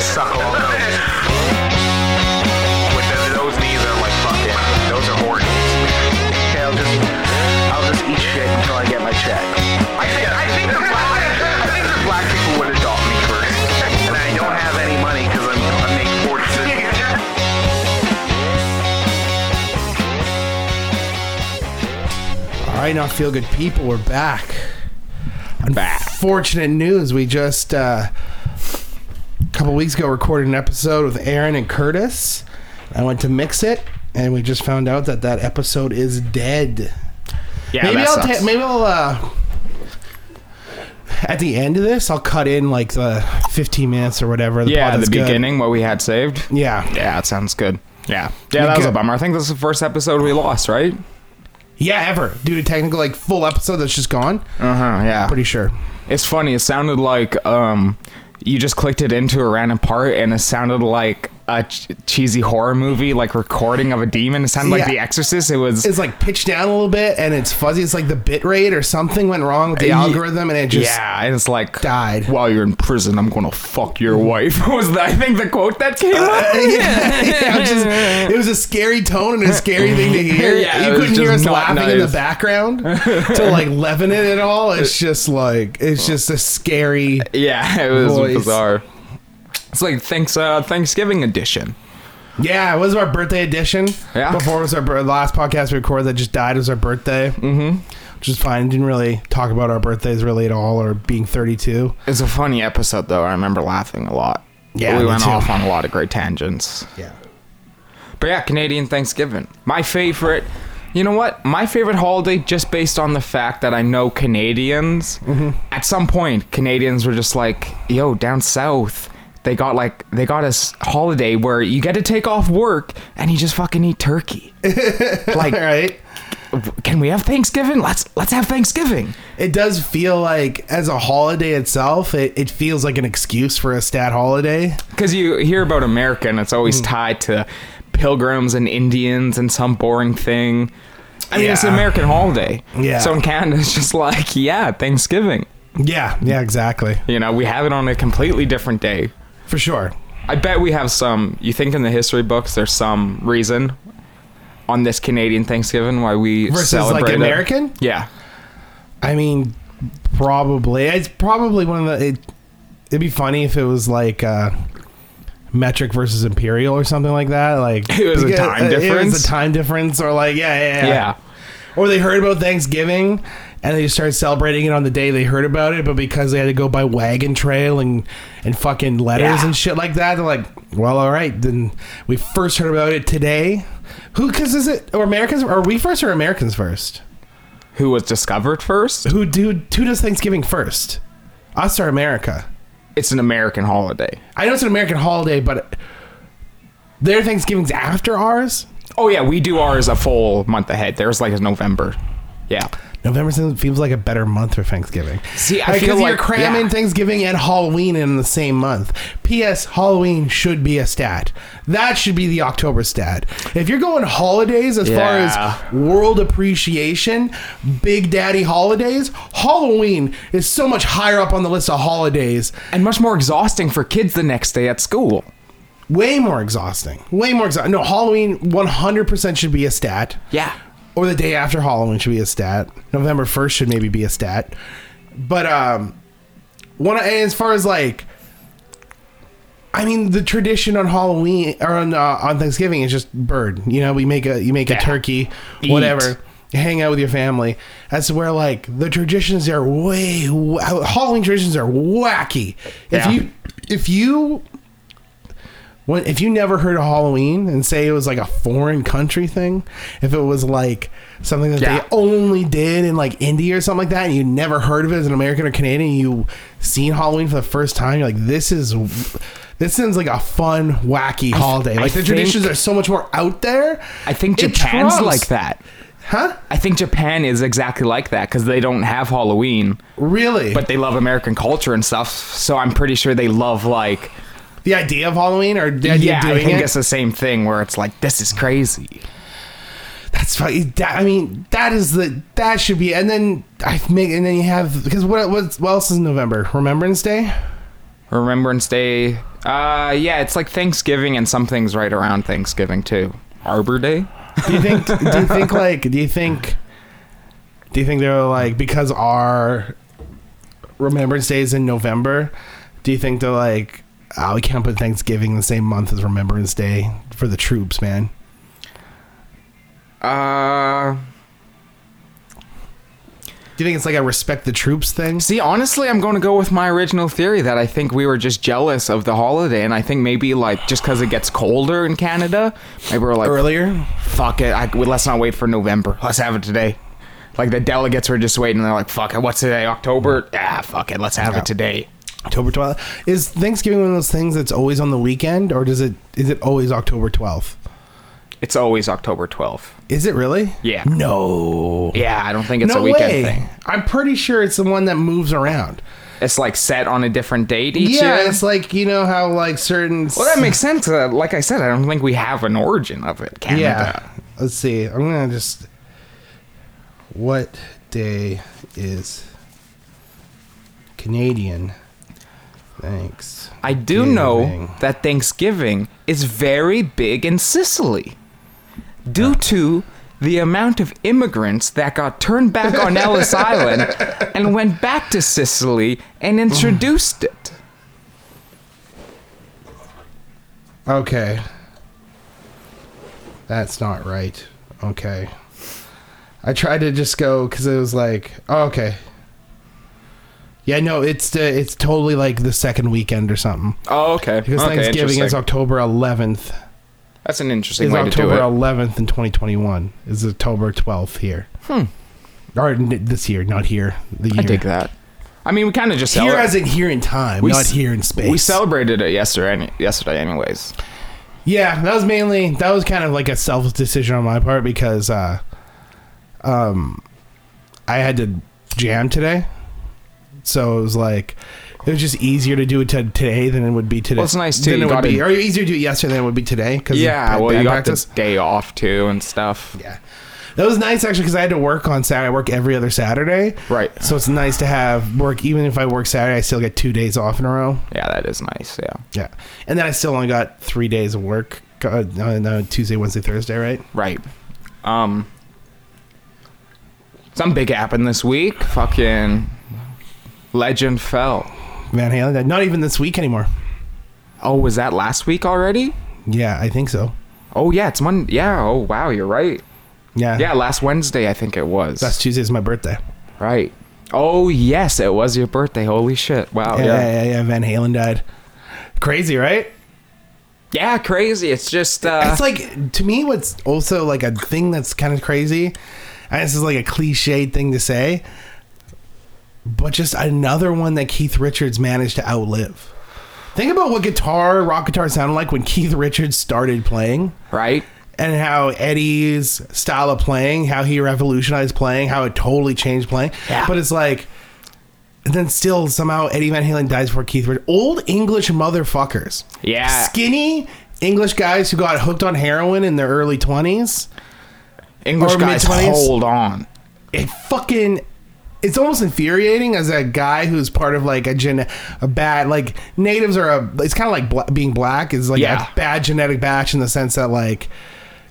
suck all those. With the, those knees, I'm like, fuck it. Those are horny. Okay, I'll just, I'll just eat shit until I get my check. I think, I think the black, I think the black people would adopt me first. And I don't have any money because I'm, I make 40 cents. All right, now feel good people, we're back. Unfortunate news. We just uh, a couple weeks ago recorded an episode with Aaron and Curtis. I went to mix it, and we just found out that that episode is dead. Yeah, maybe that I'll sucks. ta- maybe I'll uh, at the end of this I'll cut in like the 15 minutes or whatever. The yeah, part the that's good. beginning, what we had saved. Yeah. Yeah, it sounds good. Yeah. Yeah, that was a good. bummer. I think this is the first episode we lost, right? Yeah, ever. Dude, a technical like full episode that's just gone. Uh huh. Yeah. Pretty sure. It's funny. It sounded like um, you just clicked it into a random part, and it sounded like a ch- cheesy horror movie, like recording of a demon. It sounded like Yeah. The Exorcist. It was. It's like pitched down a little bit and it's fuzzy. It's like the bit rate or something went wrong with the Ye- algorithm and it just yeah, and it's like died. Mm-hmm. While you're in prison, I'm gonna fuck your wife. was that, I think the quote that came up? Uh, yeah, yeah, I'm just- it was a scary tone and a scary thing to hear. Yeah, it you was couldn't hear just us not laughing in the nice. background to like leaven it at all. It's just like it's just a scary. Yeah, it was Voice. bizarre. It's like thanks uh, Thanksgiving edition. Yeah, it was our birthday edition. Yeah. Before it was our bir- last podcast we recorded that just died. It was our birthday, mm-hmm. which is fine. Didn't really talk about our birthdays really at all or being 32. It's a funny episode though. I remember laughing a lot. Yeah, we me went too. off on a lot of great tangents. Yeah. But yeah, Canadian Thanksgiving. My favorite. You know what? My favorite holiday, just based on the fact that I know Canadians. Mm-hmm. At some point, Canadians were just like, "Yo, down south, they got like they got a s- holiday where you get to take off work and you just fucking eat turkey." like, All right. can we have Thanksgiving? Let's let's have Thanksgiving. It does feel like, as a holiday itself, it, it feels like an excuse for a stat holiday. Because you hear about America and it's Mm. always tied to pilgrims and Indians and some boring thing. I mean, it's an Yeah. American holiday. Yeah. So in Canada, it's just like, yeah, Thanksgiving. Yeah, yeah, exactly. You know, we have it on a completely different day. For sure. I bet we have some. You think in the history books there's some reason on this Canadian Thanksgiving why we Versus, like, celebrate it? American? Yeah. I mean, probably. It's probably one of the. It, it'd be funny if it was like uh, metric versus imperial or something like that. Like It was a because- time It difference? was a time difference, or like yeah, yeah, yeah. Yeah. Or they heard about Thanksgiving and they just started celebrating it on the day they heard about it, but because they had to go by wagon trail and and fucking letters Yeah. and shit like that, they're like, well, all right, then we first heard about it today. Who? Because is it or Americans? Are we first or Americans first? Who was discovered first? Who do who does Thanksgiving first? Us or America? It's an American holiday. I know it's an American holiday, but their Thanksgiving's after ours. Oh yeah, we do ours a full month ahead. There's like a November. Yeah. November seems- feels like a better month for Thanksgiving. See, I Like, feel you're like- cramming yeah. Thanksgiving and Halloween in the same month. P.S. Halloween should be a stat. That should be the October stat. If you're going holidays as Yeah. far as world appreciation, Big Daddy holidays, Halloween is so much higher up on the list of holidays. And much more exhausting for kids the next day at school. Way more exhausting. Way more exhausting. No, Halloween 100% should be a stat. Yeah. or the day after Halloween should be a stat. November first should maybe be a stat. But um, one and as far as like, I mean, the tradition on Halloween or on uh, on Thanksgiving is just bird. You know, we make a you make Yeah. a turkey, Eat. whatever. Hang out with your family. That's where like the traditions are way wa- Halloween traditions are wacky. If Yeah. you if you when if you never heard of Halloween and say it was like a foreign country thing, if it was like something that Yeah. they only did in like India or something like that, and you never heard of it as an American or Canadian, you seen Halloween for the first time, you're like, this is this sounds like a fun, wacky holiday. I Like the think- traditions are so much more out there. I think It Japan's trumps- like that. huh? I think Japan is exactly like that because they don't have Halloween, Really? but they love American culture and stuff. So I'm pretty sure they love like the idea of Halloween or the idea yeah. of I doing think it? it's the same thing where it's like this is crazy. That's fine. That, I mean, that is the that should be. And then I make, and then you have because what what, what else is November? Remembrance Day. Remembrance Day. Uh, yeah, it's like Thanksgiving and some things right around Thanksgiving too. Arbor Day. Do you think? do you think like? Do you think? Do you think they're like because our Remembrance Day is in November? Do you think they're like? Oh, we can't put Thanksgiving the same month as Remembrance Day for the troops, man. Uh, Do you think it's like a respect the troops thing? see, honestly, I'm going to go with my original theory that I think we were just jealous of the holiday, and I think maybe like just because it gets colder in Canada, maybe we're like Earlier, fuck it. I, well, let's not wait for November. Let's have it today. Like the delegates were just waiting. They're like, fuck it. What's today? October? Ah, fuck it. Let's have Yeah. it today. October twelfth is Thanksgiving. One of those things that's always on the weekend, or does it? Is it always October twelfth? It's always October 12th. Is it really? Yeah. No. Yeah, I don't think it's no a weekend way. thing. I'm pretty sure it's the one that moves around. It's like set on a different date each Yeah, year. it's like you know how like certain. well, that makes sense. Uh, like I said, I don't think we have an origin of it. Canada. Yeah. Let's see. I'm gonna just. What day is Canadian? Thanks. I do know that Thanksgiving is very big in Sicily due to the amount of immigrants that got turned back on Ellis Island and went back to Sicily and Mm. introduced it. Okay. That's not right. Okay. I tried to just go because it was like, oh, okay. Yeah, no, it's the, it's totally like the second weekend or something Oh, okay. because Thanksgiving is October 11th. That's an interesting Is way October to do it. 11th in 2021. Is October 12th here? Hmm. Or n- this year, not here. The year. I dig that. I mean, we kind of just Here celebrate- as in here in time, we not s- here in space. We celebrated it yesterday, any- yesterday anyways. Yeah, that was mainly that was kind of like a selfish decision on my part because uh um I had to jam today. So it was like it was just easier to do it to today than it would be today. Well, it's nice, too. Than You it would gotta- be, or easier to do it yesterday than it would be today. Cause of Yeah, pa- well, band you got practice. the day off too and stuff. Yeah. That was nice actually because I had to work on Saturday. I work every other Saturday. Right. So it's nice to have work. Even if I work Saturday, I still get two days off in a row. Yeah, that is nice. Yeah, Yeah. And then I still only got three days of work uh, no, no, Tuesday, Wednesday, Thursday, right? right. Um, some big happened this week. Fucking legend fell. Van Halen died. Not even this week anymore. Oh, was that last week already? Yeah, I think so. Oh yeah, it's Monday. Yeah. Oh wow, you're right. Yeah. Yeah, last Wednesday I think it was. Last Tuesday is my birthday. right. Oh yes, it was your birthday. Holy shit! Wow. yeah. yeah, yeah, yeah. Van Halen died. Crazy, right? Yeah, crazy. It's just uh, it's like to me what's also like a thing that's kind of crazy and this is like a cliche thing to say but just another one that keith richards managed to outlive think about what guitar rock guitar sounded like when keith richards started playing right. and how eddie's style of playing how he revolutionized playing how it totally changed playing Yeah. but it's like and then still somehow Eddie Van Halen dies before Keith Richards. Old English motherfuckers. Yeah. Skinny English guys who got hooked on heroin in their early 20s. English Or guys, mid-twenties. hold on. It fucking it's almost infuriating as a guy who's part of like a gen a bad like natives are a it's kind of like bla- being black is like Yeah. a bad genetic batch in the sense that like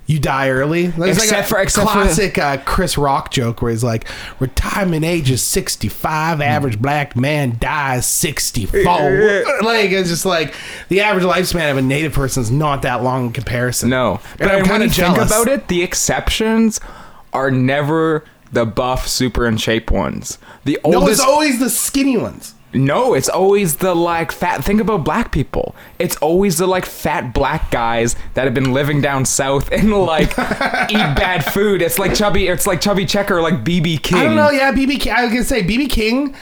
you die early. Like, it's like Except a for- except for- classic uh, Chris Rock joke where he's like, retirement age is Hmm. 65, average black man dies 64. like, it's just like the average lifespan of a native person is not that long in comparison. No, But I'm when kinda you think jealous. about it, the exceptions are never the buff, super in shape ones. The No, oldest, it's always the skinny ones. no, it's always the like fat. Think about black people. It's always the like fat black guys that have been living down south and like eat bad food. It's like chubby. It's like chubby checker, like BB King. I don't know. Yeah, BB. King, I was gonna say BB King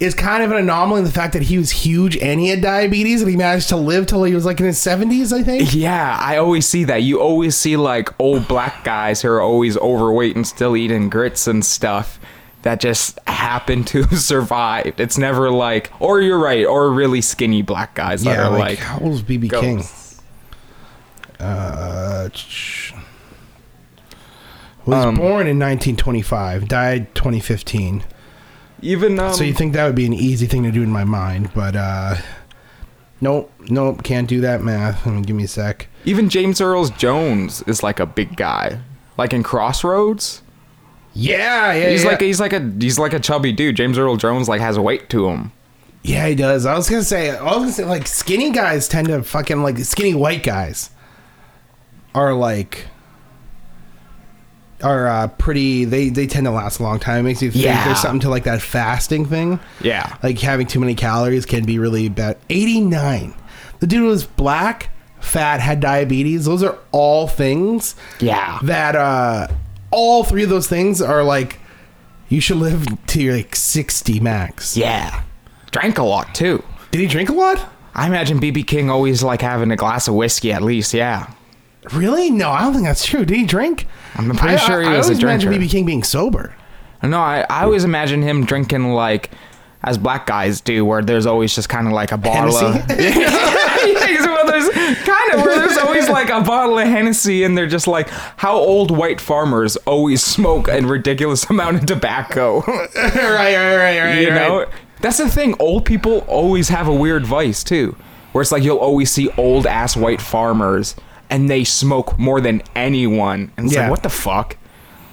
is kind of an anomaly in the fact that he was huge and he had diabetes and he managed to live till he was like in his seventies, I think. Yeah, I always see that. You always see like old black guys who are always overweight and still eating grits and stuff that just happen to survive. It's never like, or you're right, or really skinny black guys that Yeah, are like, like, how old was BB go. King? Uh, ch- Um, was born in 1925, died 2015. even um, So you think that would be an easy thing to do in my mind, but uh, Nope, nope, can't do that math. I mean, give me a sec. Even James Earl Jones is like a big guy. Like in Crossroads, Yeah, yeah, he's yeah. like he's like a he's like a chubby dude. James Earl Jones like has weight to him. yeah, he does. I was gonna say, I was gonna say, like skinny guys tend to fucking like skinny white guys are like are uh, pretty. They they tend to last a long time. It makes you think Yeah. there's something to like that fasting thing. Yeah. like having too many calories can be really bad. 89. The dude was black, fat, had diabetes. Those are all things. Yeah. That uh all three of those things are like you should live to your like 60 max. Yeah. Drank a lot too. Did he drink a lot? I imagine BB King always like having a glass of whiskey at least, yeah. Really? No, I don't think that's true. Did he drink? I'm pretty sure he I, was a always imagine drinker. BB King being sober. No, I, I always imagine him drinking like as black guys do, where there's always just kind of like a bottle of. Hennessy? Yeah, well, there's kind of where there's always like a bottle of Hennessy, and they're just like how old white farmers always smoke a ridiculous amount of tobacco. right, right, right, right. you right. know, that's the thing. Old people always have a weird vice too, where it's like you'll always see old ass white farmers, and they smoke more than anyone. And it's Yeah. like, what the fuck?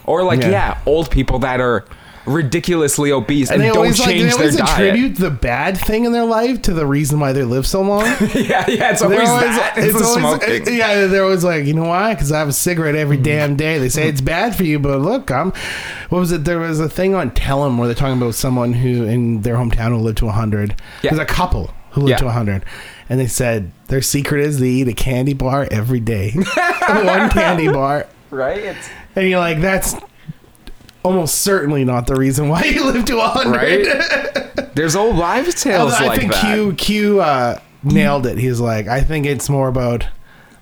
Or like, Yeah. yeah. old people that are ridiculously obese and, They don't always, like, they change their always diet. attribute the bad thing in their life to the reason why they live so long. yeah, yeah, it's always, They're that. It's, the smoking. uh, Yeah, they're always like, you know why? Because I have a cigarette every Hmm. damn day. They say it's bad for you, but look, I'm. What was it? There was a thing on Tellem where they're talking about someone who in their hometown who lived to 100. Yeah. There's a couple who lived Yeah. to 100. And they said their secret is they eat a candy bar every day. One candy bar. right? It's And you're like, that's almost certainly not the reason why you live to 100. right. There's old wives' tales Although I like think that. Q Q uh, nailed it. He's like, I think it's more about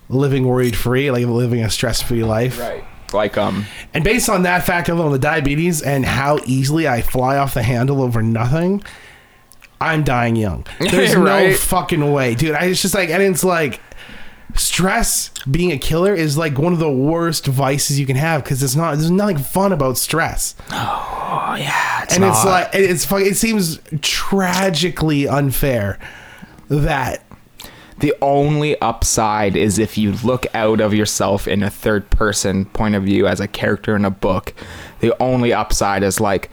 living worried free, like living a stress free life. right. Like um. And based on that fact alone, the diabetes and how easily I fly off the handle over nothing, I'm dying young. There's no Right. fucking way, dude. I, it's just like, and it's like. Stress being a killer is like one of the worst vices you can have because it's not there's nothing fun about stress Oh yeah. and it's like it- it's fuck- it seems tragically unfair that The only upside is if you look out of yourself in a third person point of view as a character in a book. The only upside is like,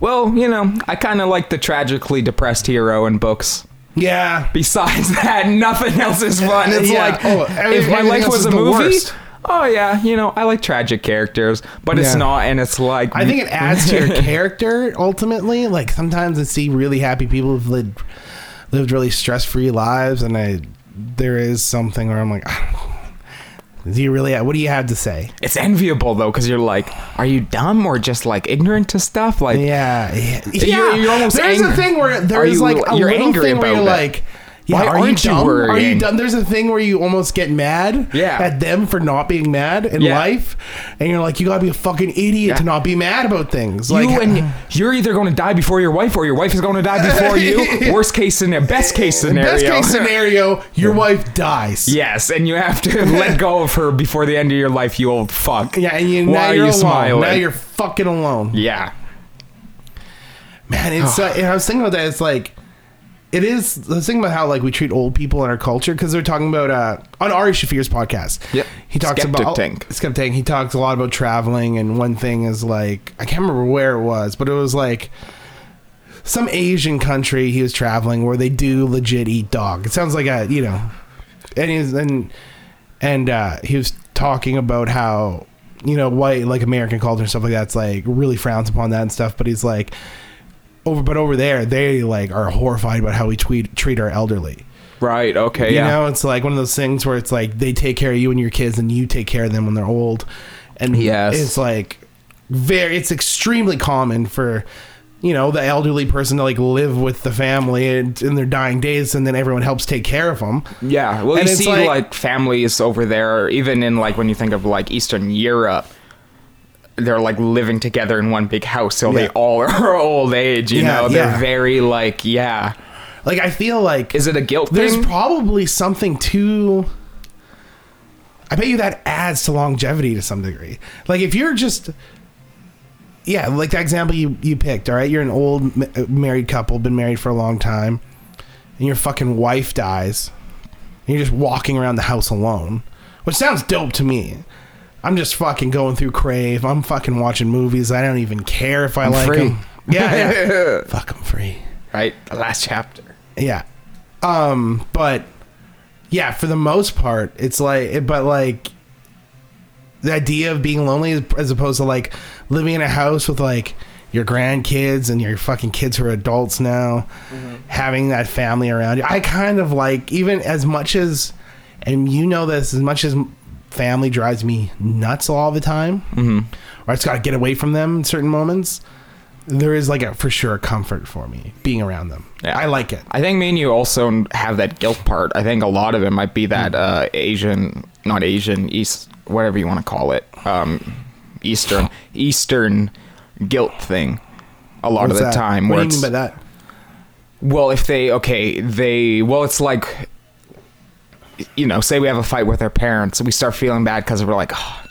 well, you know, I kind of like the tragically depressed hero in books. yeah Besides that, nothing else is fun. It's Yeah. like Oh, every- if my everything life else is was a the movie. worst. Oh yeah, you know, I like tragic characters, but it's Yeah. not and it's like i think it adds to your character ultimately like sometimes i see really happy people who've lived, lived really stress-free lives and i there is something where i'm like "Ah, do you really what do you have to say it's enviable though cuz you're like, are you dumb or just like ignorant to stuff like yeah yeah, You're- you're almost there's a angry. thing where Are there's you- like a you're little angry thing where about you're it. like yeah, Why are aren't you you dumb? Are you worrying? dumb? There's a thing where you almost get mad Yeah. at them for not being mad in Yeah. life, and you're like, you gotta be a fucking idiot Yeah. to not be mad about things. Like, you and you're either going to die before your wife or your wife is going to die before you. Worst case scenario, best case scenario. best case scenario, your wife dies. Yes, and you have to let go of her before the end of your life, you old fuck. yeah, and you, now Why are you're you alone. smiling? Now you're fucking alone. yeah. Man, it's. uh, and I was thinking about that. It's like, it is. I was thinking about how like we treat old people in our culture because they're talking about uh, on Ari Shafir's podcast. Yep. he talks Skeptic about Tank. Skeptic Tank. He talks a lot about traveling, and one thing is like I can't remember where it was, but it was like some Asian country he was traveling where they do legit eat dog. It sounds like a you know, and he's and and uh, he was talking about how you know white like American culture and stuff like that's like really frowns upon that and stuff, but he's like over but over there they like are horrified about how we tweet, treat our elderly. Right, okay, You yeah. know, it's like one of those things where it's like they take care of you and your kids, and you take care of them when they're old. And Yes. it's like very, it's extremely common for you know the elderly person to like live with the family and, in their dying days, and then everyone helps take care of them. yeah, well, And you it's see, like- like, families over there, even in, like, when you think of, like, Eastern Europe, they're, like, living together in one big house till Yeah. they all are old age, you Yeah, know? They're yeah. very, like, yeah. Like I feel like Is it a guilt there's thing? probably something to. I bet you that adds to longevity to some degree. Like if you're just, yeah, uh, like that example you you picked. All right, you're an old ma- married couple, been married for a long time, and your fucking wife dies, and you're just walking around the house alone, which sounds dope to me. I'm just fucking going through crave. I'm fucking watching movies. I don't even care if I like free. them. Yeah, yeah. fuck, I'm free. right? The last chapter. Yeah. Um, but yeah, for the most part, it's like, but like the idea of being lonely is- as opposed to like living in a house with like your grandkids and your fucking kids who are adults now, having that family around you. I kind of like, even as much as, and you know this, as much as family drives me nuts all the time, or I just got to get away from them in certain moments. There is like a for sure a comfort for me being around them. Yeah. I like it. I think me and you also have that guilt part. I think a lot of it might be that Hmm. uh, Asian, not Asian, East, whatever you want to call it, um, Eastern, Eastern guilt thing. A lot of the What's that? time, What where do you mean it's- by that? Well, if they okay, they well, it's like you know, say we have a fight with our parents, we start feeling bad because we're like, oh,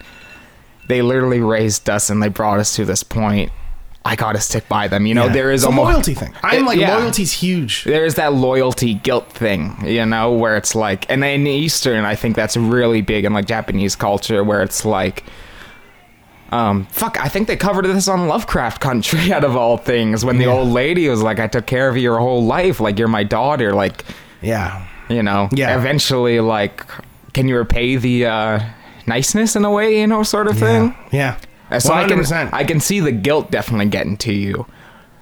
they literally raised us and they brought us to this point. I gotta stick by them. You know, Yeah. Oh, there is it's a almost loyalty thing. I'm It- like yeah. loyalty's huge. There is that loyalty guilt thing, you know, where it's like, and in Eastern, I think that's really big in like Japanese culture, where it's like, um, fuck, I think they covered this on Lovecraft Country out of all things when the Yeah. old lady was like, I took care of you your whole life, like you're my daughter, like, Yeah. you know, Yeah. eventually, like, can you repay the, uh, niceness in a way, you know, sort of thing? Yeah. Uh, yeah. So I can 100%. I can see the guilt definitely getting to you.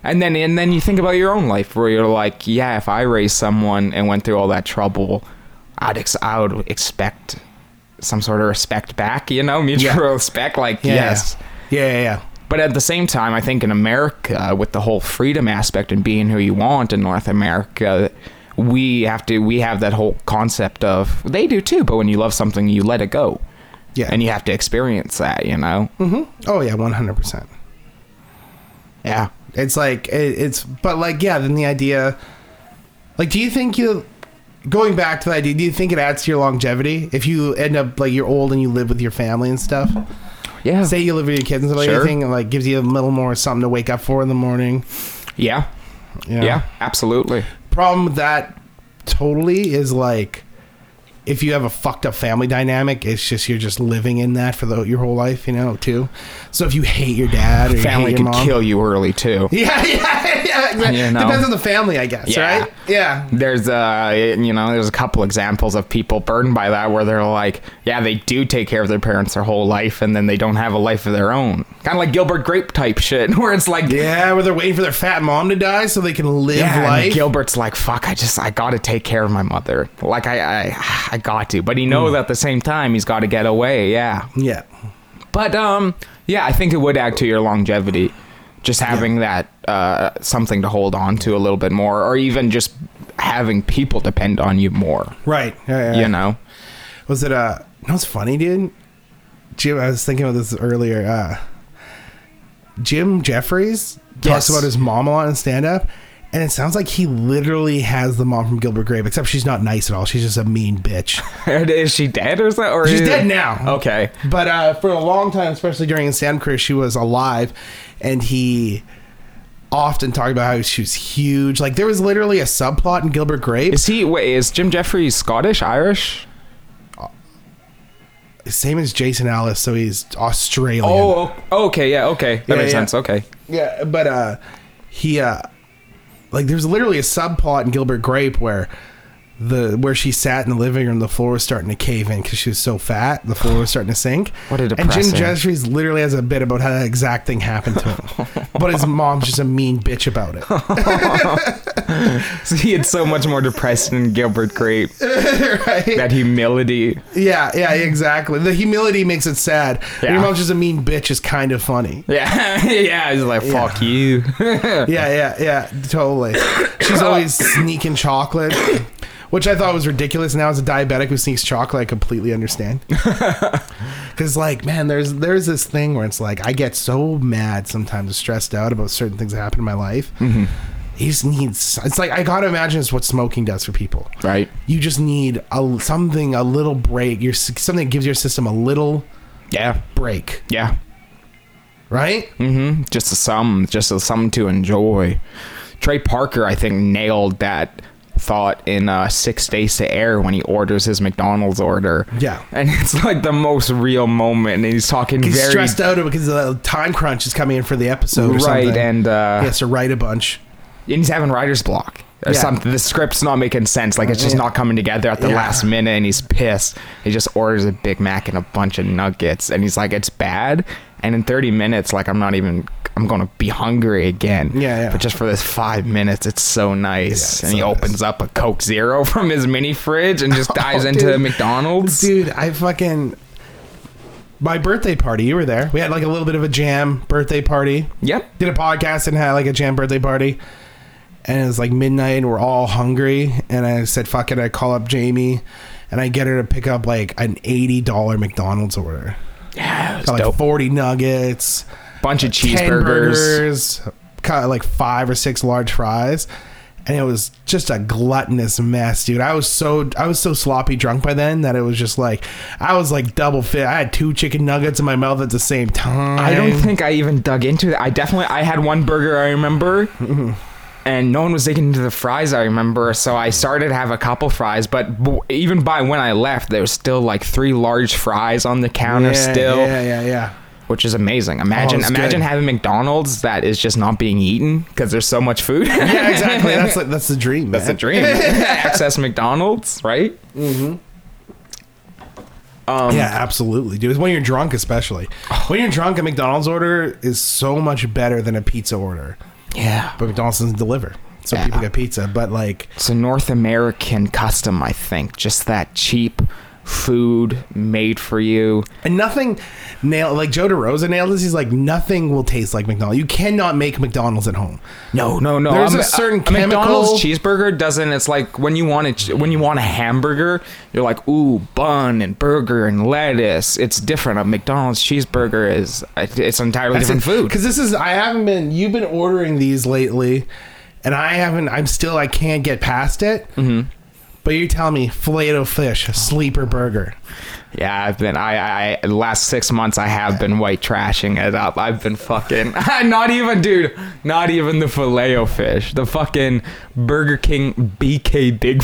And then and then you think about your own life where you're like, yeah, if I raised someone and went through all that trouble, I'd ex- I would expect some sort of respect back, you know, mutual Yeah. respect like yeah, yes. Yeah, yeah, yeah. But at the same time, I think in America, with the whole freedom aspect and being who you want in North America, we have to we have that whole concept of they do too. But when you love something, you let it go, Yeah. and you have to experience that, you know. Oh yeah, one hundred percent. Yeah, It's like it, it's, but like yeah. Then the idea, like, do you think you, going back to the idea, do you think it adds to your longevity if you end up like you're old and you live with your family and stuff? yeah, Say you live with your kids and stuff like Sure. anything, and, like gives you a little more something to wake up for in the morning. yeah. you know? Yeah, absolutely. problem with that totally is like if you have a fucked up family dynamic, it's just you're just living in that for the, your whole life, you know, too. So if you hate your dad or Family you hate can your mom, kill you early too. Yeah, yeah, yeah. Exactly. You know. Depends on the family, I guess, Yeah. right? Yeah. There's uh you know, there's a couple examples of people burdened by that where they're like, yeah, they do take care of their parents their whole life and then they don't have a life of their own. Kind of like Gilbert Grape type shit where it's like Yeah, where they're waiting for their fat mom to die so they can live Yeah, and life. Gilbert's like, fuck, I just, I gotta take care of my mother. Like, I, I, I got to. But he knows Hmm. at the same time he's gotta get away. Yeah. yeah. But um, yeah, I think it would add to your longevity, just having that uh, something to hold on to a little bit more, or even just having people depend on you more. Right. Yeah, yeah. You know, Was it uh you know what's funny, dude? Jim I was thinking about this earlier. Uh Jim Jeffries Yes. talks about his mom a lot in stand up, and it sounds like he literally has the mom from Gilbert Grape, except she's not nice at all. She's just a mean bitch. is she dead or something? Or She's is- dead now. Okay. But uh, for a long time, especially during his stand career, she was alive, and he often talked about how she was huge. Like there was literally a subplot in Gilbert Grape. Is he? Wait, is Jim Jeffries Scottish, Irish? Same as Jason Ellis, so he's Australian. Oh, o- okay, yeah, okay, that Yeah, makes yeah. sense. Okay, Yeah, but uh he uh like there's literally a subplot in Gilbert Grape where the where she sat in the living room, the floor was starting to cave in because she was so fat. The floor was starting to sink. What a And Jim depressing- Jeffries literally has a bit about how that exact thing happened to him, but his mom's just a mean bitch about it. so he had so much more depression than Gilbert Grape. right? That humility. Yeah, yeah, exactly. The humility makes it sad. And Yeah. Your mom's just a mean bitch is kind of funny. Yeah, yeah. He's like, fuck you. Yeah, yeah, yeah, totally. She's always sneaking chocolate, which I thought was ridiculous. Now, as a diabetic who sneaks chocolate, I completely understand. Because, like, man, there's there's this thing where it's like I get so mad sometimes, stressed out about certain things that happen in my life. Mm-hmm. You just need. s- It's like I gotta imagine it's what smoking does for people. right. You just need a something, a little break. Your s- something that gives your system a little Yeah. break, Yeah. right? hmm Just a sum, just a sum to enjoy. Trey Parker, I think, nailed that thought in uh, Six Days to Air when he orders his McDonald's order. Yeah. and it's like the most real moment, and he's talking He's very stressed out because the time crunch is coming in for the episode, or right, something. and uh, he has to write a bunch. and he's having writer's block or Yeah. something. The script's not making sense. Like it's just Yeah. not coming together at the Yeah. last minute, and he's pissed. He just orders a Big Mac and a bunch of nuggets, and he's like, "It's bad." And in 30 minutes, like I'm not even. I'm gonna be hungry again. Yeah, yeah. But just for this five minutes, it's so nice. it's and he so nice. opens up a Coke Zero from his mini fridge and just dives Oh, into dude. McDonald's. Dude, I fucking my birthday party. You were there. We had like a little bit of a jam birthday party. Yep. Did a podcast and had like a jam birthday party, and it was like midnight. and We're all hungry, and I said, "Fuck it." I call up Jamie, and I get her to pick up like an eighty dollar McDonald's order. Yeah, it Got, was like dope. forty nuggets, Bunch of 10 cheeseburgers. burgers, kind of like five or six large fries. And it was just a gluttonous mess, dude. I was so I was so sloppy drunk by then that it was just like I was like double fit. I had two chicken nuggets in my mouth at the same time. I don't think I even dug into that. I definitely I had one burger I remember, and no one was digging into the fries I remember. So I started to have a couple fries, but b- even by when I left, there was still like three large fries on the counter yeah, still, Yeah, yeah, yeah. which is amazing. Imagine it's imagine good. having McDonald's that is just not being eaten because there's so much food. Yeah, exactly. that's like that's the dream. That's a man. dream. Access McDonald's, right? yeah, absolutely, dude. When you're drunk, especially when you're drunk, a McDonald's order is so much better than a pizza order. Yeah. But McDonald's doesn't deliver, so Yeah. people get pizza. But like, It's a North American custom, I think. Just that cheap food made for you. And nothing nailed like Joe DeRosa nailed this. He's like nothing will taste like McDonald's. You cannot make McDonald's at home. No, no, no. There's Um, a certain chemical- McDonald's cheeseburger doesn't. It's like when you want a ch- when you want a hamburger, you're like ooh bun and burger and lettuce. It's different. A McDonald's cheeseburger is it's entirely different food. Because this is I haven't been. You've been ordering these lately, and I haven't. I'm still. I can't get past it. Mm-hmm. But you tell me, filet fish, sleeper burger. Yeah, I've been. I, I the last six months I have been white trashing it up. I've been fucking. not even, dude. Not even the filet o fish. The fucking Burger King BK Big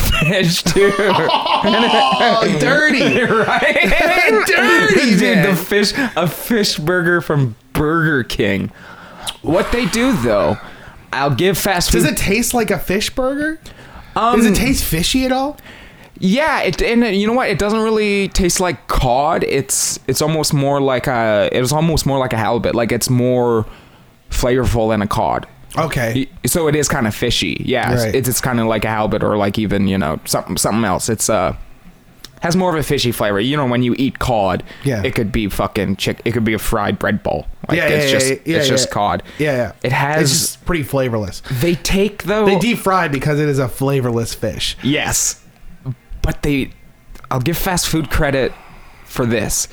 Fish, dude. Oh, dirty. right? Dirty, dude. The man. fish, a fish burger from Burger King. What they do though, I'll give fast food. Does it taste like a fish burger? um, Does it taste fishy at all? Yeah, it, and uh, you know what? It doesn't really taste like cod. It's it's almost more like a. It was almost more like a halibut. Like it's more flavorful than a cod. Okay. Y- So it is kind of fishy. Yeah, it's- Right. it's it's kind of like a halibut or like even you know something something else. It's uh has more of a fishy flavor. You know when you eat cod, Yeah. it could be fucking chick. It could be a fried bread bowl. Like Yeah, it's yeah, just yeah, yeah, it's just yeah. cod. Yeah, yeah. It has. It's just pretty flavorless. they take though. They deep fried because it is a flavorless fish. Yes. But they I'll give fast food credit for this.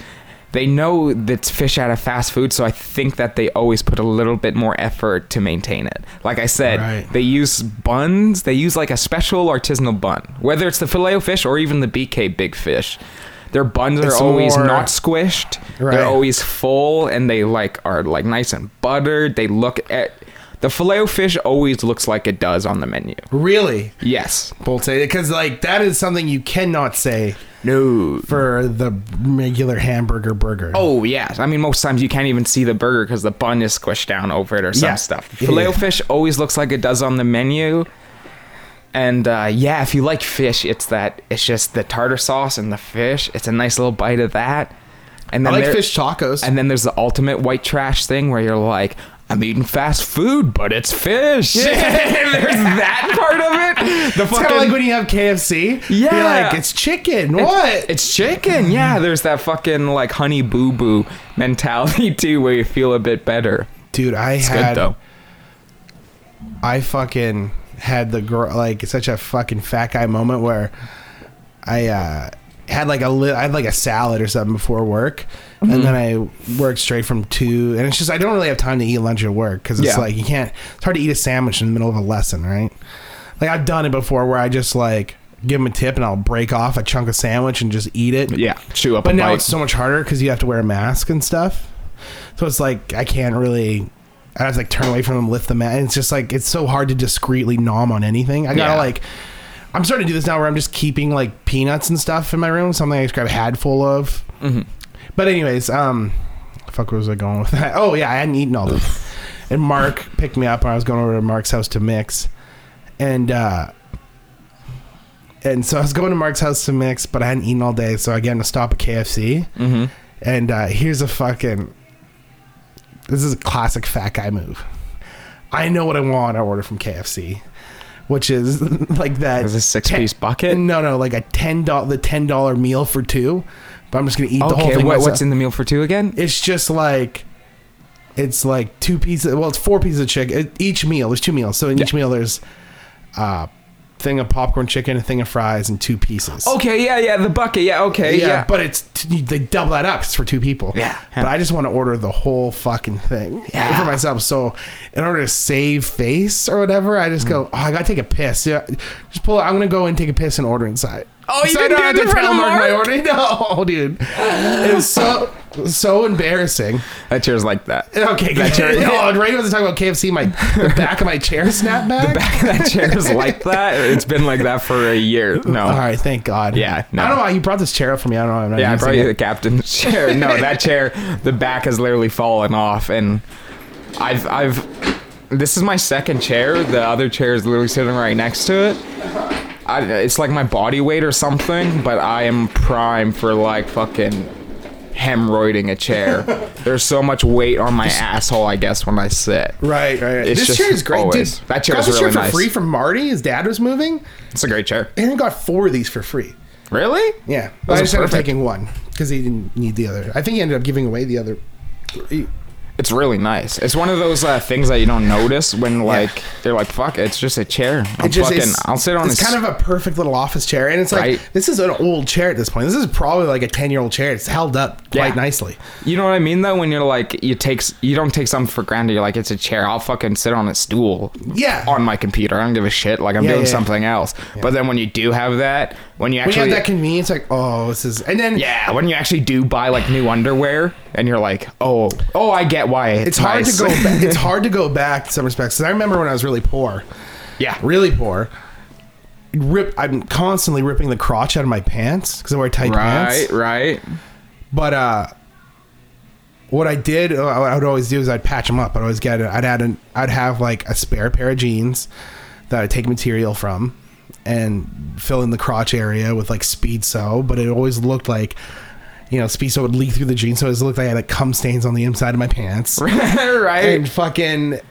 They know that's fish out of fast food, so I think that they always put a little bit more effort to maintain it. Like I said, Right. they use buns. They use like a special artisanal bun, whether it's the filet o fish or even the BK big fish. Their buns are It's always more- not squished. Right. They're always full, and they like are like nice and buttered. They look at the filet o fish always looks like it does on the menu. Really? Yes. bold say because like that is something you cannot say No. for the regular hamburger burger. Oh yeah, I mean most times you can't even see the burger because the bun is squished down over it or some Yeah. stuff. Yeah, Filet yeah. fish always looks like it does on the menu, and uh, yeah, if you like fish, it's that it's just the tartar sauce and the fish. It's a nice little bite of that, and I then like there- fish tacos. And then there's the ultimate white trash thing where you're like, I'm eating fast food, but it's fish. there's that part of it. The it's kind fucking- of like when you have KFC. you're Yeah. like it's chicken. What? It's chicken. Yeah, there's that fucking like honey boo boo mentality too, where you feel a bit better. Dude, I It's had good though. I fucking had the girl like such a fucking fat guy moment where I uh, had like a li- I had like a salad or something before work, Mm-hmm. and then I worked straight from two, and it's just I don't really have time to eat lunch at work because it's Yeah. like you can't. It's hard to eat a sandwich in the middle of a lesson, right? Like I've done it before where I just like give them a tip and I'll break off a chunk of sandwich and just eat it. Yeah, chew up But a now bite. it's so much harder because you have to wear a mask and stuff. So it's like I can't really. I have to like turn away from them, lift the mat. It's just like it's so hard to discreetly nom on anything. I gotta Yeah. like I'm starting to do this now where I'm just keeping like peanuts and stuff in my room, something I just grab a had full of. Mm-hmm. But anyways, um, fuck, where was I going with that? Oh yeah, I hadn't eaten all this. and Mark picked me up, and I was going over to Mark's house to mix, and uh, and so I was going to Mark's house to mix, but I hadn't eaten all day, so I get in a stop at KFC, Mm-hmm. and uh, here's a fucking. This is a classic fat guy move. I know what I want. I order from KFC, which is like that. Is this ten- six-piece bucket? No, no, like a ten dollar the ten dollar meal for two. But I'm just gonna eat the whole Okay, thing. what, myself. what's in the meal for two again? It's just like it's like two pieces. Well, it's four pieces of chicken it- each meal. There's two meals, so in each meal there's uh thing of popcorn chicken, a thing of fries, and two pieces. Okay, yeah, yeah, the bucket, yeah, okay, Oh, yeah. but it's t- they double that up. It's for two people. Yeah. but I just want to order the whole fucking thing for myself. So in order to save face or whatever, I just Mm. go. Oh, I gotta take a piss. Yeah, just pull. I'm gonna go and take a piss and order inside. Oh, you I didn't don't do it have in to front of tell Mark my Mark? order. No, dude, it was so so embarrassing. that chair's like that. Okay, That good. chair- oh, and right when I was talking about KFC, my the back of my chair snapped back. that chair's like that. It's been like that for a year. No. All right, thank God. Yeah, no. I don't know why you brought this chair up for me. I don't know. why I'm not Yeah, using probably it. the captain's chair. No, that chair, the back has literally fallen off, and I've, I've, this is my second chair. The other chair is literally sitting right next to it. I, it's like my body weight or something, but I am prime for like fucking hemorrhoiding a chair. There's so much weight on my asshole, I guess, when I sit. Right, right. right. It's this just chair is great, always- dude. that chair got is this really for nice. free from Marty. His dad was moving, It's a great chair. and he got four of these for free. Really? Yeah, but I are just ended up perfect. taking one because he didn't need the other. I think he ended up giving away the other. three. It's really nice. It's one of those uh, things that you don't notice when like they're like, "Fuck, it's just a chair." I'll It just, fucking, it's, I'll sit on. It's a s- kind of a perfect little office chair, and it's like Right. this is an old chair at this point. This is probably like a ten-year-old chair. It's held up Yeah. quite nicely. You know what I mean though? When you're like, you take, you don't take something for granted. You're like, it's a chair. I'll fucking sit on a stool. Yeah. On my computer, I don't give a shit. Like I'm Yeah, doing yeah, yeah. something else. But then when you do have that, When when you you actually, have that convenience, like oh, this is, and then yeah, when you actually do buy like new underwear, and you're like, oh, oh, I get why it's, it's hard nice. to go. Back, it's hard to go back in some respects. 'Cause I remember when I was really poor, yeah, really poor. Rip, I'm constantly ripping the crotch out of my pants because I wear tight right, pants. right. But uh, what I did, uh, what I would always do is I'd patch them up. I'd always get, it. I'd add an, I'd have like a spare pair of jeans that I take material from and fill in the crotch area with like speed sew. But it always looked like. You know, speed sew would leak through the jeans, so it always looked like I had like cum stains on the inside of my pants right. and fucking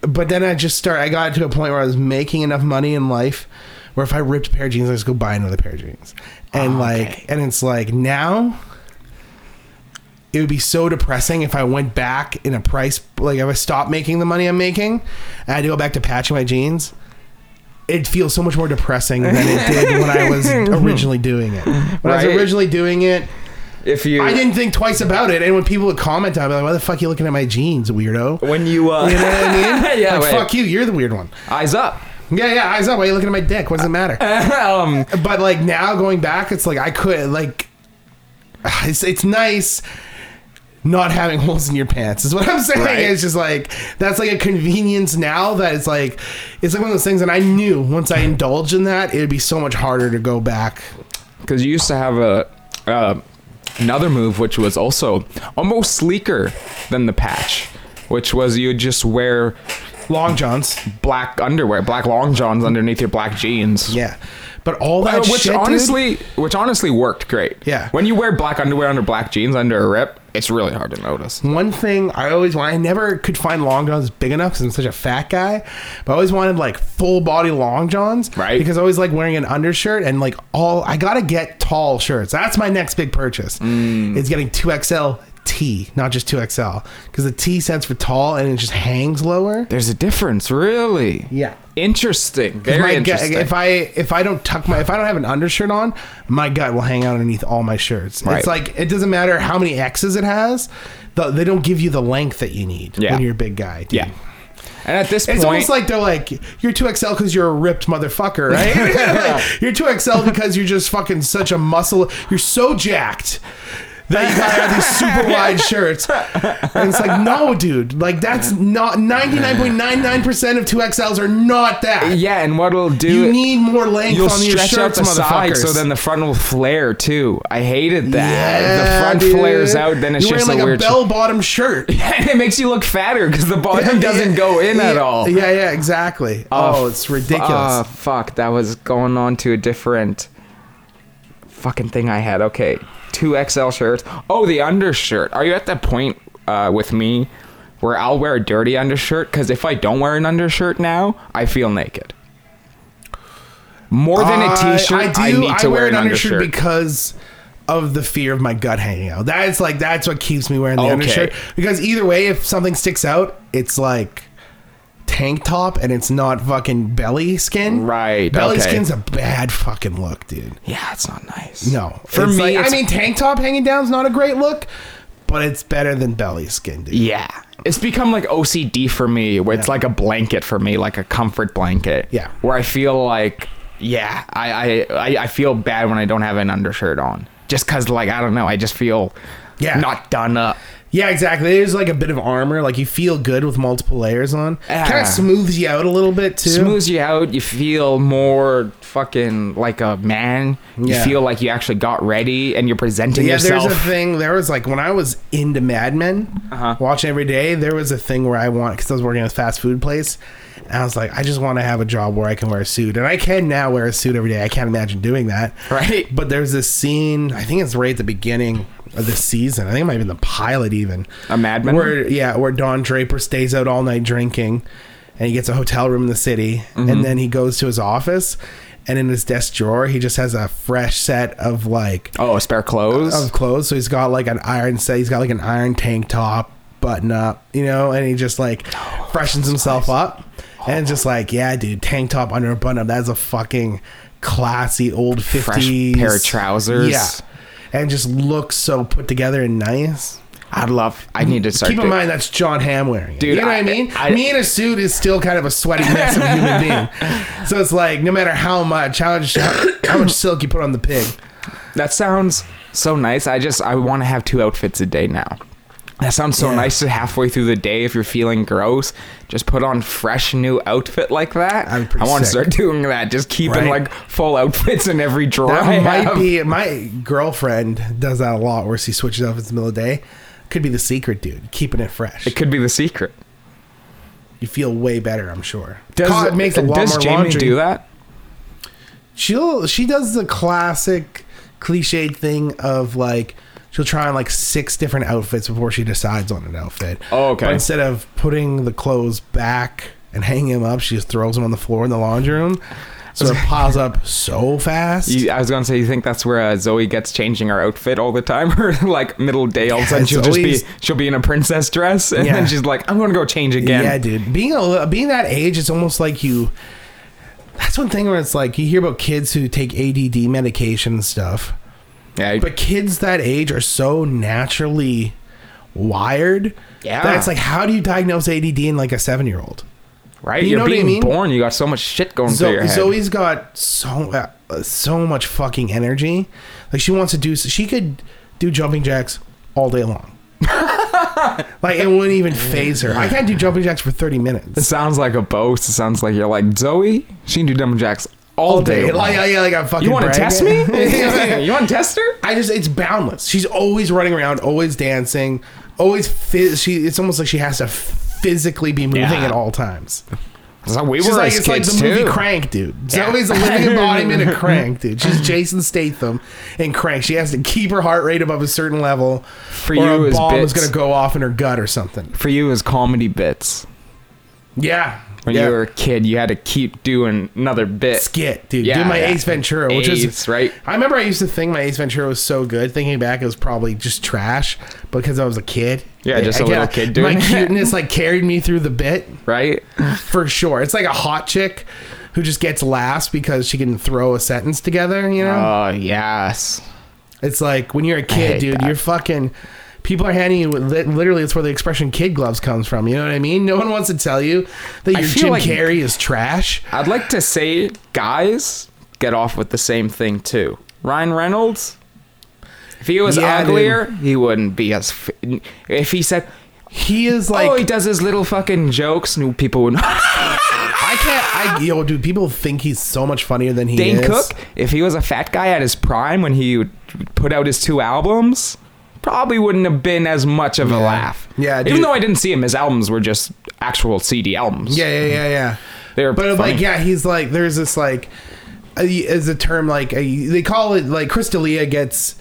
but then I just start I got to a point where I was making enough money in life where if I ripped a pair of jeans, I just go buy another pair of jeans. And like and it's like now it would be so depressing if I went back in a price like if I stopped making the money I'm making and I had to go back to patching my jeans. It feels so much more depressing than it did when I was originally doing it. When I Right. was originally doing it, if you, I didn't think twice about it. And when people would comment, I'd be like, "Why the fuck you looking at my jeans, weirdo?" when you, uh, You know what I mean? Yeah, Like, wait. fuck you. You're the weird one. eyes up. Yeah, yeah. Eyes up. Why are you looking at my dick? What does it matter? um, but like now going back, it's like I could like. It's it's nice. Not having holes in your pants is what I'm saying. Right. It's just like that's like a convenience now that it's like it's like one of those things. And I knew once I indulged in that, it'd be so much harder to go back. because you used to have a uh, another move which was also almost sleeker than the patch which was you just wear Long johns, black underwear black long johns underneath your black jeans yeah, but all that Uh, which shit, dude- honestly which honestly worked great Yeah. when you wear black underwear under black jeans under a rip it's really hard to notice one thing I always wanted, I never could find long johns big enough because I'm such a fat guy, but I always wanted like full body long johns. Right. Because I always like wearing an undershirt and like all, I gotta get tall shirts. That's my next big purchase. It's getting 2XL T, not just 2XL. Because the T stands for tall and it just hangs lower. there's a difference really Yeah. interesting very my gut, interesting if I if I don't tuck my if I don't have an undershirt on, my gut will hang out underneath all my shirts. Right. It's like it doesn't matter how many X's it has, the, they don't give you the length that you need Yeah. when you're a big guy. dude. yeah and at this It's point almost like they're like, you're 2XL because you're a ripped motherfucker, right? Like, you're 2XL because you're just fucking such a muscle. You're so jacked that you gotta have these super wide shirts. And it's like, no, dude. Like that's not 99.99% of 2XLs are not that. Yeah, and what it'll do? You need more length You'll on your stretch out shirts, the side motherfuckers. so then the front will flare too. I hated that. Yeah, the front dude. flares out, then it's You're just wearing, a like weird. a bell bottom shirt. and it makes you look fatter because the bottom Yeah, doesn't yeah, go in yeah, at all. Yeah, yeah, exactly. Oh, it's ridiculous. Ah, fuck, that was going on to a different fucking thing I had. Okay, two XL shirts. Oh, the undershirt. Are you at that point uh, with me where I'll wear a dirty undershirt? Because if I don't wear an undershirt now, I feel naked. More than a I- t-shirt, I, need to I wear, an undershirt. because of the fear of my gut hanging out. That's like that's what keeps me wearing the Okay. undershirt because either way, if something sticks out, it's like tank top and it's not fucking belly skin. Right, belly okay. skin's a bad fucking look, dude. yeah, it's not nice. No, for It's me, like- I it's- mean, tank top hanging down's not a great look, but it's better than belly skin, dude. Yeah. It's become like OCD for me, where it's Yeah. like a blanket for me, like a comfort blanket. Yeah. Where I feel like, yeah, I I, I, I feel bad when I don't have an undershirt on. Just because, like, I don't know. I just feel Yeah. not done up. Yeah, exactly. There's like a bit of armor. Like you feel good with multiple layers on. Yeah. Kind of smooths you out a little bit too. Smooths you out. You feel more fucking like a man. You Yeah. feel like you actually got ready and you're presenting Yeah, yourself. there's a thing. There was like when I was into Mad Men, Uh-huh. watching every day. There was a thing where I want because I was working at a fast food place, and I was like, I just want to have a job where I can wear a suit, and I can now wear a suit every day. I can't imagine doing that. Right. But there's this scene. I think it's right at the beginning of the season. I think it might have been the pilot even. A Mad Men? Where yeah, where Don Draper stays out all night drinking, and he gets a hotel room in the city, Mm-hmm. and then he goes to his office. And in his desk drawer, he just has a fresh set of like oh, spare clothes. of clothes. So he's got like an iron set. He's got like an iron tank top, button up, you know, and he just like Oh, freshens himself up. And just like, yeah, dude, tank top under a button up. That's a fucking classy old 50s. pair of trousers. Yeah. And just looks so put together and nice. I'd love. I need to start. Keep in doing- mind that's John Ham wearing it. Dude, you know what I- I mean? I- Me in a suit is still kind of a sweaty mess of a human being. So it's like, no matter how much, how much, how much silk you put on the pig. That sounds so nice. I just I want to have two outfits a day now. That sounds so Yeah. nice to halfway through the day if you're feeling gross, just put on fresh new outfit like that. That'd be pretty I want to sick. start doing that. Just keeping Right. like full outfits in every drawer. That I might have. be my girlfriend does that a lot where she switches up in the middle of the day. Could be the secret, dude. Keeping it fresh. It could be the secret. You feel way better, I'm sure. Does God, it makes a lot does more Jamie laundry. do that? She'll she does the classic cliched thing of like she'll try on like six different outfits before she decides on an outfit. Oh, okay. But instead of putting the clothes back and hanging them up, she just throws them on the floor in the laundry room. So it piles up so fast. You, I was gonna say you think that's where uh, Zoe gets changing her outfit all the time, or like middle day all of a sudden Yeah, she'll just be Zoe's- she'll be in a princess dress and Yeah. then she's like, I'm gonna go change again. Yeah, dude. Being a, being that age, it's almost like you. That's one thing where it's like you hear about kids who take ADD medication and stuff, yeah but kids that age are so naturally wired. Yeah. that it's like how do you diagnose ADD in like a seven year old? right. you are know what I being mean? born. You got so much shit going through your Zo- head. Zoe's got so uh, so much fucking energy. Like she wants to do. She could do jumping jacks all day long. like it wouldn't even phase her. I can't do jumping jacks for thirty minutes. It sounds like a boast. It sounds like you're like Zoe. She can do dumb jacks all, all day. day. long. Like, yeah, like I'm fucking. you want to bragging. test me? you want to test her? I just it's boundless. She's always running around, always dancing, always. Phys- she it's almost like she has to physically be moving Yeah. at all times. It's like we She's were like as it's like the kids movie too. Crank, dude. Yeah. Zoe's the living embodiment of Crank, dude. She's Jason Statham in Crank. She has to keep her heart rate above a certain level, For or you a is bomb is bits. gonna go off in her gut or something. For you, is comedy bits. Yeah, When yeah. you were a kid, you had to keep doing another bit. skit, dude. Yeah, do my yeah. Ace Ventura, which Ace, is right? I remember I used to think my Ace Ventura was so good. Thinking back, it was probably just trash because I was a kid. Yeah, just a a little kid doing My it. cuteness like carried me through the bit Right? for sure. It's like a hot chick who just gets last because she can throw a sentence together. You know, Oh yes. it's like when you're a kid, hate dude. that. You're fucking. People are handing you li- literally. It's where the expression "kid gloves" comes from. You know what I mean? No one wants to tell you that your feel Jim like- Carrey is trash. I'd like to say, guys, get off with the same thing too. Ryan Reynolds. If he was Yeah, dude. uglier, he wouldn't be as. F- if he said, He is like "Oh, he does his little fucking jokes," new people would. I can't. I yo, dude. People think he's so much funnier than he Dane is. Cook, if he was a fat guy at his prime when he would put out his two albums, probably wouldn't have been as much of a laugh. Yeah, even dude. though I didn't see him, his albums were just actual CD albums. Yeah, yeah, yeah, yeah. They were but funny. like, yeah, he's like, there's this like, a, is a term like a, they call it like Crystalia gets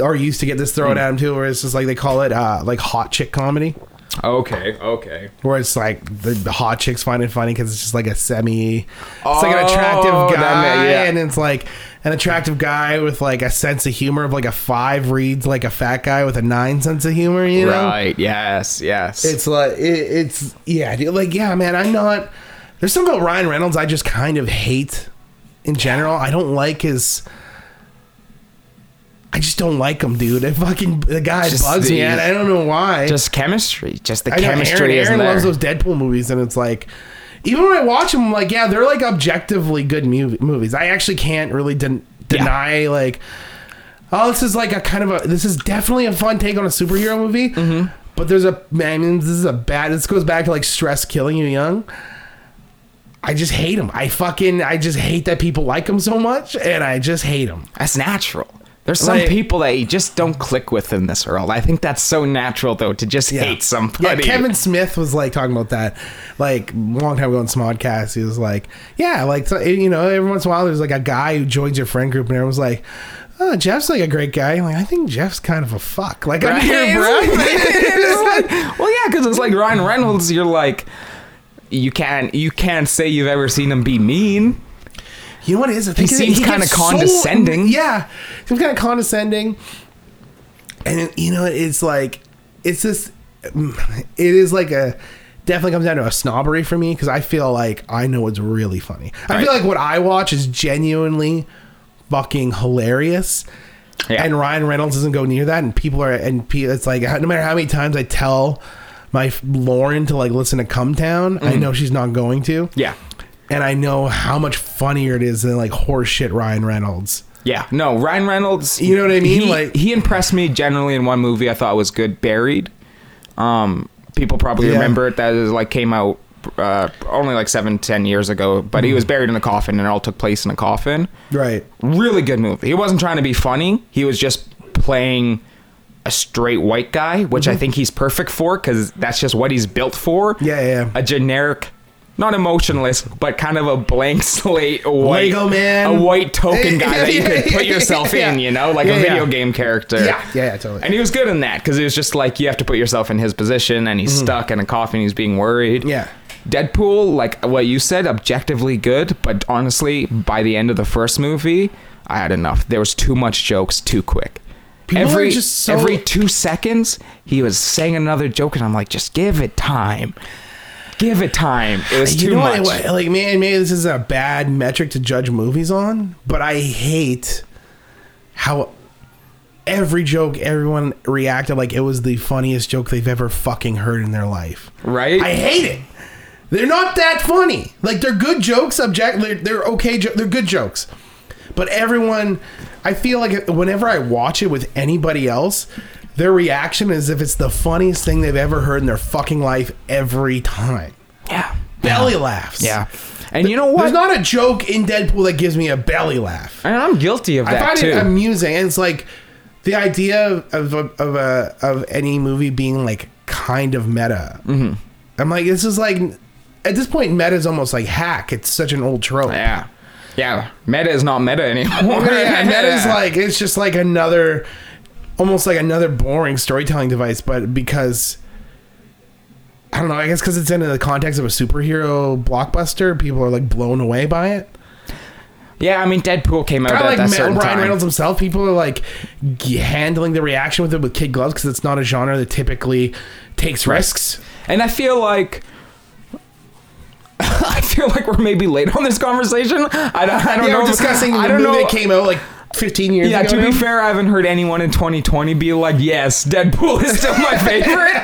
or used to get this Hmm. thrown at him too, where it's just like they call it uh like hot chick comedy, Okay. Okay. where it's like the, the hot chicks find it funny because it's just like a semi, it's like an attractive Oh, that guy, ma- yeah. and it's like an attractive guy with like a sense of humor of like a five reads like a fat guy with a nine sense of humor, you know? Right. Yes. Yes. It's like it, it's yeah, dude, like yeah, man. I'm not. There's something about Ryan Reynolds I just kind of hate in general. I don't like his. I just don't like him, dude. It fucking the guy Just bugs me, the- and I don't know why. just chemistry. Just the I know chemistry Aaron, isn't Aaron there. loves those Deadpool movies, and it's like. Even when I watch them, I'm like, yeah, they're like objectively good mov- movies. I actually can't really den- deny like, oh, this is like a kind of a this is definitely a fun take on a superhero movie. Mm-hmm. But there's a I mean, this is a bad. This goes back to like stress killing you young. I just hate him. I fucking I just hate that people like him so much, and I just hate him. That's natural. There's some Like- people that you just don't click with in this world. I think that's so natural though to just hate somebody. Yeah, Kevin Smith was like talking about that, like a long time ago on Smodcast. He was like, "Yeah, like so, you know, every once in a while there's like a guy who joins your friend group, and everyone's like." Oh, Jeff's like a great guy. I'm like, I think Jeff's kind of a fuck. Like, I'm Right? here, bro. It's like- well, yeah, because it's like Ryan Reynolds. You're like, you can't you can't say you've ever seen him be mean. you know what it is? I think it- seems gets kinda so- condescending. yeah, seems kind of condescending. And it- you know, it's like, it's this. It is like a definitely comes down to a snobbery for me because I feel like I know what's really funny. I feel Right. like what I watch is genuinely fucking hilarious. Yeah. And Ryan Reynolds doesn't go near that, and people are, and pe- it's like no matter how many times I tell my f- Lauren to like listen to Come Town, I know she's not going to Mm-hmm. Yeah, and I know how much funnier it is than like horseshit Ryan Reynolds. yeah. No, Ryan Reynolds. You know what I mean? He, Like- he impressed me generally in one movie I thought was good, Buried. Um, people probably Yeah. remember it. That is like came out uh, only like seven, ten years ago. But Mm-hmm. he was buried in a coffin, and it all took place in a coffin. Right. really good movie. He wasn't trying to be funny. He was just playing a straight white guy, which I think he's perfect for because that's just what he's built for. Mm-hmm. Yeah, yeah, yeah. A generic, not emotionless, but kind of a blank slate, a white, Lego man. a white token guy that you could put yourself Yeah. in. You know, like Yeah, a yeah. video game character. Yeah, yeah, yeah, totally. And he was good in that because it was just like you have to put yourself in his position, and he's stuck in a coffin. He's being worried. Mm-hmm. Yeah. Deadpool, like what you said, objectively good, but honestly, by the end of the first movie, I had enough. There was too much jokes too quick. People are every just so- every two seconds, he was saying another joke, and I'm like, just give it time, give it time. It was You too know much. what, what? Like, man, maybe this is a bad metric to judge movies on, but I hate how every joke everyone reacted like it was the funniest joke they've ever fucking heard in their life. Right? I hate it. They're not that funny. Like they're good jokes. Object. They're, they're okay. Jo- they're good jokes. But everyone, I feel like whenever I watch it with anybody else, their reaction is if it's the funniest thing they've ever heard in their fucking life every time. yeah, Belly laughs. yeah. And you know what? There's not a joke in Deadpool that gives me a belly laugh. and I'm guilty of I that find too. it amusing. And it's like the idea of of a, of, a, of any movie being like kind of meta. Mm-hmm. I'm like, this is like at this point, meta is almost like hack. It's such an old trope. yeah, yeah. Meta is not meta anymore. yeah, meta is Yeah. like it's just like another, almost like another boring storytelling device. But because I don't know, I guess because it's in the context of a superhero blockbuster, people are like blown away by it. yeah. I mean, Deadpool came out Kind at of like that Ma- certain Ryan time. Reynolds himself, people are like g- handling the reaction with it with kid gloves because it's not a genre that typically takes risks. And I feel like I feel like we're maybe late on this conversation. I don't, I don't Yeah, know. we're discussing the I don't movie know. that came out like 15 years yeah, ago. to be now. fair, I haven't heard anyone in 2020 be like, "Yes, Deadpool is still my favorite."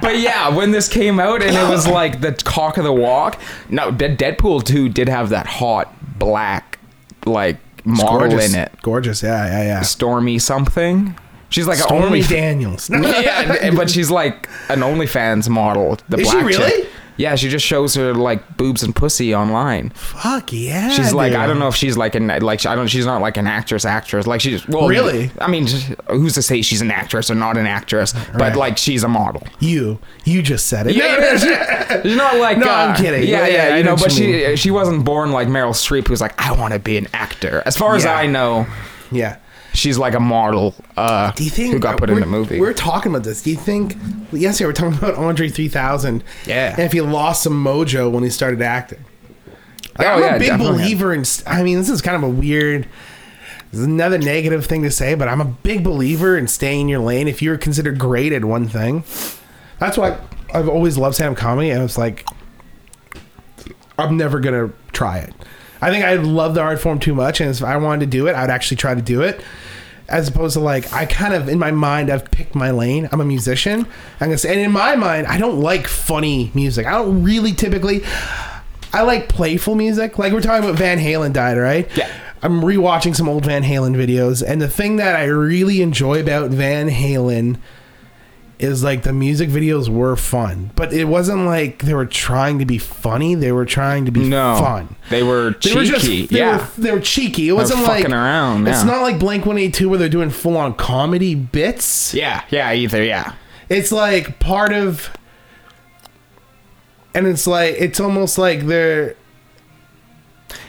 but yeah, when this came out and it was like the cock of the walk. No, De- Deadpool 2 did have that hot black like model gorgeous, in it. gorgeous, yeah, yeah, yeah. Stormy something. She's like an Stormy only Daniels. yeah, and- but she's like an OnlyFans model. The Is she black really? Chick. Yeah, she just shows her like boobs and pussy online. Fuck yeah. She's like, dude. I don't know if she's like an like I don't. She's not like an actress, actress. Like she's well, Really? I mean, who's to say she's an actress or not an actress? Right. But like, she's a model. You you just said it. She's not like No, uh, I'm kidding. Yeah, Yeah, yeah, yeah, I you know know, what but you she she wasn't born like Meryl Streep, who's like, I want to be an actor. As far as Yeah. I know, yeah. she's like a model. Uh, Do you think who got put in we're- the movie? We're talking about this. Do you think yesterday we we're talking about Andre 3000? Yeah. And if he lost some mojo when he started acting. Like, Oh, I'm yeah, a big definitely. believer in. st- I mean, this is kind of a weird. This is another negative thing to say, but I'm a big believer in staying in your lane. If you're considered great at one thing, that's why I've always loved stand-up comedy. And it's like I'm never gonna try it. I think I love the art form too much, and if I wanted to do it, I'd actually try to do it. As opposed to like, I kind of in my mind, I've picked my lane. I'm a musician. I'm gonna say, and in my mind, I don't like funny music. I don't really typically. I like playful music. Like we're talking about Van Halen died, right? Yeah. I'm rewatching some old Van Halen videos, and the thing that I really enjoy about Van Halen is like the music videos were fun, but it wasn't like they were trying to be funny. They were trying to be no fun. They were cheeky. They were just they yeah. were, they were cheeky. It wasn't like fucking around, It's yeah. not like Blink One Eight Two where they're doing full on comedy bits. yeah, yeah, either, yeah. It's like part of, and it's like it's almost like they're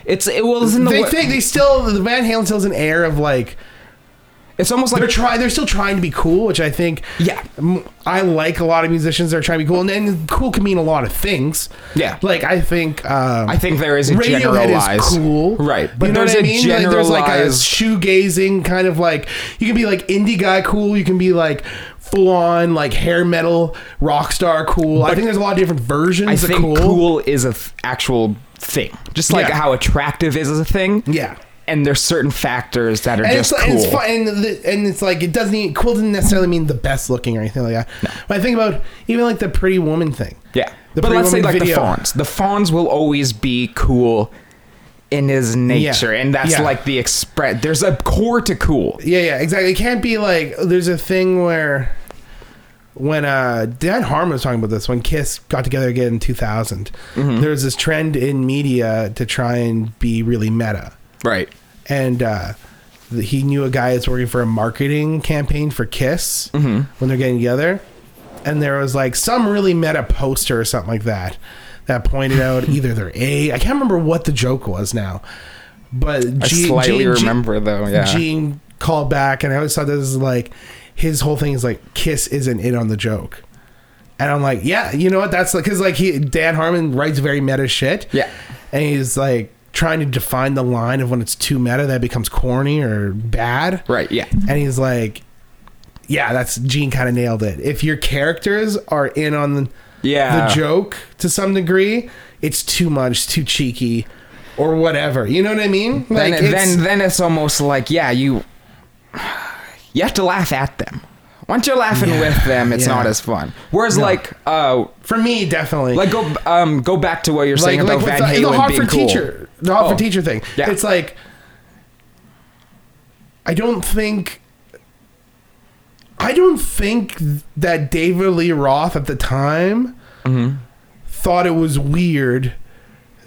It's it wasn't the they wo- think they still the Van Halen still has an air of like it's almost they're like trying they're still trying to be cool, which I think Yeah. m- I like a lot of musicians that are trying to be cool, and, and cool can mean a lot of things. Yeah. like I think um, I think there is a Radiohead generalized is cool, right? But you know there's what I a mean? Like, generalized there's like a shoegazing kind of like you can be like indie guy cool, you can be like full on like hair metal rock star cool. I think there's a lot of different versions I of think cool. cool. is a th- actual thing, just like Yeah. how attractive is a thing. Yeah. and there's certain factors that are And just it's, cool. and it's fun, and, the, and it's like it doesn't even, cool doesn't necessarily mean the best looking or anything like that. But I think about even like the pretty woman thing. Yeah, The but Pretty let's say Woman like video. the fawns. The fawns will always be cool in his nature, and that's Yeah. like the express. There's a core to cool. Yeah, yeah, exactly. It can't be like there's a thing where when uh Dan Harmon was talking about this when Kiss got together again in 2000, Mm-hmm. there was this trend in media to try and be really meta. Right. And uh th- he knew a guy that's working for a marketing campaign for Kiss Mm-hmm. when they're getting together. And there was like some really meta poster or something like that that pointed out either their age. I can't remember what the joke was now. But I slightly remember though. Yeah. Gene called back, and I always thought this is like his whole thing is like Kiss isn't in on the joke, and I'm like, yeah, you know what? That's like because like he Dan Harmon writes very meta shit, Yeah. and he's like trying to define the line of when it's too meta that becomes corny or bad, Right. Yeah. and he's like, yeah, that's Gene kind of nailed it. If your characters are in on the, Yeah. the joke to some degree, it's too much, too cheeky. Or whatever, you know what I mean? Then, it- it's- then then it's almost like yeah you you have to laugh at them. Once you're laughing with them, it's yeah. not as fun. Whereas No. like uh For me, definitely. like go um go back to what you're saying about with uh, Van the, the Halen being Hartford cool. teacher, the Hartford Oh. teacher thing. Yeah. It's like I don't think I don't think that David Lee Roth at the time Mm-hmm. thought it was weird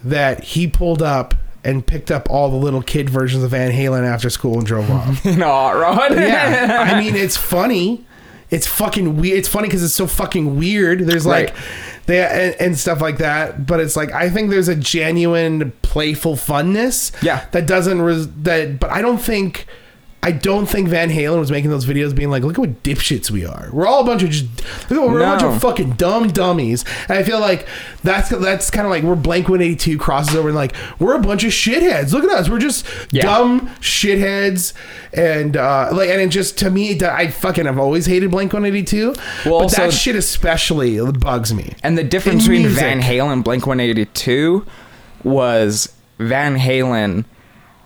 that he pulled up and picked up all the little kid versions of Van Halen after school and drove off. no, Rod. Yeah, I mean it's funny. It's fucking weird. It's funny because it's so fuking weird. There's like, Right. they and, and stuff like that. But it's like I think there's a genuine playful funness. Yeah. that doesn't res- that. But I don't think. I don't think Van Halen was making those videos being like, look at what dipshits we are. We're all a bunch of just, look at, we're a bunch No. of fucking dumb dummies. And I feel like that's that's kind of like where Blank 182 crosses over and like, we're a bunch of shitheads. Look at us. We're just Yeah. dumb shitheads. And uh like and it just to me that I fucking have always hated Blank 182. Well, but also- that shit especially bugs me. And the difference In between music. Van Halen and Blink 182 was Van Halen,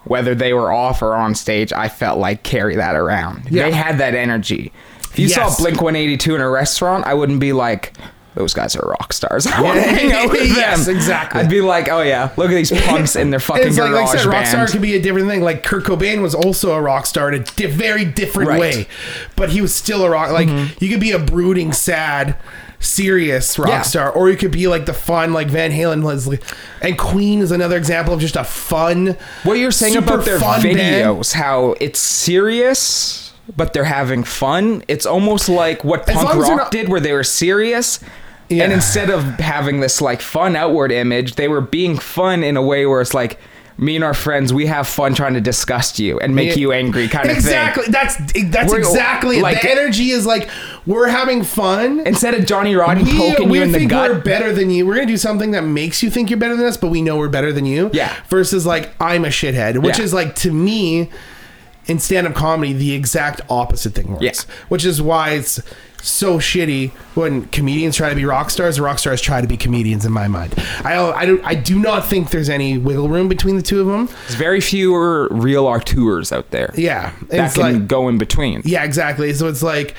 whether they were off or on stage, I felt like carry that around. Yeah. They had that energy. If you Yes. saw Blink 182 in a restaurant, I wouldn't be like, those guys are rock stars. I want to hang out with Yes, them. exactly. I'd be like, oh yeah, look at these punks in their fucking It's like, like I garage said, rock star band. could be a different thing. Like Kurt Cobain was also a rock star in a di- very different Right. Mm-hmm. way, but he was still a rock. Like you could be a brooding, sad, serious rock Yeah. star, or you could be like the fun, like Van Halen was. like- And Queen is another example of just a fun. what you're saying super about their fun band. videos, how it's serious, but they're having fun. It's almost like what As punk long as rock they're not- did, where they were serious. Yeah. And instead of having this like fun outward image, they were being fun in a way where it's like, me and our friends, we have fun trying to disgust you and make Yeah. you angry, kind of thing. Exactly. That's that's We're- exactly it. like- the energy is like we're having fun. Instead of Johnny Rodden we, poking we you in the think we're gut, better than you. We're gonna do something that makes you think you're better than us, but we know we're better than you. Yeah. Versus like I'm a shithead, which Yeah. is like to me in stand-up comedy the exact opposite thing works. Yeah. Which is why it's so shitty when comedians try to be rock stars, rock stars try to be comedians. In my mind, I I, don't, I do not think there's any wiggle room between the two of them. there's very few real arteurs out there Yeah, that it's can like go in between. yeah, exactly. So it's like,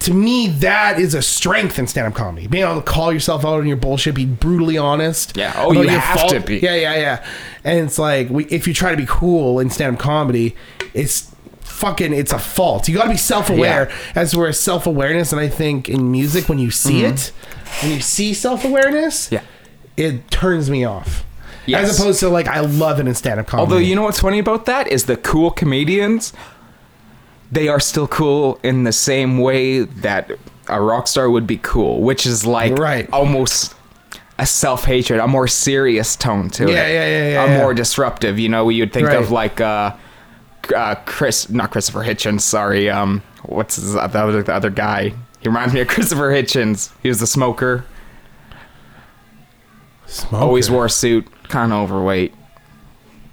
to me, that is a strength in stand-up comedy. Being able to call yourself out on your bullshit, be brutally honest. Yeah. Oh, about you your have to be. Yeah, yeah, yeah. And it's like, we, if you try to be cool in stand-up comedy, it's fucking, it's a fault. You got to be self-aware. Yeah. As we're self-awareness, and I think in music, when you see it, when you see self-awareness, Mm-hmm. Yeah. it turns me off. Yes. As opposed to like, I love it in stand-up comedy. Although you know what's funny about that is the cool comedians, they are still cool in the same way that a rock star would be cool, which is like Right. almost a self hatred, a more serious tone to Yeah, it. yeah, yeah, yeah, A yeah. more disruptive. You know, you'd think Right. of like uh, uh, Chris, not Christopher Hitchens. Sorry, um, what's his, the other the other guy? He reminds me of Christopher Hitchens. He was the smoker, Smoker. always wore a suit, kind of overweight.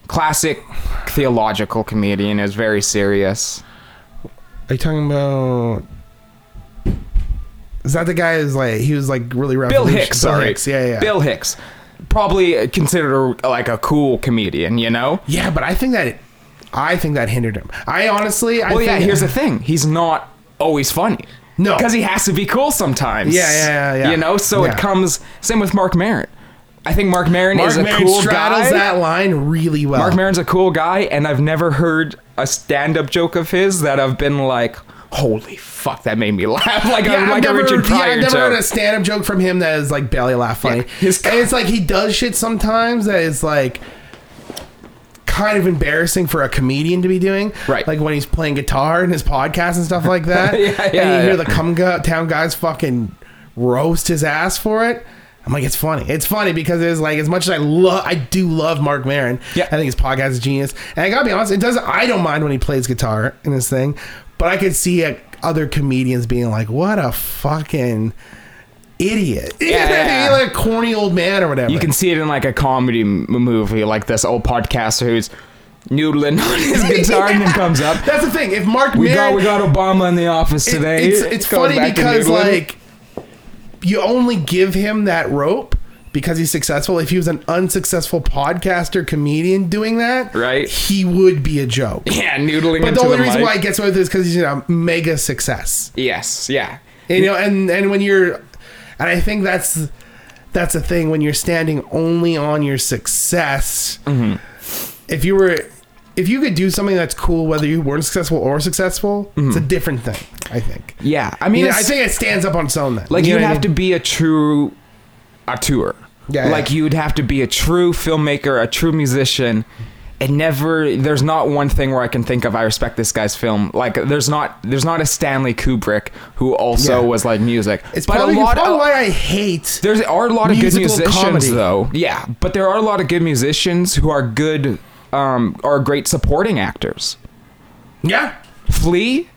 Classic theological comedian is very serious. Are you talking about? Is that the guy who's like he was like really Bill revolution- Hicks, sorry. yeah, yeah, Bill Hicks. Probably considered a, like a cool comedian, you know? yeah. But I think that I think that hindered him. I honestly, I Well, yeah, think- here's the thing. He's not always funny. No. Because he has to be cool sometimes. Yeah, yeah, yeah, yeah. You know? So Yeah. it comes. Same with Mark Maron. I think Mark Maron Mark is a Maron cool straddles guy. that line really well. Mark Maron's a cool guy, and I've never heard a stand up joke of his that I've been like, holy fuck, that made me laugh. like, yeah, I'm I've like never, a Richard yeah, Pryor I've never joke. heard a stand-up joke from him that is like barely laugh funny. Yeah, his- and it's like he does shit sometimes that is like kind of embarrassing for a comedian to be doing. Right. Like when he's playing guitar in his podcast and stuff like that. Yeah, and you yeah, hear yeah. the come go- town guys fucking roast his ass for it. I'm like, it's funny. It's funny because it's like as much as I love, I do love Mark Maron. Yeah. I think his podcast is genius. And I gotta be honest, it does. I don't mind when he plays guitar in this thing, but I could see uh other comedians being like, "What a fucking idiot!" Yeah. like a corny old man or whatever. You can see it in like a comedy m- movie, like this old podcaster who's noodling on his guitar and then comes up. That's the thing. If Mark We Maron, got we got Obama in the office it- today. It's, it's Goes funny back to because noodling. like you only give him that rope because he's successful. If he was an unsuccessful podcaster comedian doing that, Right. he would be a joke. yeah, noodling. But into the only reason mic. why he gets away with it is because he's a mega success. yes, yeah, you know and and when you're and i think that's that's a thing when you're standing only on your success Mm-hmm. if you were if you could do something that's cool whether you weren't successful or successful it's a Mm-hmm. different thing i think yeah. I i mean, mean i it's- think it stands up on its own then like You you'd know what I have to mean? be a true auteur. Yeah, like yeah. you'd have to be a true filmmaker, a true musician. And never, there's not one thing where I can think of. I respect this guy's film. Like, there's not, there's not a Stanley Kubrick who also Yeah. was like music. it's probably, a lot probably of- why i hate There's are a lot of good Musical musicians comedy. though. Yeah, but there are a lot of good musicians who are good um are great supporting actors. yeah Flea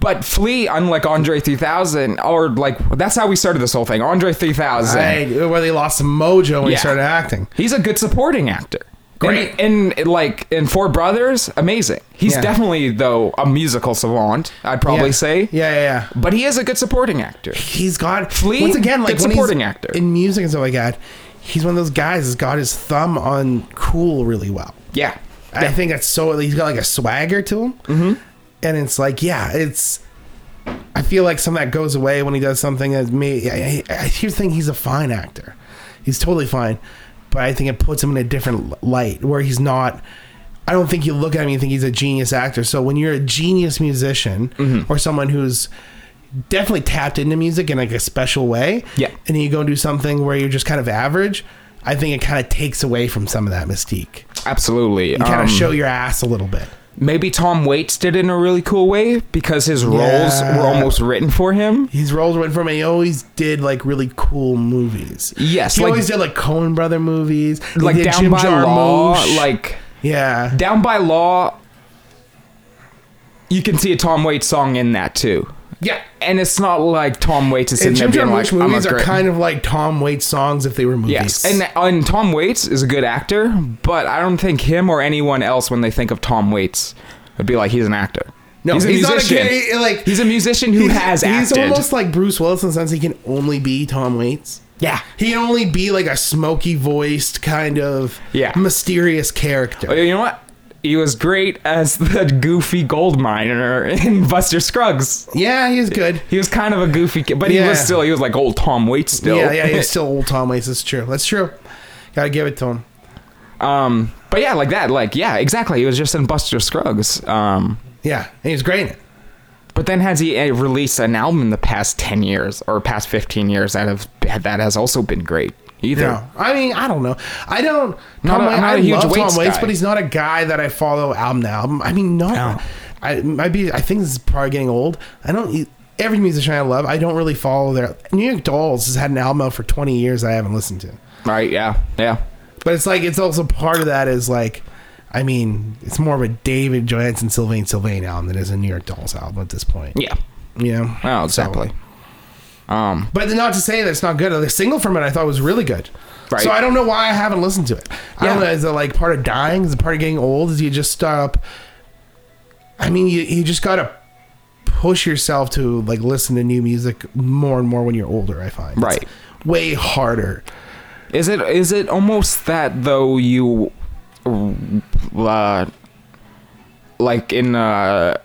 but Flea, unlike Andre 3000, or like that's how we started this whole thing. Andre 3000, I, where they uh, lost some mojo when he Yeah. started acting he's a good supporting actor. Great. and, and, like in Four Brothers, amazing. He's Yeah. definitely though a musical savant. I'd probably yeah. say, yeah yeah yeah but he is a good supporting actor. he's got Flea, once again like good when he's supporting actor. in music and stuff like that. He's one of those guys that's got his thumb on cool really well. Yeah, I think that's so. He's got like a swagger to him, mm-hmm. and it's like yeah, it's I feel like some of that goes away when he does something that me. I, I, I here's the thing: he's a fine actor. He's totally fine, but I think it puts him in a different l- light where he's not. I don't think you look at him and you think he's a genius actor. So when you're a genius musician or someone who's definitely tapped into music in like a special way, Yeah. and you go and do something where you're just kind of average, I think it kind of takes away from some of that mystique. Absolutely. You kind Um, of show your ass a little bit. maybe Tom Waits did it in a really cool way because his roles Yeah. were almost written for him. His roles went from he always did like really cool movies. Yes, he like- always did like Coen Brother movies, He Like did down by law, Jarmusch. like yeah, down by law, you can see a Tom Waits song in that too. yeah. And it's not like Tom Waits is And sitting there Jim being Jarmusch like, I'm movies a are great. kind of like Tom Waits songs if they were movies. Yes, and and Tom Waits is a good actor, but I don't think him or anyone else, when they think of Tom Waits, would be like he's an actor. no, he's he's, a not a musician. good, he- like He's a musician who he's- has He's acted. almost like Bruce Willis in the sense he can only be Tom Waits. yeah. He can only be like a smoky voiced kind of Yeah. Oh, mysterious character. You know what? He was great as the goofy gold miner in Buster Scruggs. Yeah, he's good. He was kind of a goofy kid, but he Yeah. was still he was like old Tom Waits still. Yeah, yeah, he's still old Tom Waits. That's true. That's true. Gotta give it to him. um, but yeah, like that, like yeah, exactly. He was just in Buster Scruggs. Um, Yeah, and he's great in it. But then has he uh, released an album in the past 10 years or past 15 years that have that has also been great either. No, I mean, I don't know. I don't. Not Tom a- Waits, not a I huge love Waits Tom Waits, guy. but he's not a guy that I follow album to album. I mean, no. No. I might be. I think this is probably getting old. I don't. e, Every musician I love, I don't really follow their. New York Dolls has had an album out for twenty years that I haven't listened to. Right, yeah. Yeah. But it's like it's also part of that is like, I mean, it's more of a David Johansen Sylvain Sylvain album than is a New York Dolls album at this point. Yeah. You know? Oh, So- exactly. But not to say that it's not good. The single from it I thought was really good. Right. So I don't know why I haven't listened to it. I don't Yeah. know. Is it like part of dying? Is it part of getting old? Is you just stop? I mean, you, you just gotta push yourself to like listen to new music more and more when you're older. I find It's Right. way harder. Is it is it almost that though you uh, like in uh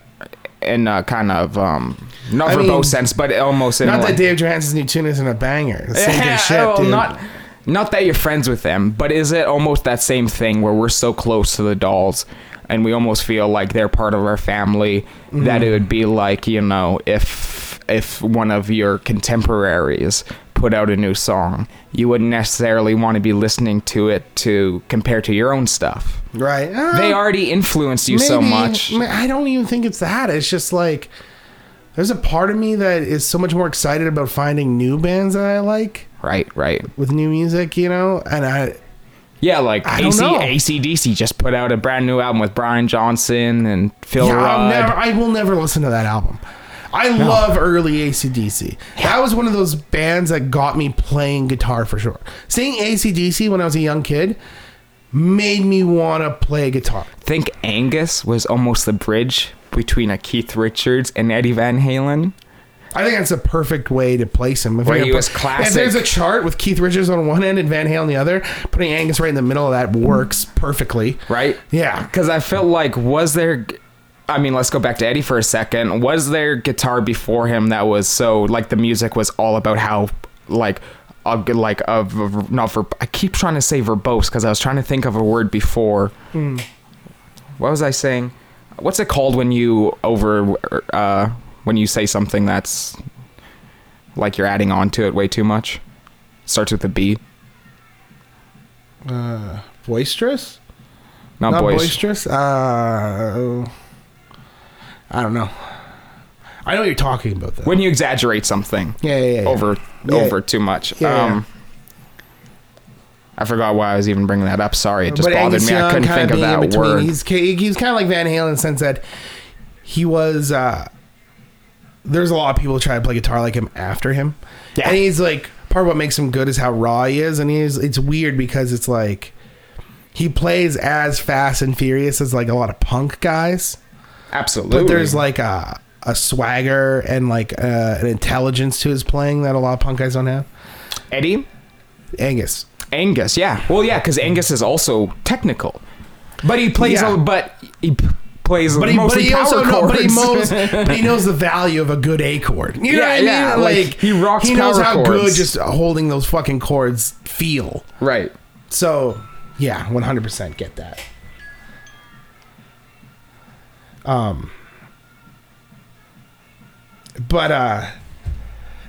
in a kind of um not I verbose mean, sense but almost in Not like, that Dave Johansen's new tune isn't a banger. It's the Same Yeah, good shit, well, dude. Oh, Not, not that you're friends with them, but is it almost that same thing where we're so close to the dolls and we almost feel like they're part of our family that Mm. it would be like, you know, if if one of your contemporaries put out a new song, you wouldn't necessarily want to be listening to it to compare to your own stuff. right. Uh, They already influenced you so maybe- much. ma- I don't even think it's that. It's just like there's a part of me that is so much more excited about finding new bands that I like Right, right. with new music, you know. And I Yeah, like I don't AC, know. ACDC just put out a brand new album with Brian Johnson and Phil yeah, I'll Rudd. never, I will never listen to that album. I love early ACDC. That was one of those bands that got me playing guitar for sure. Seeing ACDC when I was a young kid made me want to play guitar. think Angus was almost the bridge between a Keith Richards and Eddie Van Halen. I think that's a perfect way to place him. If Where you're he gonna was put- classic. If there's a chart with Keith Richards on one end and Van Halen the other, putting Angus right in the middle of that works perfectly. Right? Yeah. Because I felt like, was there. I mean, let's go back to Eddie for a second. Was there guitar before him that was so. Like, the music was all about how, like, a, good- like a v- not ver- I keep trying to say verbose because I was trying to think of a word before. What was I saying? What's it called when you over uh, when you say something that's like you're adding on to it way too much? Starts with a B. Boisterous? Not, Not boys. boisterous? Uh, I don't know. I know what you're talking about, though. When you exaggerate something yeah, yeah, yeah, yeah. over Yeah. over too much. Yeah, yeah. um I forgot why I was even bringing that up. Sorry, it just But bothered Angus me. I Young couldn't kinda think of being in that between. word. He's ki- he's kind of like Van Halen in the sense that he was. Uh, there's a lot of people who try to play guitar like him after him, Yeah. and he's like part of what makes him good is how raw he is, and he's it's weird because it's like he plays as fast and furious as like a lot of punk guys, Absolutely. but there's like a a swagger and like uh, an intelligence to his playing that a lot of punk guys don't have. Eddie, Angus, Angus. Yeah. Well, yeah, because Angus is also technical, but he plays. Yeah. A, but he p- plays But he, but mostly he power also know, but he chords. knows but he knows the value of a good A chord. You know Yeah, what I yeah, mean? like, he rocks He knows power how good chords. just holding those fucking chords feel. right. So yeah, one hundred percent get that. Um, Um, but uh,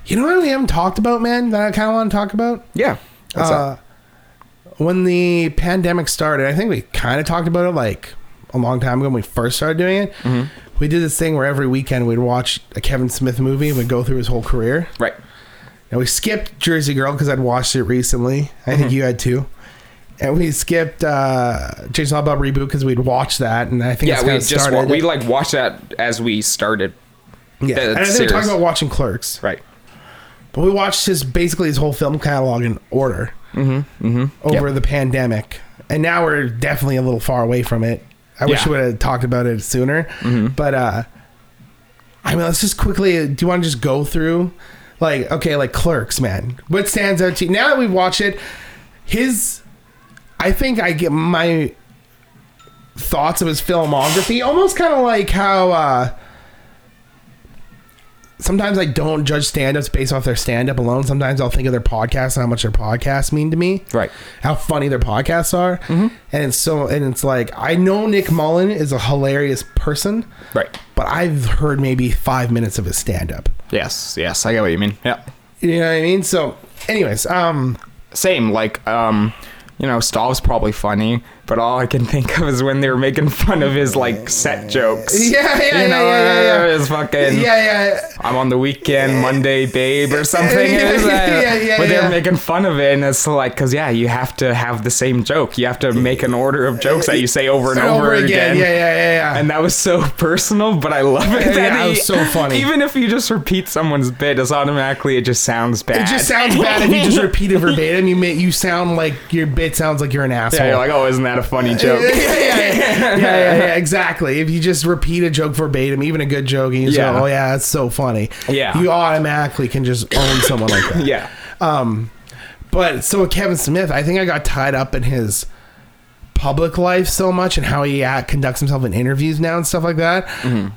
you know what we haven't talked about, man? That I kind of want to talk about Yeah. What's Uh, up? when the pandemic started, I think we kind of talked about it like a long time ago when we first started doing it. Mm-hmm. We did this thing where every weekend we'd watch a Kevin Smith movie and we'd go through his whole career. Right. And we skipped Jersey Girl because I'd watched it recently. I Mm-hmm. think you had too. And we skipped uh, Jason All About Reboot because we'd watched that, and I think Yeah, that's we kinda just wa- started. we like watched that as we started. yeah. the And I think we series. talking about watching Clerks. Right. But we watched his basically his whole film catalog in order over the pandemic, and now we're definitely a little far away from it. I wish Yeah. we would have talked about it sooner, but uh, I mean, let's just quickly. Do you want to just go through, like, okay, like Clerks, man? What stands out to you now that we've watched it? His, I think I get my thoughts of his filmography almost kind of like how. uh sometimes I don't judge stand-ups based off their stand-up alone. Sometimes I'll think of their podcast and how much their podcasts mean to me. Right. Mm-hmm. How funny their podcasts are. And it's so and it's like I know Nick Mullen is a hilarious person, Right. but I've heard maybe five minutes of his stand-up. Yes. Yes. I get what you mean. Yeah. You know what I mean? So anyways, um Same. Like um. You know, Stahl's probably funny, but all I can think of is when they were making fun of his like set jokes. Yeah, yeah, yeah, you know, yeah, yeah, yeah. His fucking yeah, yeah. I'm on the weekend, Monday, babe, or something. Yeah, It was, uh, yeah, yeah, but they're yeah. making fun of it, and it's like, because yeah, you have to have the same joke. You have to make an order of jokes that you say over and over, again. Yeah, yeah, yeah, yeah. And that was so personal, but I love it. Yeah, that yeah, it he- was so funny. Even if you just repeat someone's bit, it's automatically it just sounds bad. it just sounds bad if you just repeat it verbatim. You may, you sound like your bit sounds like you're an asshole. Yeah, you're like, oh, isn't that a funny joke? yeah, yeah, yeah, yeah, yeah, yeah, exactly. If you just repeat a joke verbatim, even a good joke, and you just Yeah. go, "Oh yeah, that's so funny," Yeah. you automatically can just own someone like that. yeah, But so with Kevin Smith, I think I got tied up in his public life so much and how he act, conducts himself in interviews now and stuff like that. Mm-hmm.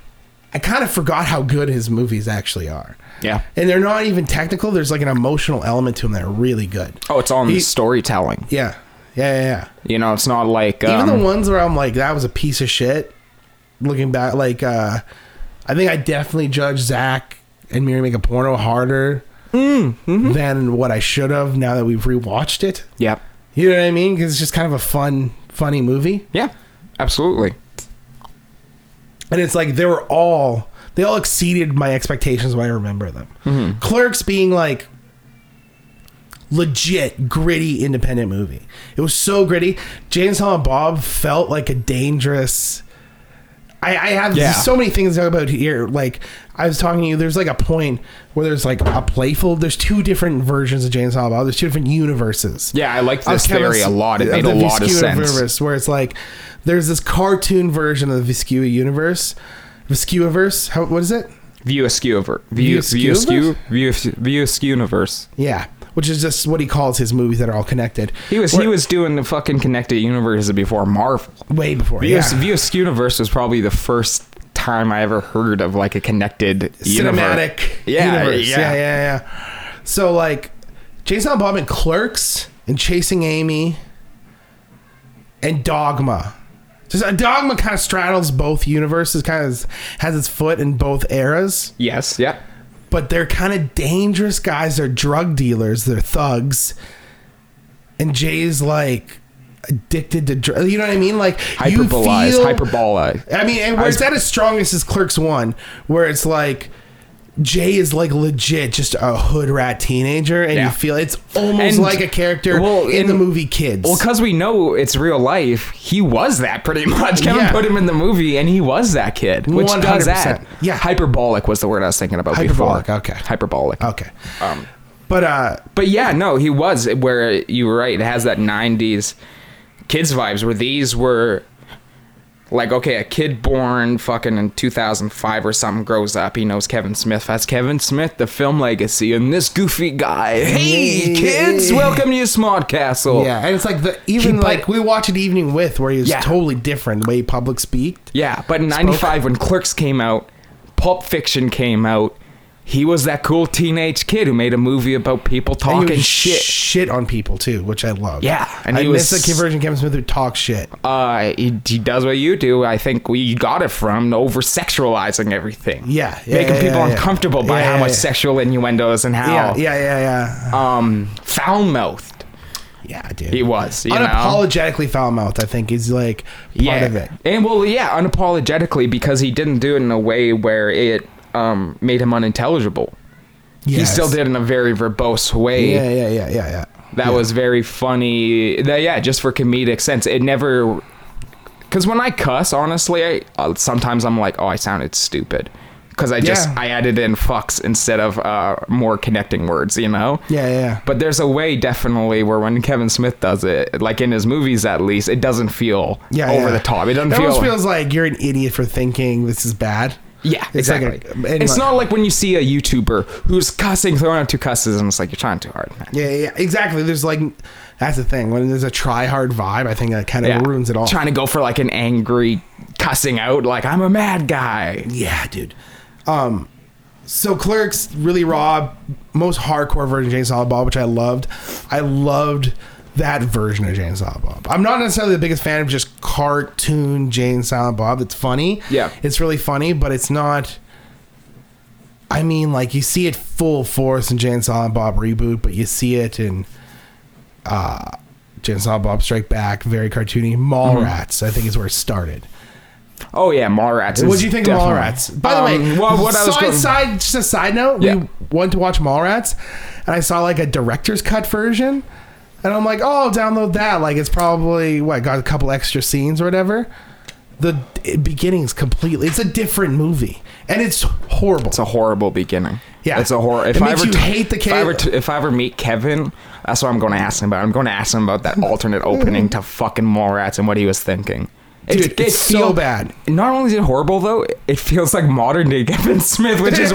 I kind of forgot how good his movies actually are. yeah. And they're not even technical. There's like an emotional element to them that are really good. Oh, it's all in He- the storytelling. Yeah. Yeah, yeah, yeah. You know, it's not like um, even the ones where I'm like, that was a piece of shit. Looking back, like, uh, I think I definitely judged Zach and Miri make a porno harder than what I should have. Now that we've rewatched it, yeah, you know what I mean? Because it's just kind of a fun, funny movie, yeah, absolutely. and it's like they were all they all exceeded my expectations when I remember them. Mm-hmm. Clerks being like legit gritty independent movie. It was so gritty. James Hall and Bob felt like a dangerous. I, I have Yeah. so many things to talk about here. Like I was talking to you, there's like a point where there's like a playful. There's two different versions of James Hall and Bob. There's two different universes. Yeah, I uh, liked of this Kevin theory a S- lot. It of made the a lot of Viscu sense. universe, where it's like there's this cartoon version of the Viscua universe, Viscuiverse. How what is it? View askew over. View View view askew. View view askew universe. Yeah, which is just what he calls his movies that are all connected. He was he Where- was doing the fucking connected universes before Marvel. way before. View yeah. view askew universe was probably the first time I ever heard of like a connected universe. cinematic Yeah, universe. yeah. Yeah. yeah, yeah, yeah. So like Jason Bob and Clerks and Chasing Amy and Dogma. Just a Dogma kind of straddles both universes, kind of has its foot in both eras, Yes. Yep. but they're kind of dangerous guys. They're drug dealers, they're thugs. And Jay's like addicted to drugs. You know what I mean? Like you Hyperbolize. feel- hyperbola. I mean, and where it's at its strongest is Clerks One, where it's like Jay is like legit just a hood rat teenager, and Yeah. you feel it's almost And- like a character well, in, in- the movie Kids. Well, because we know it's real life, he was that pretty much. Kevin Yeah. put him in the movie, and he was that kid, which does 100%. that. Yeah. hyperbolic was the word I was thinking about Hyperbolic, before. okay. Uh, hyperbolic. okay, Um, but uh, But yeah, no, he was where you were right. It has that '90s kids vibes where these were Like, okay, a kid born fucking in 2005 or something grows up. He knows Kevin Smith. That's Kevin Smith, the film legacy, and this goofy guy. Hey, Yeah. kids, welcome to Smart Castle. Yeah, and it's like the even Keep like it- we watch it evening with where he was Yeah. totally different the way he public speaked. Yeah, but in 95 when Clerks came out, Pulp Fiction came out, he was that cool teenage kid who made a movie about people And he talking would shit. shit on people too, which I love. Yeah, and and I he miss was- the conversion Kevin Smith who talks shit. Uh, he, he does what you do. I think we got it from over sexualizing everything. Yeah, yeah, making yeah, people yeah. uncomfortable by Yeah, how yeah, much yeah. sexual innuendos and how Yeah, yeah, yeah, yeah, um foul mouthed yeah, dude. he was. You know? unapologetically foul mouthed. I think is like part yeah. of it. And well, yeah, unapologetically because he didn't do it in a way where it um made him unintelligible. He Yes. still did it in a very verbose way. Yeah, yeah, yeah, yeah, yeah. That was very funny. That, yeah, just for comedic sense. It never. Because when I cuss, honestly, I, uh, sometimes I'm like, oh, I sounded stupid. Because I just, Yeah. I added in fucks instead of uh, more connecting words, you know? Yeah, yeah. But there's a way, definitely, where when Kevin Smith does it, like in his movies at least, it doesn't feel yeah, over yeah. the top. It doesn't It almost feel. feels like you're an idiot for thinking this is bad. yeah, it's like a- exactly. anyway. It's not like when you see a YouTuber who's cussing, throwing out two cusses, and it's like, you're trying too hard, man. Yeah, yeah, yeah, exactly. There's like that's the thing when there's a try hard vibe. I think that kind of ruins it all. Trying to go for like an angry cussing out, like I'm a mad guy. Yeah, dude. Um, so Clerks really raw, most hardcore version of James Bob, which I loved. I loved that version of James Silent Bob. I'm not necessarily the biggest fan of just cartoon James Silent Bob. It's funny. Yeah. it's really funny, but it's not. I mean, like you see it full force in Jane Silent Bob reboot, but you see it in uh, Jane Silent Bob Strike Back, very cartoony. Mallrats, I think, is where it started. Oh yeah, Mallrats. What is do you think of definitely- Mallrats? By the way, Um, well, what I was side, going- side, just a side note, Yeah. we went to watch Mallrats, and I saw like a director's cut version, and I'm like, oh, I'll download that. Like it's probably what got a couple extra scenes or whatever. The d- beginning's completely. It's a different movie, and it's horrible. it's a horrible beginning. Yeah. it's a horror. It If I makes ever you t- hate the if I, kid- ever t- if I ever meet Kevin, that's what I'm going to ask him about. I'm going to ask him about that alternate opening to fucking Mallrats and what he was thinking. It- Dude, it's so feel- bad. Not only is it horrible though, it feels like modern day Kevin Smith, which is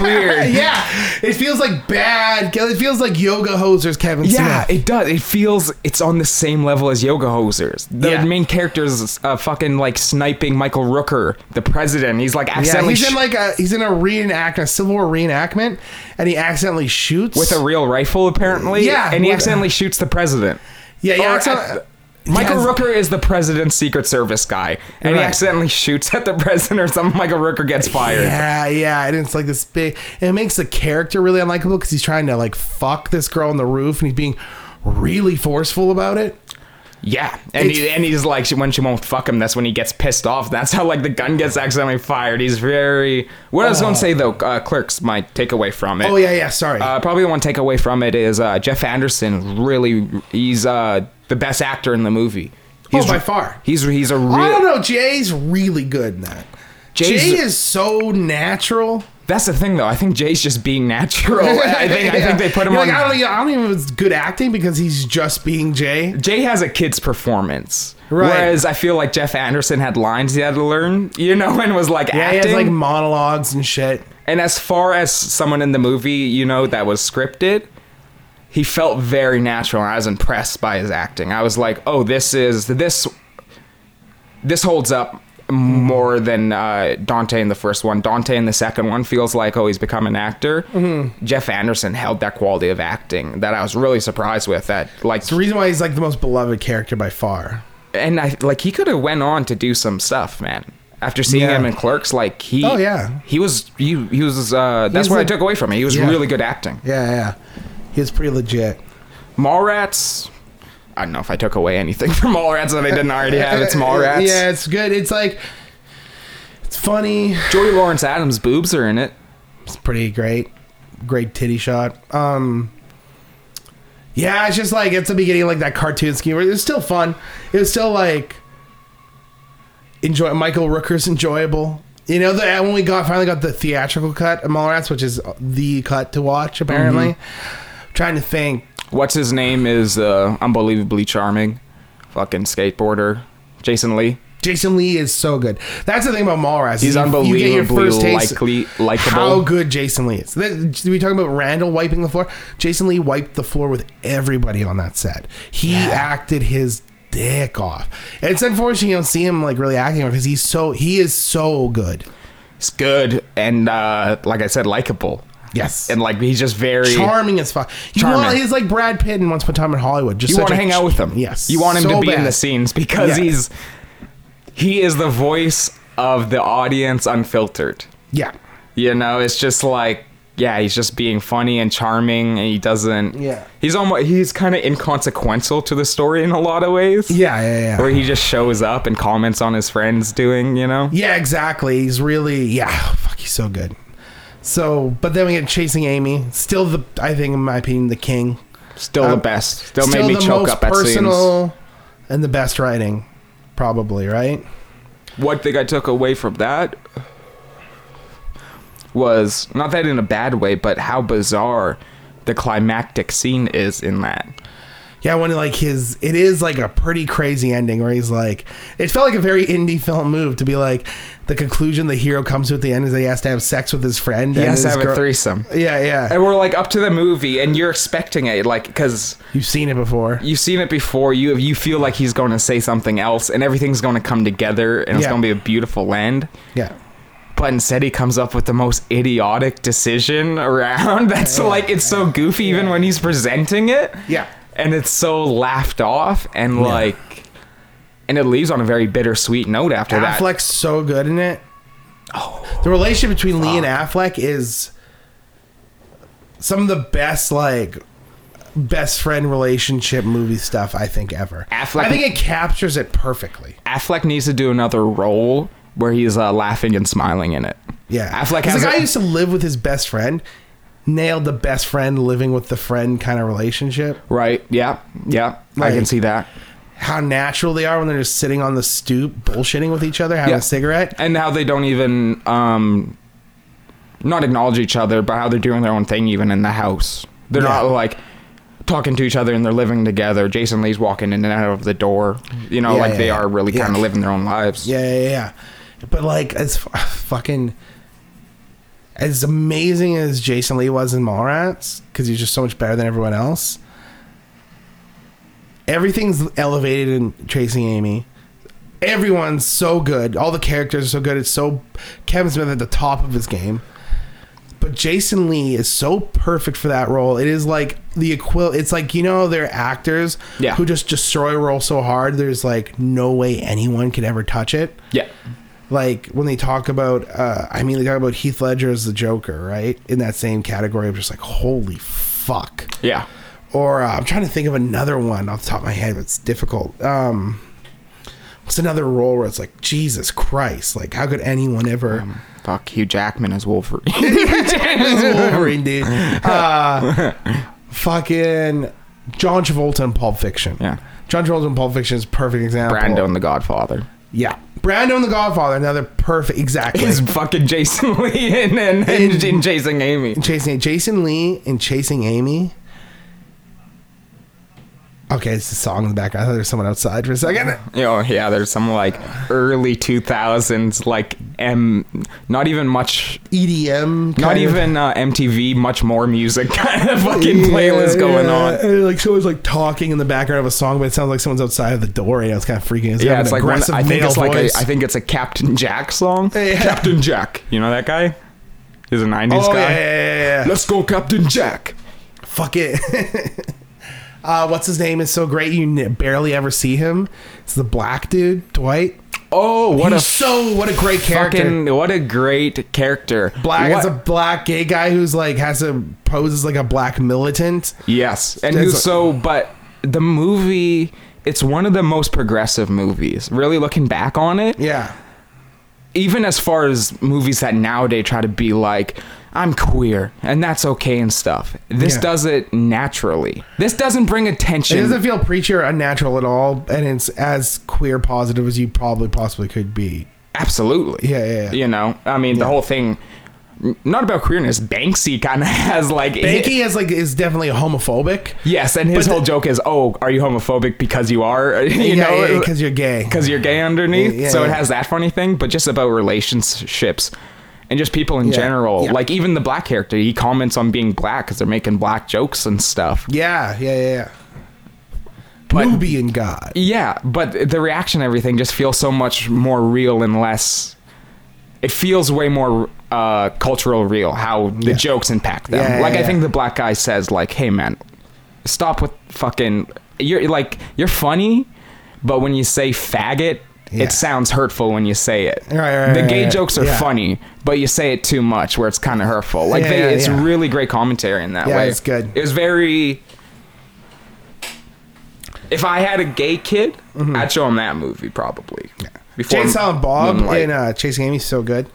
weird. yeah, it feels like bad. It feels like yoga hosers, Kevin Yeah, Smith. it does. It feels it's on the same level as Yoga Hosers. The Yeah. main character is uh, fucking like sniping Michael Rooker, the president. He's like Yeah, accidentally he's in sh- like a he's in a reenactment, a Civil War reenactment, and he accidentally shoots with a real rifle apparently. Yeah, and he with- accidentally shoots the president. Yeah, Or yeah. at- Michael Yes. Rooker is the president's secret service guy, and he Right. accidentally shoots at the president or something. Michael Rooker gets fired. Yeah, yeah. And it's like this big. And it makes the character really unlikable because he's trying to like fuck this girl on the roof, and he's being really forceful about it. Yeah, and It's- he, and he's like she- when she won't fuck him, that's when he gets pissed off. That's how like the gun gets accidentally fired. He's very. What I was gonna say though, uh, Clerks, my takeaway from it. Oh yeah, yeah. Sorry. Uh, probably one takeaway from it is uh, Jeff Anderson. Really, he's uh, the best actor in the movie. He's Oh, by far. He's he's a real. I don't know. Jay's really good in that. Jay's- Jay is so natural. That's the thing though. I think Jay's just being natural. I think I Yeah. think they put him You're on. Like, I, don't, I don't even know if it's good acting because he's just being Jay. Jay has a kid's performance, Right. whereas I feel like Jeff Anderson had lines he had to learn, you know, and was like Yeah, he acting. has like monologues and shit. and as far as someone in the movie, you know, that was scripted, he felt very natural. And I was impressed by his acting. I was like, oh, this is this this holds up more than uh, Dante in the first one. Dante in the second one feels like oh he's become an actor. Jeff Anderson held that quality of acting that I was really surprised with. That like The reason why he's like the most beloved character by far. and I like he could have went on to do some stuff, man. After seeing Yeah. him in Clerks, like he, Oh, yeah. he was he, he was uh, that's was what I a- took away from it. He was Yeah. really good acting. Yeah, yeah. He was pretty legit. Mallrats, I don't know if I took away anything from Mallrats that I didn't already have. It's Mallrats. Uh, Yeah, it's good. It's like it's funny. Joey Lawrence Adams' boobs are in it. It's pretty great. Great titty shot. Um Yeah, it's just like it's the beginning of like that cartoon scheme. It was still fun. It was still like enjoy Michael Rooker's enjoyable. You know, the, when we got finally got the theatrical cut of Mallrats, which is the cut to watch apparently. Mm-hmm. Trying to think. What's his name is uh, unbelievably charming, fucking skateboarder, Jason Lee. Jason Lee is so good. That's the thing about Mallrats. He's You- you get your unbelievably first taste likely- likable. How good Jason Lee is. Then- We talking about Randall wiping the floor. Jason Lee wiped the floor with everybody on that set. He acted his dick off. It's unfortunate you don't see him like really acting because he's so he is so good. It's good and uh, like I said, likable. Yes. And like he's just very Charming as fuck. You Charming. want- he's like Brad Pitt in Once Upon a Time in Hollywood. Just you such want to a hang out with him. Yes. You want him So to be in bad. the scenes because Yes. he's he is the voice of the audience unfiltered. Yeah. You know, it's just like yeah, he's just being funny and charming and he doesn't Yeah. He's almost he's kind of inconsequential to the story in a lot of ways. Yeah. Yeah. Yeah. Where he just shows up and comments on his friends doing, you know? Yeah, exactly. He's really yeah. Fuck, he's so good. So, but then we get chasing Amy. Still the, I think, in my opinion, the king. Still the Um, best. Still, made me choke up at scenes. and the best writing, probably. Right? One thing I took away from that was not that in a bad way, but how bizarre the climactic scene is in that. Yeah. When like his, it is like a pretty crazy ending where he's like, it felt like a very indie film move to be like the conclusion the hero comes to at the end is that he has to have sex with his friend. He and has to his have a girl- threesome. Yeah, yeah. And we're like up to the movie, and you're expecting it, like, because You've seen it before. you've seen it before. You you feel like he's going to say something else, and everything's going to come together, and it's Yeah. going to be a beautiful end. Yeah. But instead, he comes up with the most idiotic decision around. That's like it's so goofy, even when he's presenting it. Yeah. and it's so laughed off, and like, and it leaves on a very bittersweet note after that. Affleck's so good in it. Oh, the relationship between Lee and Affleck is some of the best like best friend relationship movie stuff I think ever. Affleck- I think it captures it perfectly. Affleck needs to do another role where he's uh, laughing and smiling in it. Yeah, Affleck 'Cause has the guy a- used to live with his best friend. Nailed the best friend living with the friend kind of relationship. Right? Yeah, yeah. I can Like- see that. How natural they are when they're just sitting on the stoop bullshitting with each other, having Yeah. a cigarette. and how they don't even um not acknowledge each other but how they're doing their own thing even in the house they're Yeah. not like talking to each other and they're living together jason lee's walking in and out of the door you know Yeah, like yeah, they yeah. are really Yeah. kind of living their own lives Yeah, yeah, yeah. But like, as f- fucking as amazing as Jason Lee was in Mallrats, because he's just so much better than everyone else. Everything's elevated in Chasing Amy. Everyone's so good. All the characters are so good. It's so Kevin Smith at the top of his game. But Jason Lee is so perfect for that role. It is like the equivalent. It's like you know they're actors Yeah. who just destroy a role so hard. There's like no way anyone could ever touch it. yeah Like when they talk about, uh, I mean, they talk about Heath Ledger as the Joker, right? In that same category of just like holy fuck. yeah Or uh, I'm trying to think of another one off the top of my head. but It's difficult. Um, what's another role where it's like Jesus Christ? Like how could anyone ever? fuck hugh jackman as wolverine It's Wolverine, dude. Uh, fucking John Travolta in Pulp Fiction. Yeah. John Travolta in Pulp Fiction is a perfect example. brando in the godfather Yeah. Brando and the Godfather, another perfect. Exactly. is fucking jason lee and and, and, and jason amy Chasing Jason Lee and Chasing Amy. Okay, it's the song in the background. I thought there was someone outside for a second. you know, yeah, there's some like early 2000s, like M, not even much EDM. Not E kind of- even uh, MTV, much more music kind of fucking Yeah, playlist going yeah. on. And, like someone's like talking in the background of a song, but it sounds like someone's outside of the door. Yeah, it's kind of freaking. It's Yeah, got it's an like one, aggressive I think male it's like a, voice. I think it's a Captain Jack song. Yeah. Captain Jack, you know that guy? He's a '90s Oh, guy. yeah, yeah, yeah, yeah. Let's go, Captain Jack. Fuck it. uh, what's his name is so great you n- barely ever see him. It's the black dude, Dwight. Oh, what What a He's so what a great character. fucking what a great character. black What- is a black gay guy who's like has to pose as like a black militant. Yes, and It's you, a- so but the movie. It's one of the most progressive movies. Really looking back on it, Yeah. even as far as movies that nowadays try to be like i'm queer and that's okay and stuff this Yeah. does it naturally this doesn't bring It attention doesn't feel preachy or unnatural at all, and it's as queer positive as you probably possibly could be. absolutely Yeah, yeah, yeah. you know i mean the whole thing not about queerness. Banksy kind of has like Banky is like is definitely homophobic. Yes, and his But whole the- joke is, "Oh, are you homophobic because you are?" you yeah, know, uh, because you're gay. because you're gay underneath. Yeah, yeah, so it yeah. has that funny thing, but just about relationships and just people in Yeah, general. yeah. Like even the black character, he comments on being black because they're making black jokes and stuff. Yeah, yeah, yeah. yeah. But- Nubian god. Yeah, but the reaction, and everything, just feels so much more real and less. It feels way more uh, cultural real how the Yeah. jokes impact them. Yeah, yeah, like I yeah. think the black guy says, like, "Hey man, stop with fucking. You're like you're funny, but when you say faggot, Yeah. it sounds hurtful when you say it. Right, right, the right, gay right, jokes are yeah. funny, but you say it too much, where it's kind of hurtful. Like Yeah, they, yeah, it's yeah. really great commentary in that Yeah, way. it's good. It was very if I had a gay kid, I'd show him that movie probably. Before Mm-hmm. Jay and Silent Bob Moonlight. in uh, Chasing Amy's so good.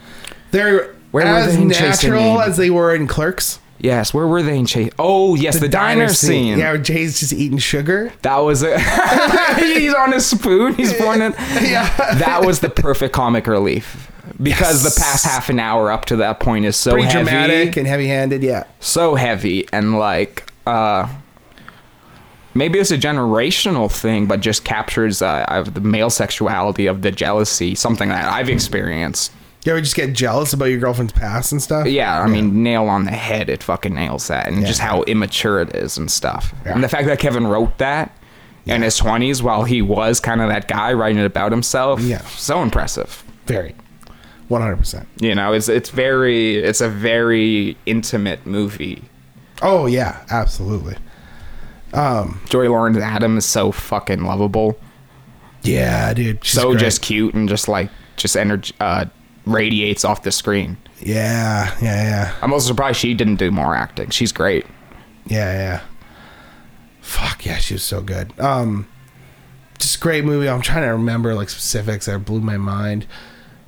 They're Where were as they in Chasing natural Amy? as they were in Clerks. yes, where were they in Chase? Oh, yes, the, diner, scene. Yeah, where Jay's just eating sugar. That was a he's on his spoon. He's pouring it. Yeah. That was the perfect comic relief because Yes. the past half an hour up to that point is so Pretty heavy, dramatic and heavy-handed. Yeah. so heavy, and like uh, maybe it's a generational thing, but just captures uh, of the male sexuality of the jealousy, something that I've experienced. You ever just get jealous about your girlfriend's past and stuff? Yeah, I mean, nail on the head. It fucking nails that, and just how immature it is and stuff. And the fact that Kevin wrote that in his twenties, while he was kind of that guy writing it about himself, Yeah. so impressive. Very. One hundred percent. You know, it's it's very it's a very intimate movie. Oh yeah, absolutely. Joy Lawrence Adam is so fucking lovable, Yeah, dude. she's so great. just cute, and just like just energy uh, radiates off the screen. yeah, yeah, yeah. I'm also surprised she didn't do more acting. She's great. Yeah, yeah. Fuck yeah, she was so good. Um, just great movie. I'm trying to remember like specifics that blew my mind.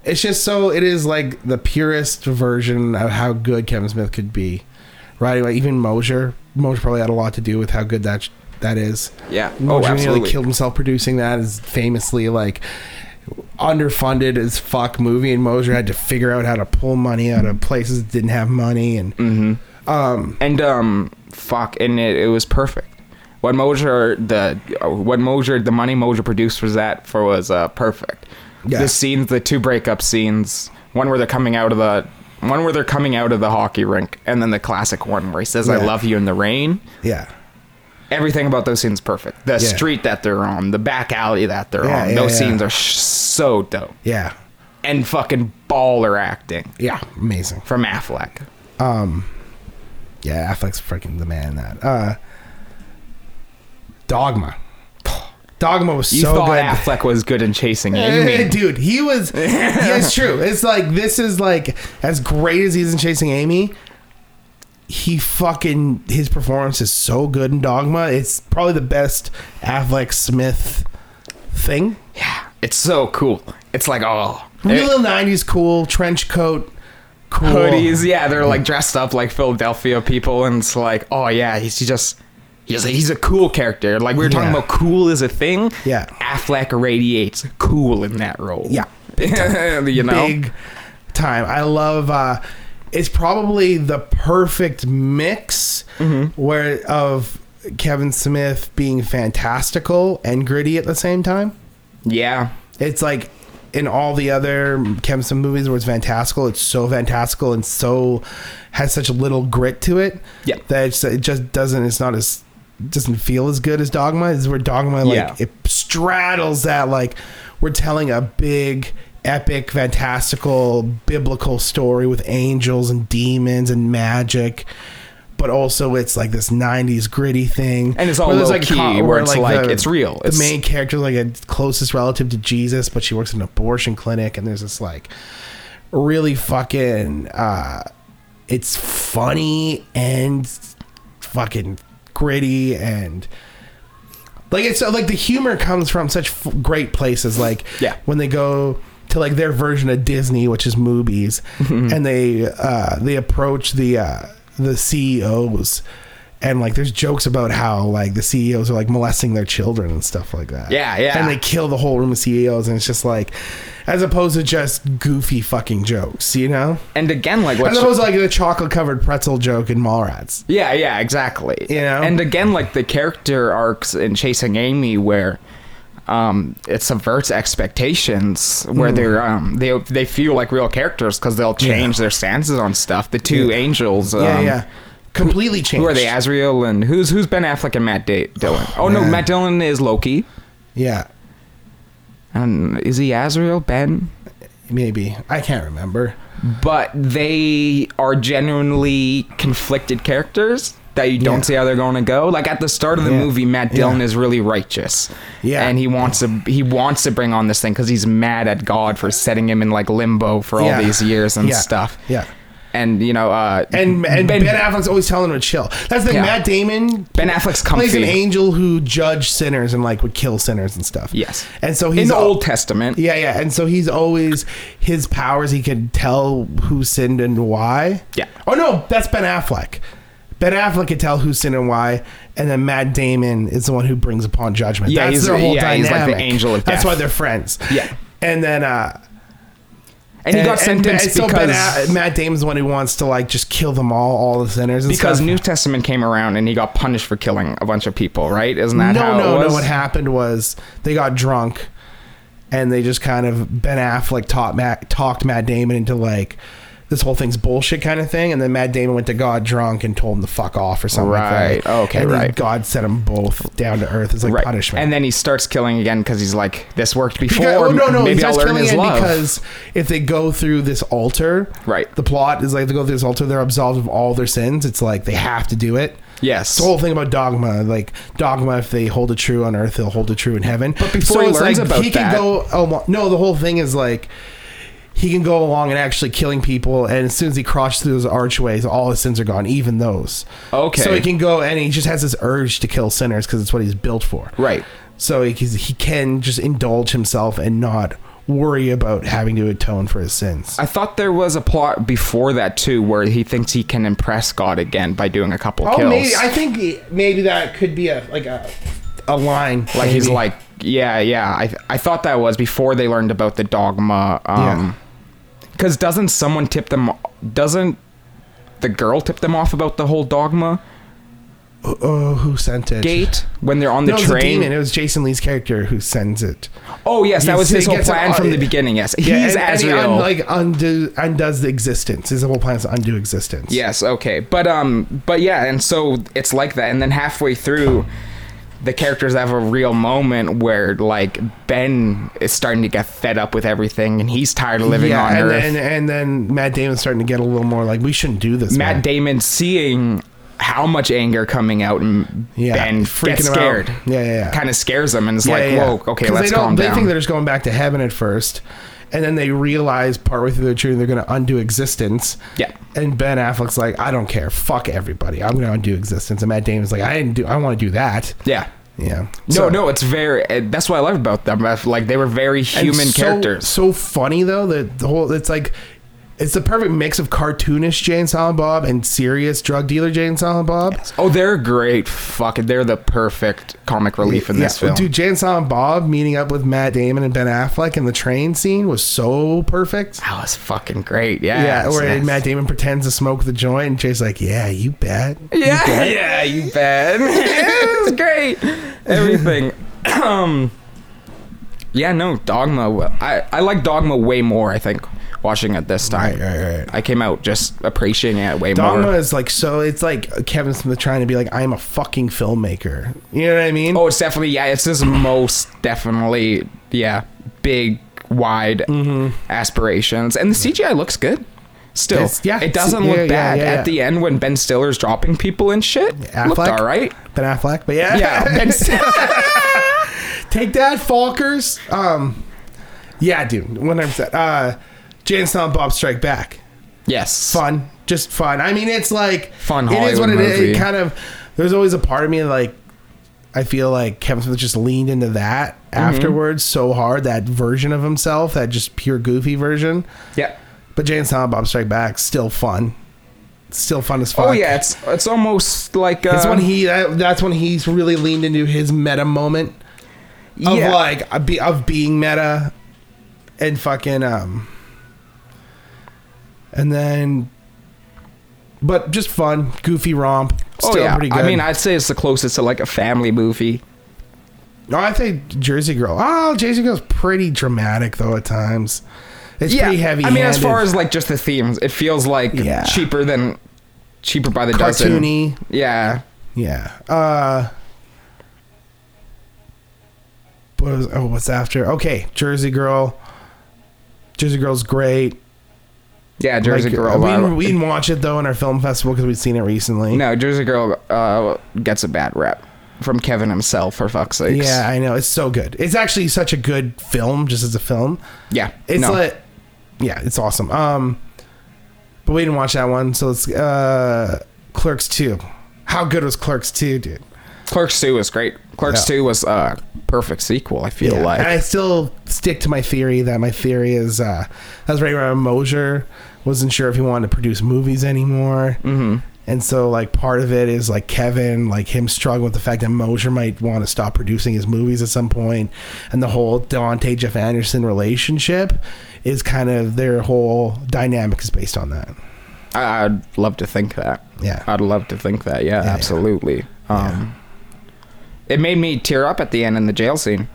It's just so it is like the purest version of how good Kevin Smith could be, right? Like even Mosher, Mosher probably had a lot to do with how good that sh- that is. Yeah. Mosher nearly killed himself producing that. Is famously like underfunded as fuck movie, and Mosher had to figure out how to pull money out of places that didn't have money, and and um fuck and it, it was perfect what Mosier the uh, what Mosier the money Mosier produced was that for was uh perfect Yeah. the scenes the two breakup scenes one where they're coming out of the one where they're coming out of the hockey rink and then the classic one where he says I Yeah. love you in the rain yeah. everything about those scenes is perfect the Yeah. street that they're on the back alley that they're Yeah, on yeah, those yeah. scenes are sh- so dope Yeah. and fucking baller acting Yeah. Amazing. from Affleck Yeah, Affleck's freaking the man in that. Uh Dogma. Dogma was you so thought good. Affleck was good in chasing Amy Eh, Dude, he was. yeah, it's true. It's like this is like as great as he's in Chasing Amy. He fucking his performance is so good in Dogma. It's probably the best Affleck Smith thing. Yeah, it's so cool. It's like oh, Real nineties cool trench coat, cool hoodies. Yeah, they're like dressed up like Philadelphia people, and it's like oh yeah, he's just he's a, he's a cool character. Like we were talking Yeah. about, cool is a thing. Yeah. Affleck radiates cool in that role. Yeah. you know. big time. I love. Uh, it's probably the perfect mix Mm-hmm. where of Kevin Smith being fantastical and gritty at the same time. Yeah, It's like in all the other Kevin Smith movies where it's fantastical, it's so fantastical and so has such little grit to it. Yeah. that it's, it just doesn't. It's not as doesn't feel as good as Dogma. This is where Dogma like Yeah. it straddles that like we're telling a big epic fantastical biblical story with angels and demons and magic but also it's like this 90s gritty thing And it's all there's, low-key, where it's like, it's real. the It's- main main character like a closest relative to Jesus, but she works in an abortion clinic, and there's this like really fucking uh it's funny and fucking gritty and like it's uh, like the humor comes from such f- great places like Yeah. when they go to like their version of Disney which is Mm-hmm. movies and they uh they approach the uh the CEOs E and like there's jokes about how like the CEOs are like molesting their children and stuff like that. Yeah, yeah. And they kill the whole room of CEOs, and it's just like, as opposed to just goofy fucking jokes, you know. And again, like As what's opposed to like the chocolate covered pretzel joke in Mallrats. Yeah, yeah, exactly. You know? And again, like the character arcs in Chasing Amy, where um, it subverts expectations, where Hmm. they're um, they they feel like real characters because they'll change their stances on stuff. The two angels, um, yeah, yeah. Completely changed. who are they? Azrael and who's who's Ben Affleck and Matt da- Dillon? Oh no, man. Matt Dillon is Loki. Yeah, And is he Azrael Ben? maybe I can't remember. But they are genuinely conflicted characters that you don't Yeah. see how they're going to go. Like at the start of the Yeah. movie, Matt Yeah. Dillon is really righteous. Yeah. and he wants to he wants to bring on this thing because he's mad at God for setting him in like limbo for Yeah. all these years and Yeah. stuff. Yeah. and you know, uh, And and Ben, Ben, Affleck's always telling him to chill. That's the thing. Yeah. Matt Damon. Ben Affleck's Plays an comfy. angel who judged sinners and like would kill sinners and stuff. Yes. and so he's in the al- Old Testament. Yeah, yeah. And so he's always his powers. He can tell who sinned and why. Yeah. Oh no, that's Ben Affleck. Ben Affleck can tell who sinned and why, and then Matt Damon is the one who brings upon judgment. Yeah, that's he's- their whole yeah, he's dynamic. like the angel of That's death. why they're friends. Yeah. And then, uh, and he got sentenced and so Ben because. A- Matt Damon's the one who wants to like just kill them all, all the sinners, and because stuff. New Testament came around and he got punished for killing a bunch of people, right? Isn't that no, how it no, was? no. What happened was they got drunk, and they just kind of Ben Affleck taught Matt, talked Matt Damon into like this whole thing's bullshit kind of thing, and then Matt Damon went to God drunk and told him to fuck off or something. Like Right, that. okay, And then right. God set them both down to earth as like punishment. And then he starts killing again because he's like, "This worked before. Because, oh, no, no, maybe he's not I'll learn killing his it love." because if they go through this altar, Right. The plot is like they go through this altar, they're absolved of all their sins. It's like they have to do it. Yes. It's the whole thing about dogma. Like dogma, if they hold it true on earth, they'll hold it true in heaven. But before he learns about he can that- go. Along, no, the whole thing is like. He can go along and actually killing people, and as soon as he crosses through those archways, all his sins are gone, even those. Okay. So he can go, and he just has this urge to kill sinners because it's what he's built for. Right. So he can, he can just indulge himself and not worry about having to atone for his sins. I thought there was a plot before that too, where he thinks he can impress God again by doing a couple Oh, kills. think maybe that could be a like a a line. like he's like, yeah, yeah. I I thought that was before they learned about the dogma. Um, because doesn't someone tip them? Doesn't the girl tip them off about the whole dogma oh, who sent it? gate when they're on the no, it was a train? demon. It was Jason Lee's character who sends it. oh yes, that He's- was his he whole gets uh, it plan all- from the beginning. Yes, he's and- and he Azrael. un- like undo undoes the existence. His whole plan is to undo existence. Yes, okay. But um but yeah, and so it's like that and then halfway through the characters have a real moment where like Ben is starting to get fed up with everything and he's tired of living yeah, on and, earth. and and then Matt Damon's starting to get a little more like we shouldn't do this. Matt man. Damon seeing how much anger coming out and Yeah, Ben freaking freaking him out. scared. Yeah, yeah, yeah. Kind of scares him and it's like, whoa, okay, 'Cause let's they don't, calm They down. think they're just going back to heaven at first, and then they realize partway through their journey they're going to undo existence. Yeah. And Ben Affleck's like, I don't care, fuck everybody, I'm going to undo existence. And Matt Damon's like, I didn't do, I want to do that. yeah. Yeah. No, no, it's very. uh, That's what I love about them. uh, Like they were very human so, characters. So funny though that the whole it's like. It's the perfect mix of cartoonish Jane Silent Bob and serious drug dealer Jane Silent Bob. Oh, they're great. Fucking, they're the perfect comic relief in Yeah, this film. Dude, Jane Silent Bob meeting up with Matt Damon and Ben Affleck in the train scene was so perfect. That was fucking great. Yeah. Yeah, or Yes. Matt Damon pretends to smoke the joint, and Jay's like, "Yeah, you bet." Yeah, yeah, you bet. it was great. Everything. um, yeah, no, Dogma. wa- I, I like Dogma way more, I think, watching it this time. Right, right, right. I came out just appreciating it way Dogma more. is like so. It's like Kevin Smith trying to be like, "I'm a fucking filmmaker." You know what I mean? Oh, it's definitely, yeah, it's his most definitely, yeah, big, wide Mm-hmm. aspirations. And the CGI looks good. Still, It's- yeah, it doesn't yeah, look yeah, bad yeah, yeah. at the end when Ben Stiller's dropping people and shit. Looked all right. Ben Affleck, but yeah, Yeah, Ben Stiller. Take that, Falkers. Um, yeah, dude, one hundred percent. Uh, Jay and Silent Bob Strike Back. yes. fun, just fun. I mean, it's like Fun It is what Hollywood it is. It movie. kind of there's always a part of me like I feel like Kevin Smith just leaned into that Mm-hmm. afterwards so hard that version of himself, that just pure goofy version. Yeah. But Jay and Silent Bob Strike Back still fun. still fun as fuck. Oh yeah, it's it's almost like uh, It's when he that, that's when he's really leaned into his meta moment of uh, yeah. like a be, of being meta and fucking um and then but just fun, goofy romp. Oh Still yeah, pretty good. I mean, I'd say it's the closest to like a family movie. No, I think Jersey Girl. Oh, Jersey Girl's pretty dramatic though at times. It's pretty heavy. I mean, as far as like just the themes, it feels like Yeah. cheaper than cheaper by the dozen. cartoony, Yeah, yeah. Uh, what was, oh, what's after? Okay, Jersey Girl. Jersey Girl's great. yeah, Jersey Like, Girl. We uh, didn't, we didn't watch it though in our film festival because we'd seen it recently. no, Jersey Girl uh, gets a bad rep from Kevin himself. For fuck's sakes. Yeah, I know. It's so good. It's actually such a good film, just as a film. yeah. It's no. like, yeah, it's awesome. Um, but we didn't watch that one, so let's uh, Clerks Two. How good was Clerks Two, dude? Clerks Two was great. Clerks Yeah. Two was a uh, perfect sequel. I feel Yeah, like. and I still stick to my theory that my theory is uh, that's right around Mosier wasn't sure if he wanted to produce movies anymore. Mm-hmm. And so, like, part of it is like Kevin, like him struggling with the fact that Mosier might want to stop producing his movies at some point, and the whole Dante Jeff Anderson relationship is kind of their whole dynamic is based on that. I, I'd love to think that. Yeah. I'd love to think that. Yeah, yeah. absolutely. Um, It made me tear up at the end in the jail scene.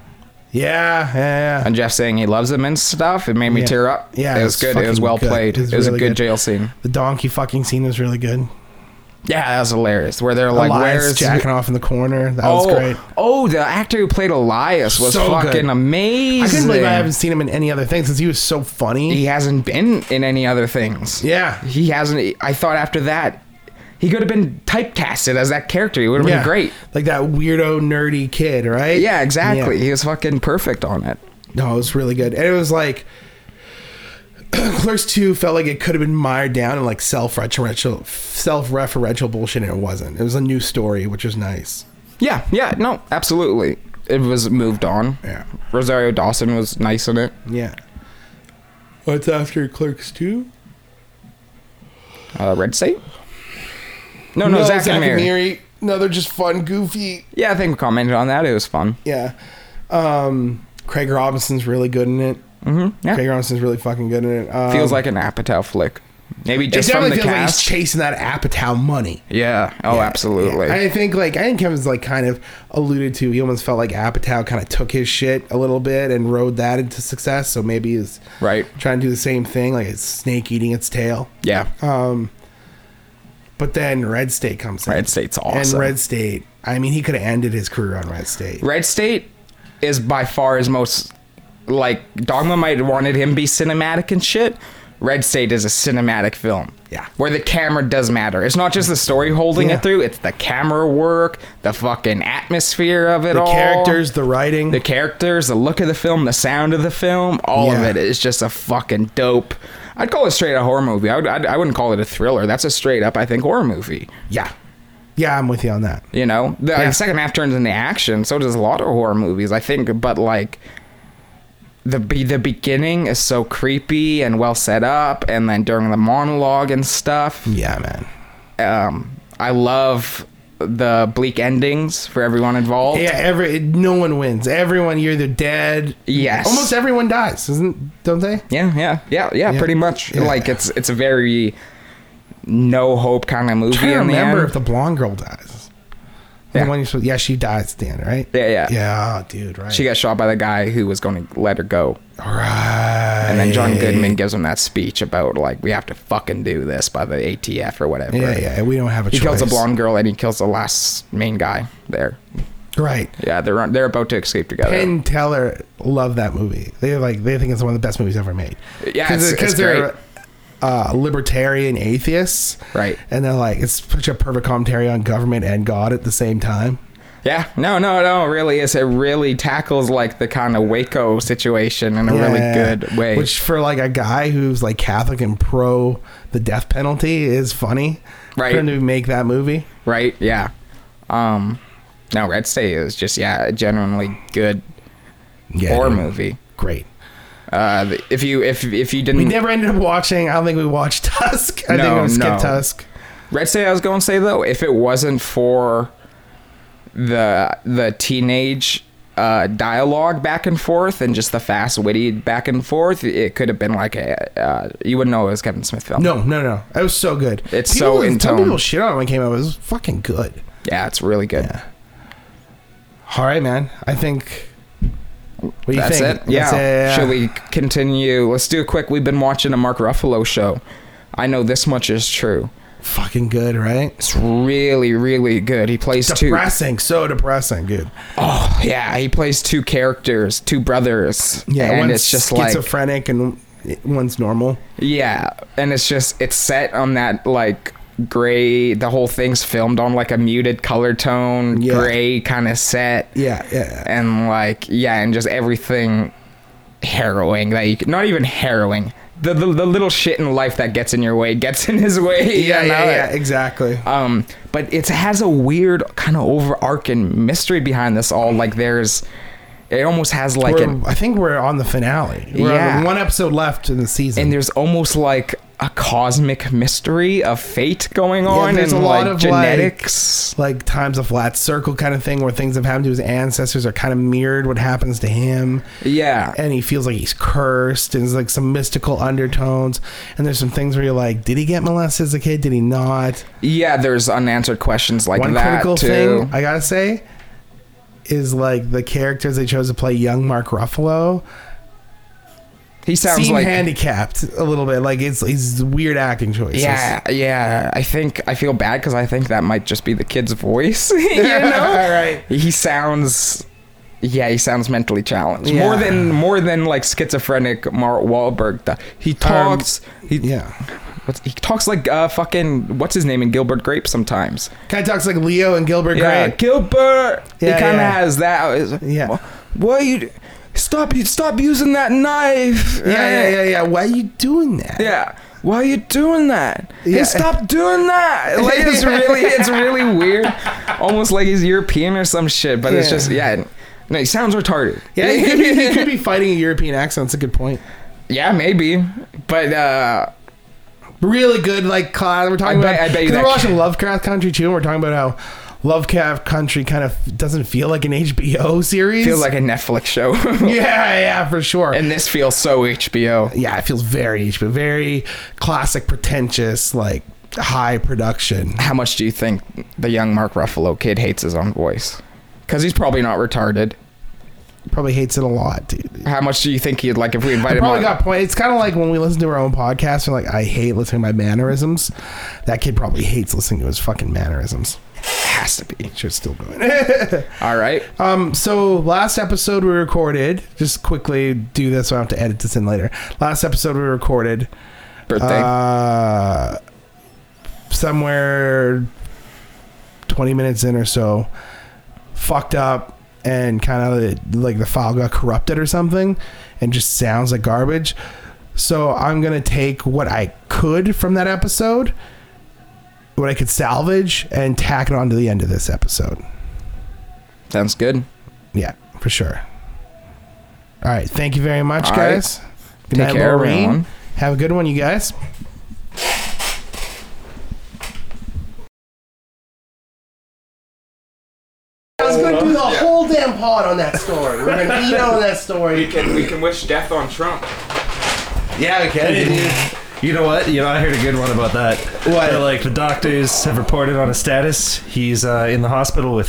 Yeah, yeah, yeah. And Jeff saying he loves him and stuff. It made me Yeah. tear up. Yeah, it it was was good. It was fucking well good. played. It was It was really a good, good. jail scene. The donkey fucking scene was really good. Yeah, that was hilarious. Where they're like, Elias "Where's jacking off in the corner? That Oh, was great. oh, the actor who played Elias was So good. fucking amazing. I couldn't believe I haven't seen him in any other thing since he was so funny. he hasn't been in any other things. yeah. he hasn't. I thought after that, he could have been typecasted as that character. He would have yeah. been great. Like that weirdo nerdy kid, right? Yeah, exactly. He was fucking perfect on it. No, it was really good. And it was like Clerks 2 felt like it could have been mired down in like self-referential self-referential bullshit and it wasn't. It was a new story, which was nice. Yeah, yeah, no, absolutely. It was moved on. Yeah. Rosario Dawson was nice in it. Yeah. What's after Clerks 2? Uh, Red State? Oh, No, no, Zach, and Mary. Another just fun, goofy. Yeah, I think we commented on that. It was fun. Yeah. Um Craig Robinson's really good in it. Mm-hmm. Yeah. Craig Robinson's really fucking good in it. Um, feels like an Apatow flick. Maybe It just from the definitely feels like he's cast. chasing that Apatow money. yeah. Oh, absolutely. I think like I think Kevin's like kind of alluded to. He almost felt like Apatow kind of took his shit a little bit and rode that into success. So maybe he's Right. trying to do the same thing, like it's snake eating its tail. yeah. But then Red State comes in. Red State's awesome. And Red State, I mean, he could have ended his career on Red State. Red State is by far his most like Dogma might have wanted him to be cinematic and shit. Red State is a cinematic film. Yeah. Where the camera does matter. It's not just the story holding Yeah. it through, it's the camera work, the fucking atmosphere of it The all. characters, the writing, the characters, the look of the film, the sound of the film, all of Yeah. it is just a fucking dope. I'd call it straight a horror movie. I, would, I'd, I wouldn't call it a thriller. That's a straight up, I think, horror movie. yeah, yeah, I'm with you on that. You know, the like, second half turns into action. So does a lot of horror movies, I think. But like, the be- the beginning is so creepy and well set up, and then during the monologue and stuff, Yeah, man. um, I love the bleak endings for everyone involved. Yeah, every no one wins. Everyone, you're either dead. Yes. almost everyone dies, isn't? Don't they? yeah, yeah, yeah, yeah, Yeah. Pretty much, Yeah. like it's it's a very no hope kind of movie. I can't in the remember end. if the blonde girl dies. Yeah. The one you supposed, yeah, she dies at the end, right? Yeah, yeah. Yeah, oh, dude, right. she got shot by the guy who was going to let her go. right. And then John Goodman gives him that speech about like we have to fucking do this by the ATF or whatever. Yeah, yeah. We don't have a He choice. kills the blonde girl and he kills the last main guy there. Right. Yeah, they're they're about to escape together. Penn Teller love that movie. They like they think it's one of the best movies ever made. Yeah, it's- it's great. uh, libertarian atheists, Right. And they're like it's such a perfect commentary on government and God at the same time. yeah, no, no, no. Really, is it really tackles like the kind of Waco situation in a Yeah. really good way. Which for like a guy who's like Catholic and pro the death penalty is funny. Right. For him to make that movie. right? Yeah. Um, no, Red State is just yeah, a genuinely good Yeah. horror dude. movie. Great. Uh, th- if you if if you didn't We never ended up watching I don't think we watched Tusk. I think No, we skipped no. Tusk. Red State, I was going to say though, if it wasn't for the the teenage uh, dialogue back and forth and just the fast witty back and forth, it could have been like a uh, you wouldn't know it was Kevin Smith film. No, no, no. It was so good. It's people, so in Some tone. people shit on it when it came out. It was fucking good. Yeah, it's really good. Yeah. All right, man. I think. What do you That's think? it. Yeah. That's Should we continue? Let's do a quick. We've been watching a Mark Ruffalo show. I know this much is true. Fucking good, right? It's really, really good. He plays two. Depressing. So depressing, dude. Oh yeah, he plays two characters, two brothers. Yeah, and one's it's just like schizophrenic and one's normal. yeah, and it's just it's set on that like gray. The whole thing's filmed on like a muted color tone, Yeah. gray kind of set, Yeah, yeah. and like yeah, and just everything harrowing that you can, not even harrowing. The, the, the little shit in life that gets in your way gets in his way. you yeah, yeah, know? yeah, exactly. Um, but it has a weird kind of overarching mystery behind this all. Like there's, it almost has like We're- an, I think we're on the finale. We're on Yeah. one episode left in the season. and there's almost like a cosmic mystery of fate going on there's and a lot like of, genetics. like times a flat circle kind of thing where things have happened to his ancestors are kind of mirrored what happens to him. yeah. and he feels like he's cursed and there's like some mystical undertones and there's some things where you're like did he get molested as a kid did he not yeah. There's unanswered questions like one that critical too. thing i gotta say is like the characters they chose to play young mark ruffalo he sounds seem like, handicapped a little bit like it's he's a weird acting choices yeah, yeah. I think I feel bad because I think that might just be the kid's voice. you know. all right he sounds yeah, he sounds mentally challenged. Yeah. More than more than like schizophrenic Mark Wahlberg. th- He talks he, yeah what's, he talks like uh fucking what's his name in Gilbert Grape sometimes. kind of talks like leo and gilbert Yeah, grape Gilbert. Yeah, he kind of yeah. has that. It's- Yeah. "Wha- What are you d- stop you stop using that knife. yeah yeah yeah yeah why are you doing that Yeah. Why are you doing that? Yeah. Hey, stop doing that! Like it's really, it's really weird. Almost like he's European or some shit. But it's Yeah. just, yeah. No, he sounds retarded. yeah he could, be, he could be fighting a european accent that's a good point yeah, maybe. But uh, really good like class. We're talking I bet- about. I bet you 'cause that we're ca- watching Lovecraft Country too. And we're talking about how Lovecraft Country kind of doesn't feel like an HBO series. feels like a Netflix show, yeah, yeah, for sure. and this feels so HBO. yeah, it feels very HBO, very classic, pretentious, like high production. How much do you think the young Mark Ruffalo kid hates his own voice? Because he's probably not retarded. Probably hates it a lot, dude. How much do you think he'd like if we invited him? Probably On? got point. It's kind of like when we listen to our own podcast. We're like, I hate listening to my mannerisms. That kid probably hates listening to his fucking mannerisms. has to be. Shit's still going. All right. Um, so last episode we recorded, just quickly do this so I don't have to edit this in later. Last episode we recorded, Birthday. uh, somewhere 20 minutes in or so, fucked up and kind of like the file got corrupted or something and just sounds like garbage. So I'm going to take what I could from that episode, what I could salvage, and tack it on to the end of this episode. Sounds good. Yeah, for sure. All right. Thank you very much, All right. guys. Good Take care, Lorraine. everyone. Have a good one, you guys. I was gonna do the whole damn pod on that story. We're gonna eat on that story. Can we can wish death on Trump? Yeah, okay. You know what? You know, I heard a good one about that. What? They're like the doctors have reported on a status. He's uh, in the hospital with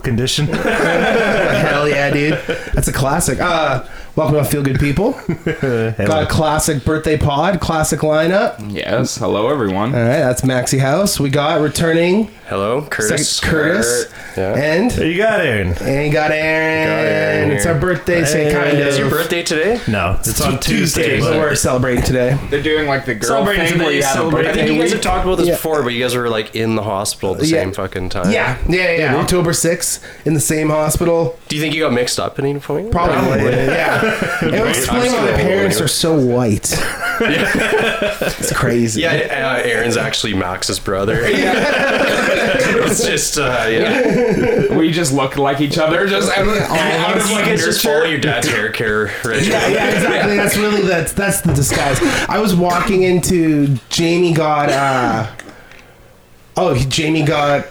condition. Hell yeah, dude. That's a classic. Uh, welcome to Feel Good People. Got a classic birthday pod, classic lineup. All Yes. Hello, everyone. right, that's Maxi House. We got returning Hello, Curtis. Sec- Curtis Yeah. and you got Aaron. And you got Aaron. Got Aaron. It's our birthday, so Hey. kind of. Is your birthday today? No, it's, on Tuesday. but we're celebrating today. They're doing like the girl Celebrating thing where today, you have a celebrating. I think you birthday guys have week. talked about this Yeah. before, but you guys were like in the hospital at the Yeah. same fucking time. Yeah, yeah, yeah. yeah. Two over six in the same hospital. Do you think you got mixed up at any point? Probably. Yeah. It would explain why the Absolutely. parents are so white. it's crazy. Yeah, uh, Aaron's actually Max's brother. it's just, uh, yeah. We just look like each other. Just out of, out of like a Just follow your dad's hair care regimen. Yeah, yeah, exactly. That's really that's that's the disguise. I was walking into Jamie got uh oh, he- Jamie got.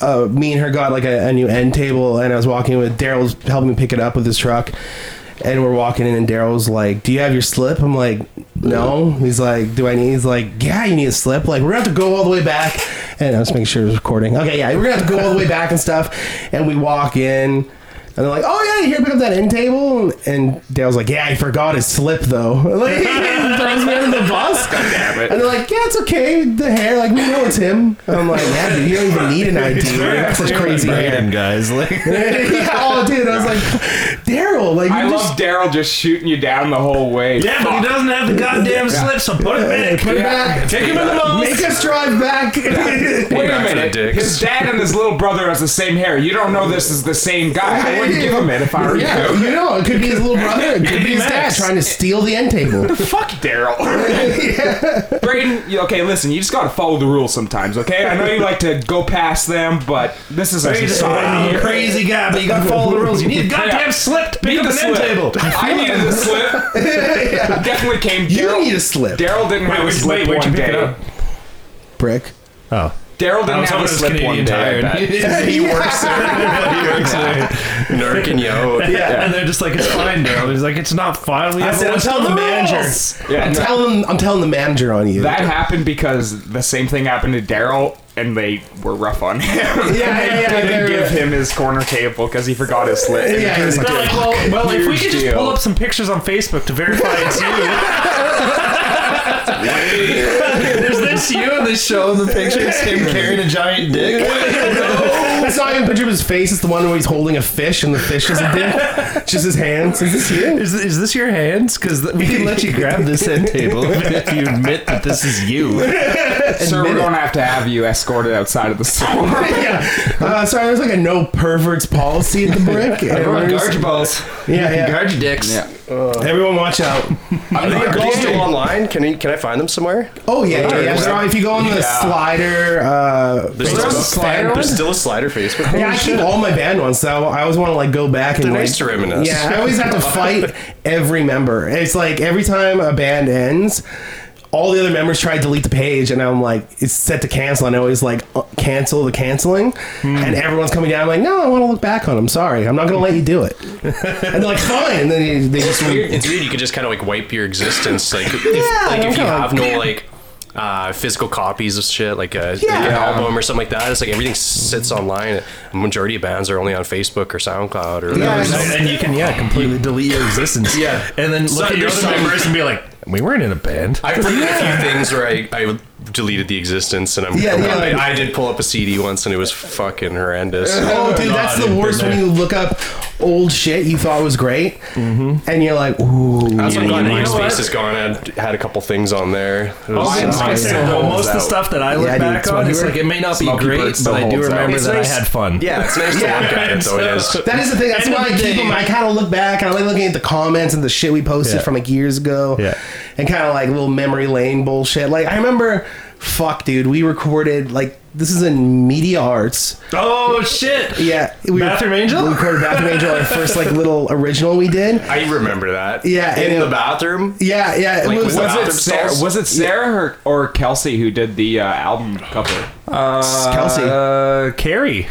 Uh, me and her got like a, a new end table, and I was walking with Daryl's helping me pick it up with his truck, and we're walking in, and Daryl's like, "Do you have your slip?" I'm like, "No." He's like, "Do I need?" He's like, "Yeah, you need a slip." Like, we're gonna have to go all the way back, and I was making sure it was recording. Okay, yeah, we're gonna have to go all the way back and stuff, and we walk in. And they're like, "Oh yeah, you here pick up that end table." And Dale's like, "Yeah, he forgot his slip though." Like, he throws me under the bus. God damn it! And they're like, "Yeah, it's okay. The hair, like, we know it's him." And I'm like, "Yeah, dude, you don't even need an ID. That's such crazy hair." Brandon, guys. Like, yeah, oh, dude, I was like, "Daryl, like, you I just love Daryl just shooting you down the whole way. yeah, but he doesn't have the goddamn slip, so put it back. put it back, Take him in the balls. make us drive back." Wait a Back to the minute. dicks. His dad and his little brother has the same hair. You don't know this is the same guy. I wouldn't give him it if I were yeah, you. you know, it could be his little brother. It could be his dad Max. trying to steal the end table. Fuck Daryl. Braden, you- okay, listen, you just gotta follow the rules sometimes, okay? I know you like to go past them, but this is a You're just a society. fucking crazy guy, but you gotta follow the rules. You need a goddamn Yeah. slip to pick Need the up an end slip. table. I needed the slip. Definitely came. You Daryl- need a slip, Daryl didn't have a wait, slip wait, where'd one you pick it day. up? brick. Oh. Daryl didn't was have hoping it a was slip one Canadian day. I Tire. bet. he works there. He works there. Nerking you out. And they're just like, it's fine, Daryl. He's like, it's not fine. We have said, to I'm listen to telling the manager. rules." Yeah, I'm no. telling, I'm telling the manager on you. That happened because the same thing happened to Daryl, and they were rough on him. yeah, Yeah, yeah, They they're- didn't give him his corner table because he forgot his slip. Yeah, He was it's They're like, like, well, well if we Huge could just deal. pull up some pictures on Facebook to verify it's you. There's this you and this show in the pictures. him carrying a giant dick. That's not even a picture of his face. It's the one where he's holding a fish, and the fish is a dick. It's just his hands. Is this you? Is, is this your hands? Because we can let you grab this end table if you admit that this is you. Sir, we're going to have to have you escorted outside of the store. Yeah. Uh, sorry, there's like a no perverts policy at the brick. Everyone Everyone, guard your balls. yeah, yeah. Guard your dicks. Yeah. Everyone, watch out. Are they, are these still online? Can, you, can I find them somewhere? Oh yeah, yeah. yeah. yeah. So if you go on the Yeah. slider, uh, There's Facebook still, a slider, fan- there's still a slider Facebook. yeah, I keep all my band ones, so I always want to like go back and They're like, nice to reminisce. Yeah, I always have to fight every member. It's like every time a band ends, all the other members try to delete the page, and I'm like, it's set to cancel. And I always like uh, cancel the canceling, and everyone's coming down. I'm like, no, I want to look back on them. Sorry, I'm not gonna let you do it. and they're like, fine. And then they, they just weird. It's weird. You could just kind of like wipe your existence, like if, like I'm if you kinda have like- no like uh, physical copies of shit, like uh Yeah. an album or something like that. It's like everything sits online. A majority of bands are only on Facebook or SoundCloud or Yeah, whatever. I know. And you can, yeah, completely delete your existence. Yeah. And then look So at your there's other some- members and be like, we weren't in a band. I've deleted a few things where I, I deleted the existence, and I'm Yeah, yeah, like- I, I did pull up a CD once, and it was fucking horrendous. Oh, dude, that's the worst when you look up old shit you thought was great, and you're like, ooh. That's what you I'm know glad what? MySpace is gone. I had a couple things on there. It was- I yeah. was gonna say, though, most of the out. stuff that I look Yeah, dude, back it's on, funny. it's like, it may not be Smoky great, Birds but I still do holds out. remember It's that nice. I had fun. yeah, it's nice to look at it, though. It is. That is the thing. That's End of why I the keep day. them. I kind of look back. and I like looking at the comments and the shit we posted Yeah. from like years ago. Yeah. And kind of like little memory lane bullshit. Like I remember, fuck, dude, we recorded like this is in media arts. Oh, shit. Yeah, we Bathroom Angel? We recorded Bathroom Angel, our first like little original we did. I remember that. Yeah, in and the it- bathroom. Yeah, yeah. It Like, was, was Was Bathroom it Sarah, stalls? was it Sarah or, or Kelsey who did the uh, album cover? Kelsey. Uh, Carrie.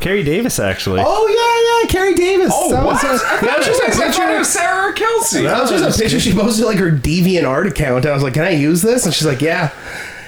Carrie Davis, actually. oh yeah, yeah. Carrie Davis. that was, that was just a I thought it picture. was Sarah or Kelsey. That was just a picture she posted like her deviant art account. I was like, "Can I use this?" And she's like, "Yeah."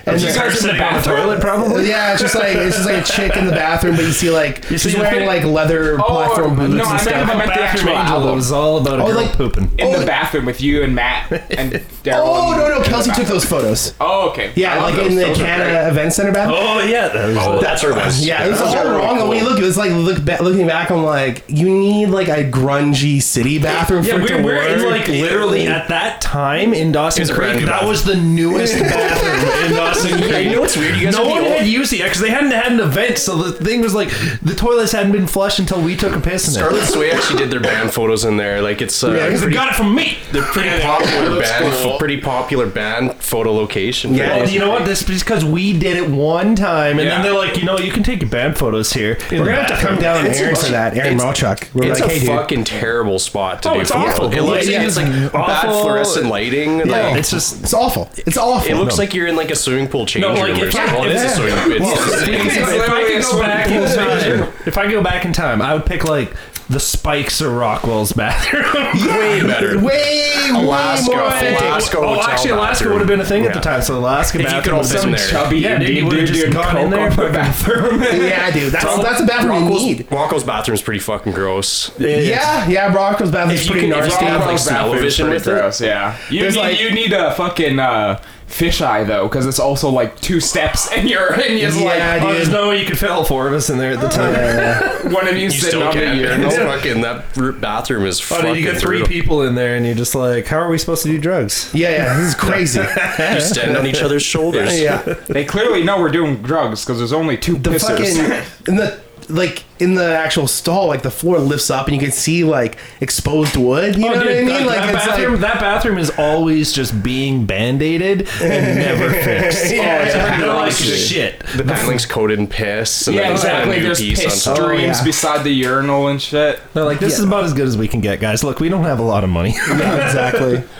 And You then- guys in the bathroom? Well, yeah, it's just like it's just like a chick in the bathroom, but you see like You see she's the wearing thing- like leather platform boots no, I and meant- stuff. I meant the Bathroom actual Angel album. it was all about a Oh, girl like- pooping. In Oh, the bathroom with you and Matt and Daryl. Oh and- no in no, the Kelsey took bathroom. those photos. Oh okay. I Yeah, love like those. in the Those are great. Canada Event Center bathroom. Oh, yeah. That was Oh, that's where it was. Yeah, it was Those all are really wrong. And when you cool. look, it was like look ba- looking back. I'm like, you need like a grungy city bathroom Yeah, for it to we're, we're work. in like literally at that time in Dawson was a Creek. brand new That bathroom. was the newest bathroom in Dawson Creek. you know what's weird? You guys no are the one old- had used it yet because they hadn't had an event. So the thing was like the toilets hadn't been flushed until we took a piss in Scarlet it. Sway actually did their band photos in there. Like it's uh, Yeah, Because they pretty, got it from me. they're pretty popular band, pretty popular band photo location. Yeah, Well, Pretty- you know what? This is because we did it one time, and Yeah. then they're like, you know, you can take your band photos here. We're gonna have to come down and It's Aaron a- for that. Aaron it's- Malchuk. We're it's like, a hey, dude. fucking terrible spot to do it's photos. awful. It looks Yeah, like it's like it's bad awful. fluorescent lighting. Yeah. Like It's just Oh, It's awful. It's awful. it looks like you're in like a swimming swimming pool change No, like, room or if I- something. Well, it is a if- swimming pool. It's the same. It's if, I literally a could go swimming back pool in time, time. if I go back in time, I would pick like the Spikes or Rockwell's bathroom. Way better. Way, Alaska, way more. Alaska oh, hotel actually, Alaska bathroom. would have been a thing at the Yeah. time. So Alaska If you could bathroom all was fit in some there. Chubby Yeah, dude, you Indian would've dude just doing gone in coke there off for- the bathroom. Yeah, dude, that's Bro- that's a bathroom you Rocco's, need. Rocco's bathroom's pretty fucking gross. Yeah, yeah, Broncos bathroom's If you pretty can- if you nasty. can- like, smell bathroom's vision pretty with it. gross, Yeah, you There's need, like- you need a fucking uh, fisheye though, because it's also like two steps, and you're and you're Yeah, Oh, there's dude. no way you could fit all four of us in there at the time. like one of you, You sitting still on the can't. urinal. It's fucking that r- bathroom is Oh, fucking dude, you get three brutal. people in there, and you're just like, how are we supposed to do drugs? Yeah, yeah, this is crazy. You stand on each other's shoulders. yeah, They clearly know we're doing drugs because there's only two the pissers. fucking in the like in the actual stall, like the floor lifts up and you can see like exposed wood. Oh, You know what I mean? that, like that it's bathroom, that bathroom is always just being band-aided and never fixed. Yeah, oh, it's yeah. really like Honestly. shit. The paneling's coated in piss. And yeah, then it's got a exactly. new There's piece piss on top. streams Oh, yeah. beside the urinal and shit. They're like, this is about as good as we can get, guys. Look, we don't have a lot of money. like exactly.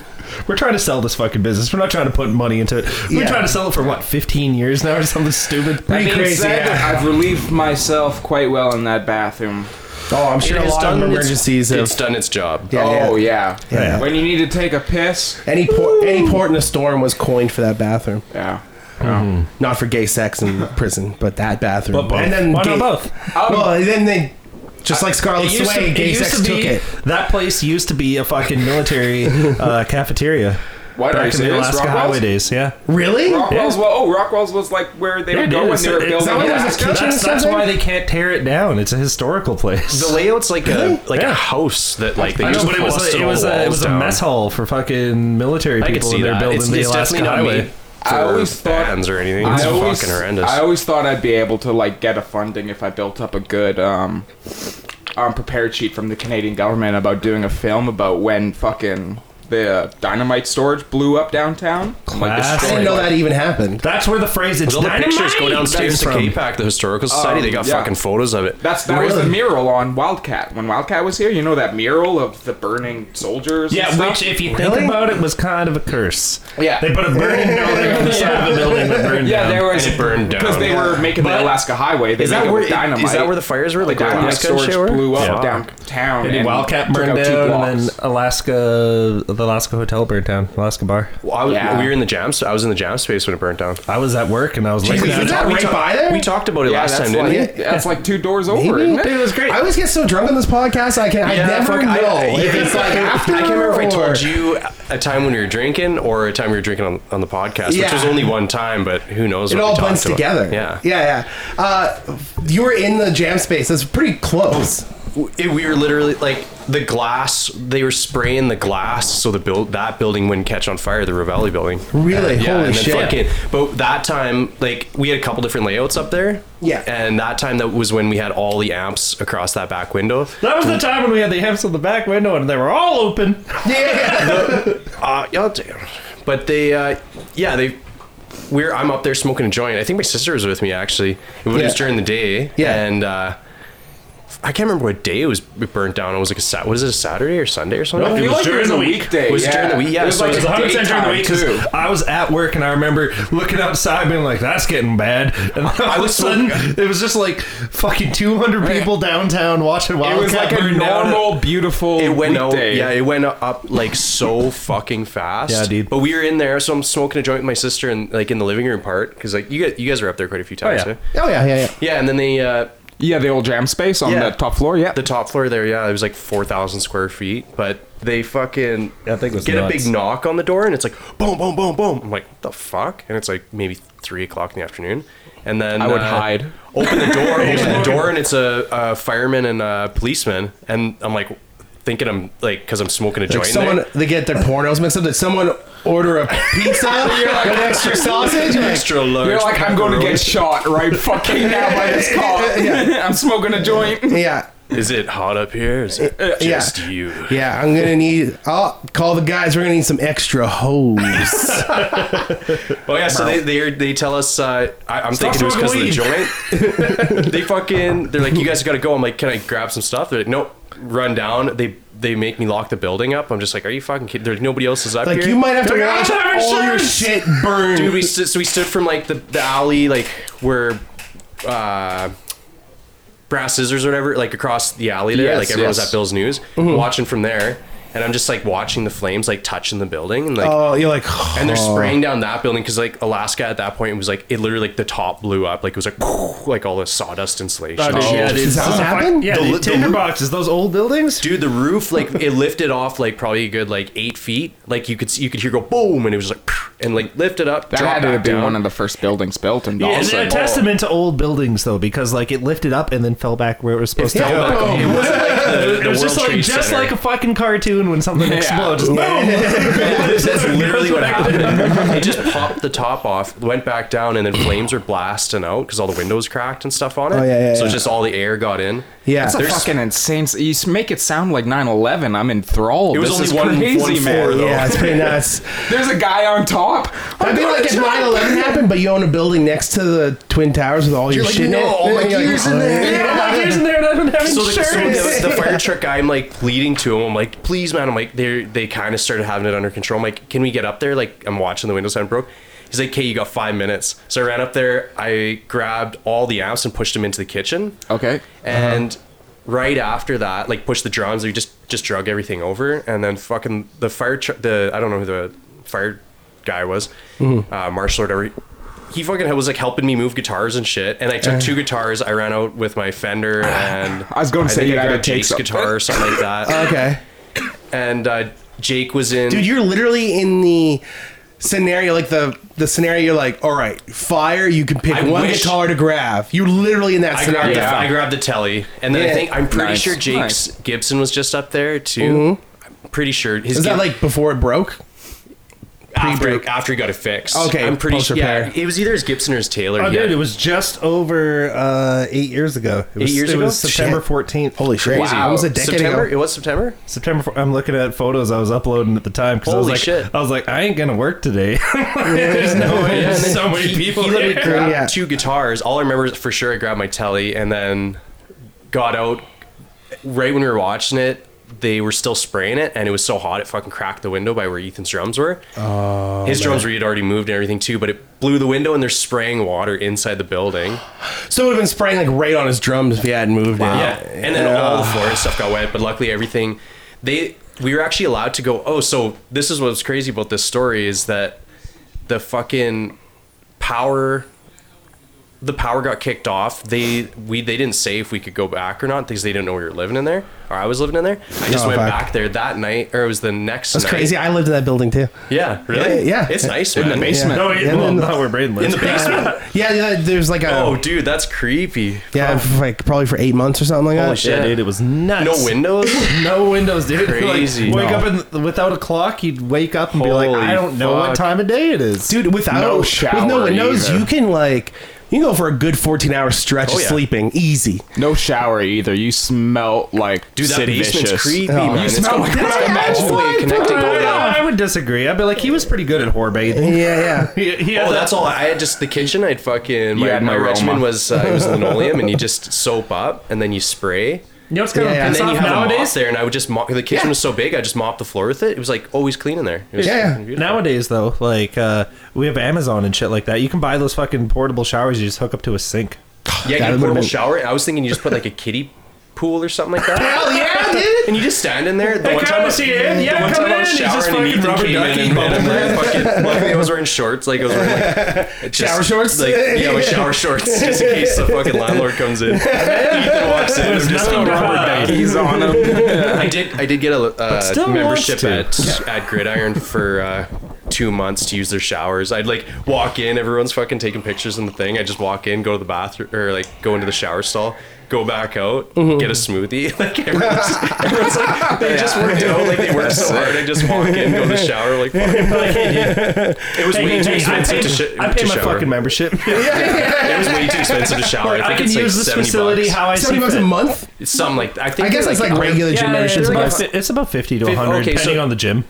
We're trying to sell this fucking business. We're not trying to put money into it. We're Yeah. trying to sell it for what, 15 years now or something stupid? That being crazy, said, yeah. I've relieved myself quite well in that bathroom. Oh, I'm sure It a has lot of done its- emergencies have It's done its job. Yeah, yeah. Oh yeah. Yeah. When you need to take a piss. Any port, any port in a storm was coined for that bathroom. Yeah. Not for gay sex in prison, but that bathroom. But both. And then Why gay- not both? Oh. well, then they just Uh, like Scarlet Sway, gay sex took be, it. That place used to be a fucking military uh, cafeteria. What are you Back in the serious? Alaska highway Rockwell's? days, yeah. Really? Rockwell's well, oh, Rockwell's was like where they would Yeah, go dude, when they it's- were it's- building that one was a Alaska. kitchen That's, or that's something? why they can't tear it down. It's a historical place. The layout's like a like a house that like they I know, just but it was, busted a, it, all was the a, it was a walls mess down. hall for fucking military I people could see and they're that. building It's, the it's Alaska definitely not Highway. made for I always thought- bands or anything. It's I always, fucking horrendous. I always thought I'd be able to like get a funding if I built up a good um, um prepared sheet from the Canadian government about doing a film about when fucking the uh, dynamite storage blew up downtown. Class. Classic. Like I destroyed, didn't know like- that even happened. That's where the phrase it's all the pictures go dynamite downstairs comes to from. K-Pac, the historical society. they got Oh, yeah. fucking photos of it. That's that was the Really? mural on Wildcat when Wildcat was here. You know that mural of the burning soldiers. and Yeah, stuff? which, if you think about it, was kind of a curse. Yeah. They put a burning building on the side of a building that burned yeah, down. there was And it burned down. because they were making the But- Alaska Highway. They Is make that it where with dynamite? is that where the fires were? Like dynamite Alaska and storage shit were? blew up Yeah. downtown? And then Wildcat took burned out two down, and blocks. then Alaska, the Alaska hotel burned down, Alaska bar. Well, I was- Yeah. We were in the jam. I was in the jam space when it burnt down. I was at work and I was like, Wait, is that right by there? We talked about it Yeah, last that's time, like, didn't we? That's like two doors over. Maybe. isn't it? Dude, it was I always get so drunk on this podcast, I can Yeah, I never fuck, know if yeah, it's like after. I can't remember if I or- told you a time when we were drinking or a time we were drinking on, on the podcast, Yeah. which was only one time, but who knows? It what we all talked blends about. together. Yeah, yeah, yeah. Uh, you were in the jam space. That's pretty close. W- it- we were literally like the glass. They were spraying the glass so the build that building wouldn't catch on fire. The Ravelli building. Really? Yeah, Holy and then shit. fucking. But that time, like, we had a couple different layouts up there. Yeah. And that time, that was when we had all the amps across that back window. That was the time when we had the amps on the back window and they were all open. Yeah. Uh, yeah, I'll take it. but they, uh, yeah, they. We're I'm up there smoking a joint. I think my sister was with me actually. It was Yeah. during the day. Yeah. and uh, I can't remember what day it was it burnt down. It was like a Sat- was it a Saturday or Sunday or something? I feel was like during it was the a week. weekday. It was yeah. during the week, yeah, It was so like it was a 100% during the week too. because I was at work and I remember looking outside being like, that's getting bad. And then all I of a was so- sudden, it was just like fucking 200 people downtown watching It Wildcat was like a burn down. normal, beautiful It went out, weekday. yeah. It went up like so fucking fast. Yeah, dude. But we were in there, so I'm smoking a joint with my sister and like in the living room part because like you guys, you guys were up there quite a few times. yeah. eh? oh yeah, yeah, yeah. yeah. And then they uh, Yeah, the old jam space on Yeah. the top floor. Yeah, the top floor there, yeah, it was like four thousand square feet, but they fucking I think it was get a nuts. big knock on the door and it's like boom, boom, boom, boom. I'm like, what the fuck? And it's like maybe three o'clock in the afternoon, and then uh, I would hide. Open the door, open the door, and it's a, a fireman and a policeman, and I'm like thinking I'm like because I'm smoking a joint. Like someone there. they get their pornos mixed up. Did someone order a pizza with extra sausage? Like, extra large. You're like, I'm going to get pepperoni. shot right fucking now by this cop. I'm smoking a joint. yeah, Is it hot up here? Is it just you? yeah. I'm gonna need. I'll call the guys. We're gonna need some extra hose. Oh yeah, so they they, they tell us. Uh, I, I'm Stop thinking it was because of the smoking joint. they fucking. They're like, you guys gotta go. I'm like, can I grab some stuff? They're like, nope. Run down. They they make me lock the building up. I'm just like, are you fucking kidding? There's nobody else is up Like here. you might have to They're like, watch "I don't have all your insurance!" shit burn. Dude, we stood, so we stood from like the, the alley, like where uh, brass scissors or whatever, like across the alley there. Yes, like everyone was yes. at Bill's News, Mm-hmm. watching from there, and I'm just like watching the flames like touching the building and like. oh, you're like, And they're spraying down that building because, like, Alaska at that point was like it literally like the top blew up, like it was like like all the sawdust insulation. Oh, and shit. yeah, Does that happen? Yeah, The the, li- the tinder roo- boxes, those old buildings. Dude, the roof like it lifted off like probably a good like eight feet. Like you could see, you could hear go boom, and it was like "Phew," and like lifted up. That dropped had to back have been down. one of the first buildings built in It's Dawson. a testament to old buildings, though, because like it lifted up and then fell back where it was supposed to fell go. back on. It wasn't like the- it the was just World like Trade just Center. like a fucking cartoon when something explodes. Just, That's literally what happened. It just popped the top off, went back down, and then flames were blasting out because all the windows cracked and stuff on it. Oh, yeah, yeah, so yeah. just all the air got in. Yeah. That's a There's- fucking insane. s- You s- make it sound like 9/11. I'm enthralled. It was this only is one- crazy, one floor, man. though. Yeah, it's pretty nuts. There's a guy on top. I I'm think going like if to- 9/11 happened, but you own a building next to the Twin Towers with all your like, shit no, in it. all my and you're "Oh, gear's in there. yeah. yeah, like, here's in there and I don't have So, the, so insurance. the, the fire truck guy, I'm like leading to him. I'm like, please, man. I'm like, they they kind of started having it under control. I'm like, can we get up there? Like, I'm watching the windows haven't broke. He's like, okay, you got five minutes. So I ran up there. I grabbed all the amps and pushed them into the kitchen. Oh, Okay. and right after that, like push the drums, we just just drug everything over, and then fucking the fire tr- the I don't know who the fire guy was, Mm-hmm. uh, Marshall or whatever. He fucking was like helping me move guitars and shit, and I took two guitars. I ran out with my Fender and Uh-huh. I was gonna say think you I gotta grabbed take Jake's something. guitar or something like that, Okay, and uh, Jake was in. dude, you're literally in the scenario like the the scenario. You're like, all right, fire. You can pick I one wish- guitar to grab. You're literally in that I scenario. grabbed, the, I grabbed the telly, and then Yeah. I think I'm pretty Nice. sure Jake's Nice. Mm-hmm. Gibson was just up there too. I'm pretty sure his Is that Gib- like before it broke? after, pre-break? after he got it fixed. Okay, I'm pretty sure. Yeah, post-repair. it was either his Gibson or his Taylor. Oh, yeah. dude, it was just over uh, eight years ago. It was, Eight years it ago? was September Shit. 14th. Holy shit! Wow. It was a decade September. ago. It was September. September. 4th, I'm looking at photos I was uploading at the time because I was Holy like, shit. I was like, I ain't gonna work today. There's no way. Yeah, and There's then Oh, so many he- people. He literally here. grabbed Yeah. two guitars. All I remember is for sure I grabbed my telly and then got out right when we were watching it. They were still spraying it, and it was so hot it fucking cracked the window by where Ethan's drums were. Oh, His drums were he had already moved and everything too, but it blew the window, and they're spraying water inside the building. So it would have been spraying like right on his drums if he hadn't moved it. Yeah, and then all the floor and stuff got wet, but luckily everything they we were actually allowed to go. Oh, so this is what's crazy about this story is that the fucking power the power got kicked off. They we they didn't say if we could go back or not because they didn't know we were living in there or I was living in there. I just No, went Oh, fuck. back there that night or it was the next That's night. crazy. I lived in that building too. Yeah, really? Yeah, yeah. It's nice, man. In the basement. No, it, And well, then- not where Braden lives. In the basement. Yeah, yeah there's like a Oh, dude, that's creepy. yeah, for like probably for eight months or something like that. Holy yeah, dude, it was nuts. No windows? No windows, dude. Crazy. Like, wake No. up in, without a clock, you'd wake up and be like, Holy I don't know what fuck. time of day it is. dude without No with no shower windows either. you can like you can go for a good 14 hour stretch Oh, of yeah. sleeping easy No shower either. You smell like Dude, that Sid basement's Vicious. creepy, Oh. man. You It's smell got like it's got that. that That's hallway why I I, connecting all don't know, that. I would disagree. I'd be like, he was pretty good at whore bathing. yeah yeah He, he had Oh, that- that's all. I had just the kitchen. I'd fucking my, had an my aroma. regimen was uh, it was linoleum, and you just soap up, and then you spray, You know what's kind Yeah, yeah. of and piss then you off have a mop nowadays? there. And I would just mop. The kitchen was so big, I just mopped the floor with it. It was like always clean in there. It was Yeah. fucking beautiful. Nowadays, though, like uh, we have Amazon and shit like that. You can buy those fucking portable showers. You just hook up to a sink. yeah, that you get a would've portable been- shower. I was thinking you just put like a kiddie pool or something like that. Hell yeah, dude. And you just stand in there. The one time I- it. the one time I was showering and Ethan came in and then I fucking, luckily I was wearing shorts, like I was wearing like just- Shower shorts? like yeah, with shower shorts, just in case the fucking landlord comes in. Ethan walks in, I'm just nothing a rubber wrong. ducky. He's on him. I did. I did get a uh, still membership wants at at Gridiron for uh, two months to use their showers. I'd like walk in, everyone's fucking taking pictures in the thing. I just walk in, go to the bathroom, or like go into the shower stall, go back out, Mm-hmm. get a smoothie. Like everyone's, everyone's like they just worked out, like they worked so hard. I just walk in, go to the shower, like fuck. it was way too expensive to, sh- I to pay my shower. fucking membership. It was way too expensive to shower. I I think can it's like use this seventy facility bucks. how I see 70 bucks a fit. month It's Some like I think i guess they're, that's like a- regular gym Yeah, it's, memberships about, I guess. fi- it's about fifty to Fif- hundred, okay, depending so- on the gym.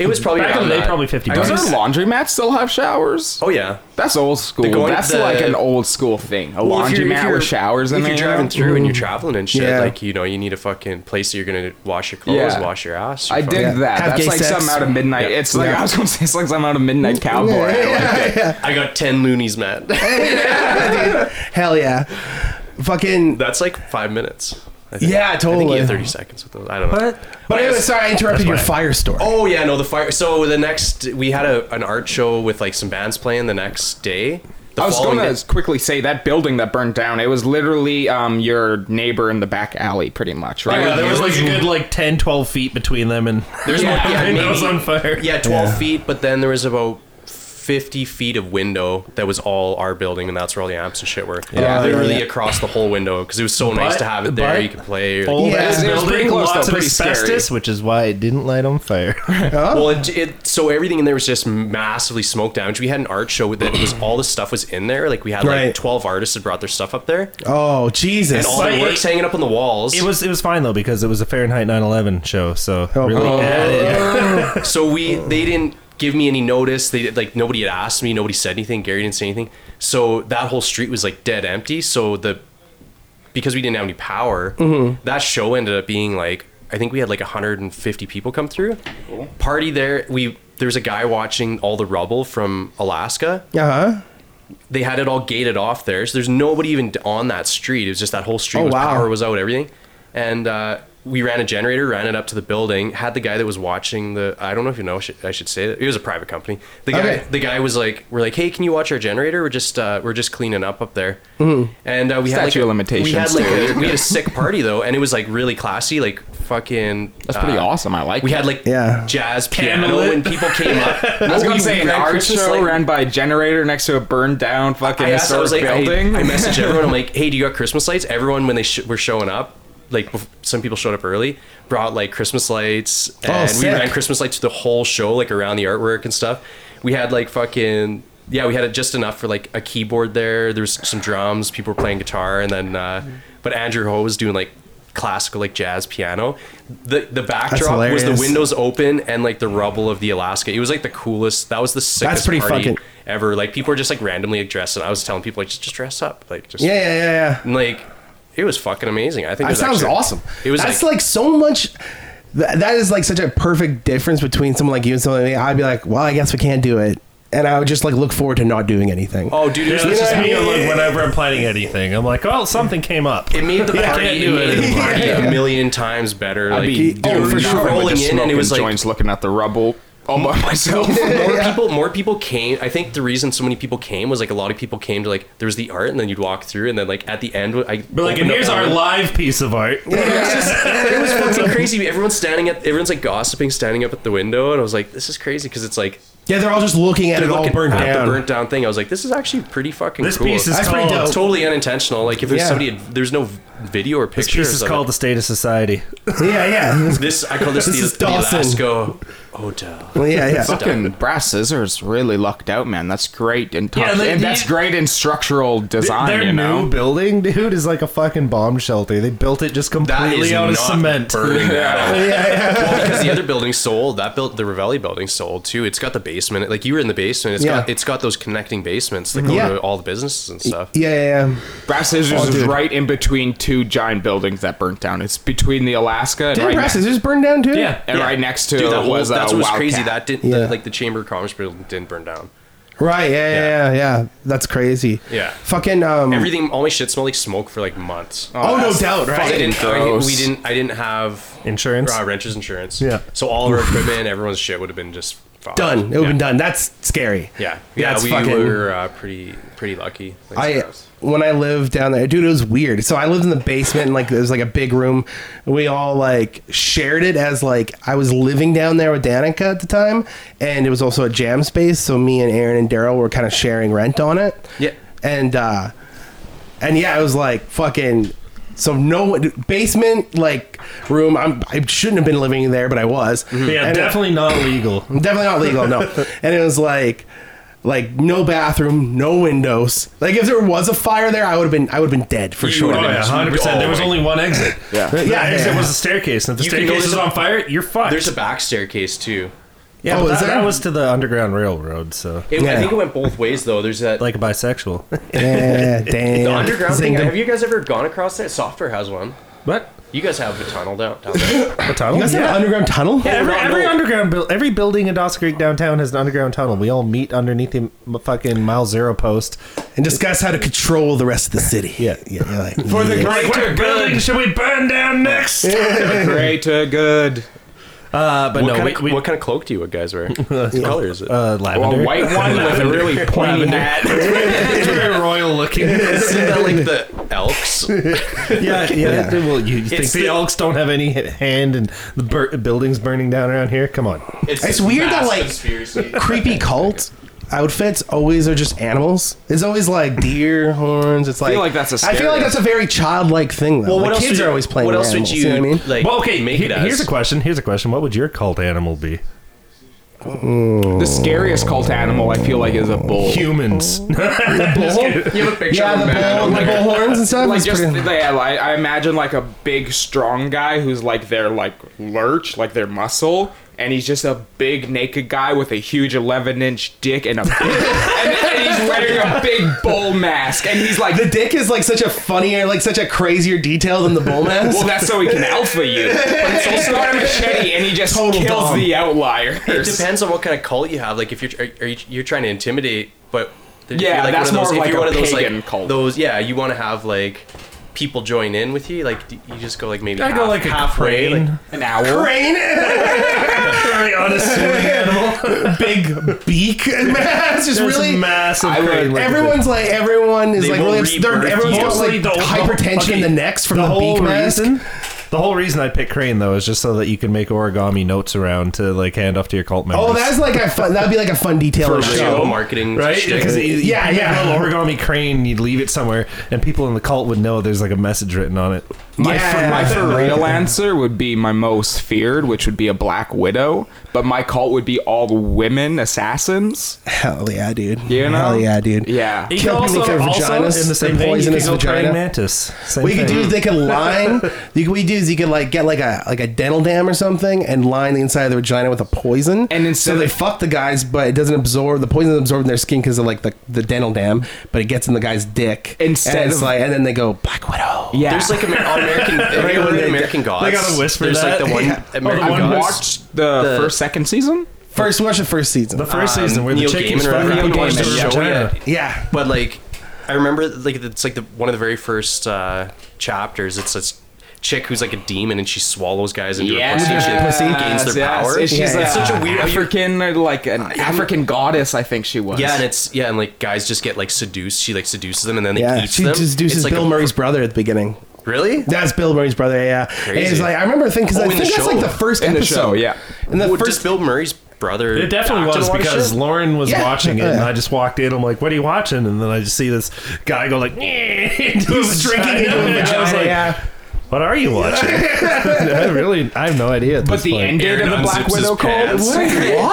It was probably Back in around the day, that. probably 50 I bucks. guess- Does our laundromats still have showers? Oh yeah. That's old school. going- That's the- like an old school thing. A Well, if you're- if laundromat you're- with showers in if there. you're driving through and you're traveling and shit, Yeah. like you know, you need a fucking place that you're gonna wash your clothes, Yeah. wash your ass. your I dig fucking- that. Have That's gay like sex. something out of midnight. Yeah. It's like Yeah. I was gonna say it's like something out of midnight cowboy. I got ten loonies, man. Hell yeah. Fucking That's like five minutes. I think. yeah, I think totally. you had 30 seconds with those. I don't know. But- But anyway, sorry I interrupted your fine. fire story. Oh yeah, no the fire. So the next we had a, an art show with like some bands playing the next day. The I was following gonna day- quickly say that building that burned down. It was literally um, your neighbor in the back alley, pretty much, right? Yeah, there There was was like a like- good like 10, 12 feet between them, and There's Yeah, yeah, yeah, and maybe- it was on fire. yeah, 12 feet, but then there was about 50 feet of window that was all our building, and that's where all the amps and shit were. Yeah. literally across the whole window because it was so nice But- to have it there. but- You could play. Old Yeah, ass it was pretty building, close, lots though, of pretty scary. asbestos, which is why it didn't light on fire. Well, it, it, so everything in there was just massively smoke damage. We had an art show with it. was all the stuff was in there. Like we had Right. like 12 artists that brought their stuff up there, Oh, Jesus. and all But the it- works hanging up on the walls. It was it was fine though because it was a Fahrenheit 9/11 show, so really oh. added. So we they didn't give me any notice. They like nobody had asked me, nobody said anything. Gary didn't say anything. So that whole street was like dead empty. So the because we didn't have any power, that show ended up being like I think we had like 150 people come through. Party there. We there was a guy watching all the rubble from Alaska. Uh huh. They had it all gated off there. So there's nobody even on that street. It was just that whole street Oh, was wow. power was out, everything. And uh, we ran a generator, ran it up to the building. Had the guy that was watching the I don't know if you know sh- I should say that it was a private company. The guy Okay. the guy was like, we're like, hey, can you watch our generator? We're just uh, we're just cleaning up up there. Mm-hmm. And uh, we had like, Statute of a- We had limitations, like a, dude. we had a sick party though, and it was like really classy, like fucking. That's pretty uh, awesome. I like. We it. had like Yeah. jazz piano Candlelit. when people came up. I was Oh, gonna we- say we an ran art Christmas show light- ran by a generator next to a burned down fucking I asked, I historic was like, I- building. I, messaged everyone. I'm like, hey, do you got Christmas lights? Everyone, when they sh- were showing up, like bef- some people showed up early, brought like Christmas lights, and we Oh, sick. ran Christmas lights through the whole show, like around the artwork and stuff. We had like fucking yeah, we had it just enough for like a keyboard there. There was some drums, people were playing guitar, and then uh, but Andrew Ho was doing like classical like jazz piano. The the backdrop was the hilarious. windows open and like the rubble of the Alaska. It was like the coolest. That was the sickest pretty party fucking- ever. Like people are just like randomly dressed, and I was telling people like just, just dress up, like just Yeah, yeah, yeah, yeah. And, like it was fucking amazing. I think it That was sounds actually- awesome. It was That's like, like, so much. That, that is like such a perfect difference between someone like you and someone like me. I'd be like, well, I guess we can't do it, and I would just like look forward to not doing anything. oh dude, it, was, Yeah, that's it just me. Like, whenever I'm planning anything, I'm like, oh, something came up. made the Yeah, I party, can't it do made it. the party Yeah. a million times better. I'd Like be oh, doing for sure. nothing but rolling just in, and it smoking was like joints, looking at the rubble all by myself. more people more people came i think the reason so many people came was like a lot of people came to like there was the art and then you'd walk through and then like at the end i But like, and here's our live. live piece of art. it was fucking crazy everyone's standing at everyone's like gossiping standing up at the window and i was like this is crazy because it's like yeah, they're all just looking at it all looking burned at down. the burnt down thing i was like this is actually pretty fucking This cool piece is That's pretty called. dope. it's totally unintentional like if there's Yeah. somebody there's no video or This pictures piece is of called it. the state of society. yeah, yeah, this i call this, This the, is the Dawson. Alaska hotel Well, yeah, yeah. fucking brass scissors really lucked out, man. That's great in touch, Yeah, they- and that's they- great in structural design. Their you know, new building, dude, is like a fucking bomb shelter. They built it just that is completely out of not cement. burning down. yeah, yeah. well, because the other building sold. That built the Ravelli building sold too. It's got the basement. Like you were in the basement. It's Yeah. got it's got those connecting basements that go Yeah. to all the businesses and stuff. Yeah, yeah, yeah. Brass Scissors Oh, is dude. right in between two giant buildings that burnt down. It's between the Alaska and, Didn't right, Brass ne- Scissors burn down too? Yeah. and Yeah. right next to Dude, it that whole, was uh, that's what was crazy. Wildcat. That didn't Yeah. the, like the Chamber of Commerce building didn't burn down. Right. Yeah, yeah, yeah, Yeah. yeah. That's crazy. Yeah. Fucking um. Everything, all my shit smelled like smoke for like months. oh no that's doubt, I right? didn't. I- gross. we didn't. I didn't have Insurance? Uh, renters insurance. Yeah. So all of our equipment, everyone's shit would have been just fucked. Done. It would have yeah. been done. That's scary. Yeah. Yeah. That's we fucking- were uh, pretty pretty lucky. Thanks I to us. when I lived down there, dude, it was weird. So I lived in the basement, and like there was like a big room. We all like shared it as like I was living down there with Danica at the time, and it was also a jam space. So me and Aaron and Daryl were kind of sharing rent on it. Yeah. and uh, and yeah, it was like fucking. So no basement like room. I'm I shouldn't have been living there, but I was. Yeah, And it- definitely not legal. Definitely not legal, no. and it was like like no bathroom, no windows. Like if there was a fire there, I would have been I would have been dead for Oh sure. would've yeah, been- hundred percent. There was Oh, only one exit. Yeah. That Yeah, exit yeah. was a staircase, and if the You can go staircase to is the- on fire, you're fucked. There's a back staircase too. Yeah, Oh, but is that, there? that was to the Underground Railroad, so It, Yeah. I think it went both ways though. There's that like a bisexual. Yeah, damn. the underground thing. Zinged Have you guys ever gone across that? Software has one. what? You guys have a tunnel down, down there. A tunnel? That's Yeah. an underground tunnel. Yeah, every, No, no. every underground buil- every building in Dawson Creek downtown has an underground tunnel. We all meet underneath the m- fucking mile zero post. And discuss how to control the rest of the city. Yeah. yeah. you're like, For yeah. the greater building, should we burn down next? Greater good. Uh, but What, no, kind we, of, we, what kind of cloak do you guys wear? what color is it? A uh, lavender. white one with a really pointy hat. it's very royal looking. Isn't that like the elks? yeah, yeah. Well, you think It's the the- Elks don't have any h- hand in the bur- buildings burning down around here? Come on. It's It's, this weird that, mass like- conspiracy. creepy cult outfits always are just animals. It's always like deer horns. It's like feel like that's a I feel like stereotype. that's a very childlike thing. Though. Well, Like, what else kids would you, are always playing. What with else animals, would you, know what I mean? like? Well, okay. Make he- it as? here's a question. Here's a question. What would your cult animal be? The scariest cult animal I feel like is a bull. Humans. You have a picture yeah, of the a bull, man. the bull horns and stuff. Like is just pretty- yeah, like, I imagine like a big strong guy who's like their like lurch, like their muscle, and he's just a big naked guy with a huge eleven inch dick and a big, and, and he's wearing a big bull mask, and he's like, the dick is like such a funnier, like such a crazier detail than the bull mask. well, that's so he can alpha you, but it's also got a machete, and he just Total kills dom. the It outliers. depends on what kind of cult you have. Like if you're are, are you, you're trying to intimidate, but if Yeah, you're, like that's one of those, more if like you're a one of those pagan like cult. those yeah, you want to have like people join in with you. Like d- you just go like maybe I half, go like a halfway. crane. like- An owl. very unassuming animal. big beak and mask. Just There's really. massive. I would- crane looking Everyone's like everyone is They like will really rebirth they're, everyone's got Mostly like the- hypertension in okay, the necks from the, whole beak mask. reason, The whole reason I picked Crane though is just so that you can make origami notes around to like hand off to your cult members. Oh, that's like a fun. That'd be like a fun detail. for of real show. marketing, right. shtick. Because you- you Yeah, make yeah. A little origami crane, you'd leave it somewhere, and people in the cult would know there's like a message written on it. My, Yeah. my for real answer would be my most feared, which would be a black widow. But my cult would be all women assassins. Hell yeah, dude. You know? Hell yeah, dude. Yeah. You Kill can people also- with their also vaginas, in the same their vein, you could poisonous go vagina. praying mantis. Same What you could thing. do is they could line. you could, what you do is you could like get like a like a dental dam or something and line the inside of the vagina with a poison. And instead so they of- fuck the guys, but it doesn't absorb the poison. Is absorbed in their skin because of like the, the dental dam, but it gets in the guy's dick. Instead and it's of- like, and then they go Black Widow. Yeah. There's like Amer- on American, have you ever heard of American Gods. gotta whisper There's like that. Oh, the one Yeah. American I one Gods. watched the, the- first, second season. First, watch the first season. Uh, the first season where the Neil chick keeps Gaiman or fucking whatever. I haven't watched the Gaiman, show vagina. yet. yeah. But like, I remember like it's like the one of the very first uh, chapters. It's this chick who's like a demon and she swallows guys into her pussy. and She gains their power. And She's Yeah, like yeah. such a weird African, like an African goddess. I think she was. Yeah, and it's yeah, and like guys just get like seduced. She like seduces them and then Yeah, like, eats she them. seduces It's like Bill a- Murray's brother at the beginning. Really? That's Bill Murray's brother. Yeah, And it's Crazy. like I remember thinking because Oh, I in the think that's show. like the first In the episode. show, yeah. and the Well, first just Bill Murray's brother. It definitely acted in was a lot of because shit? Lauren was Yeah. watching it, and Yeah. I just walked in. I'm like, "What are you watching?" And then I just see this guy go like, "Who's drinking into a I was vagina, like, yeah. "What are you watching?" I really, I have no idea. At But this the point. end date of Aaron the Black unzips his Widow cult.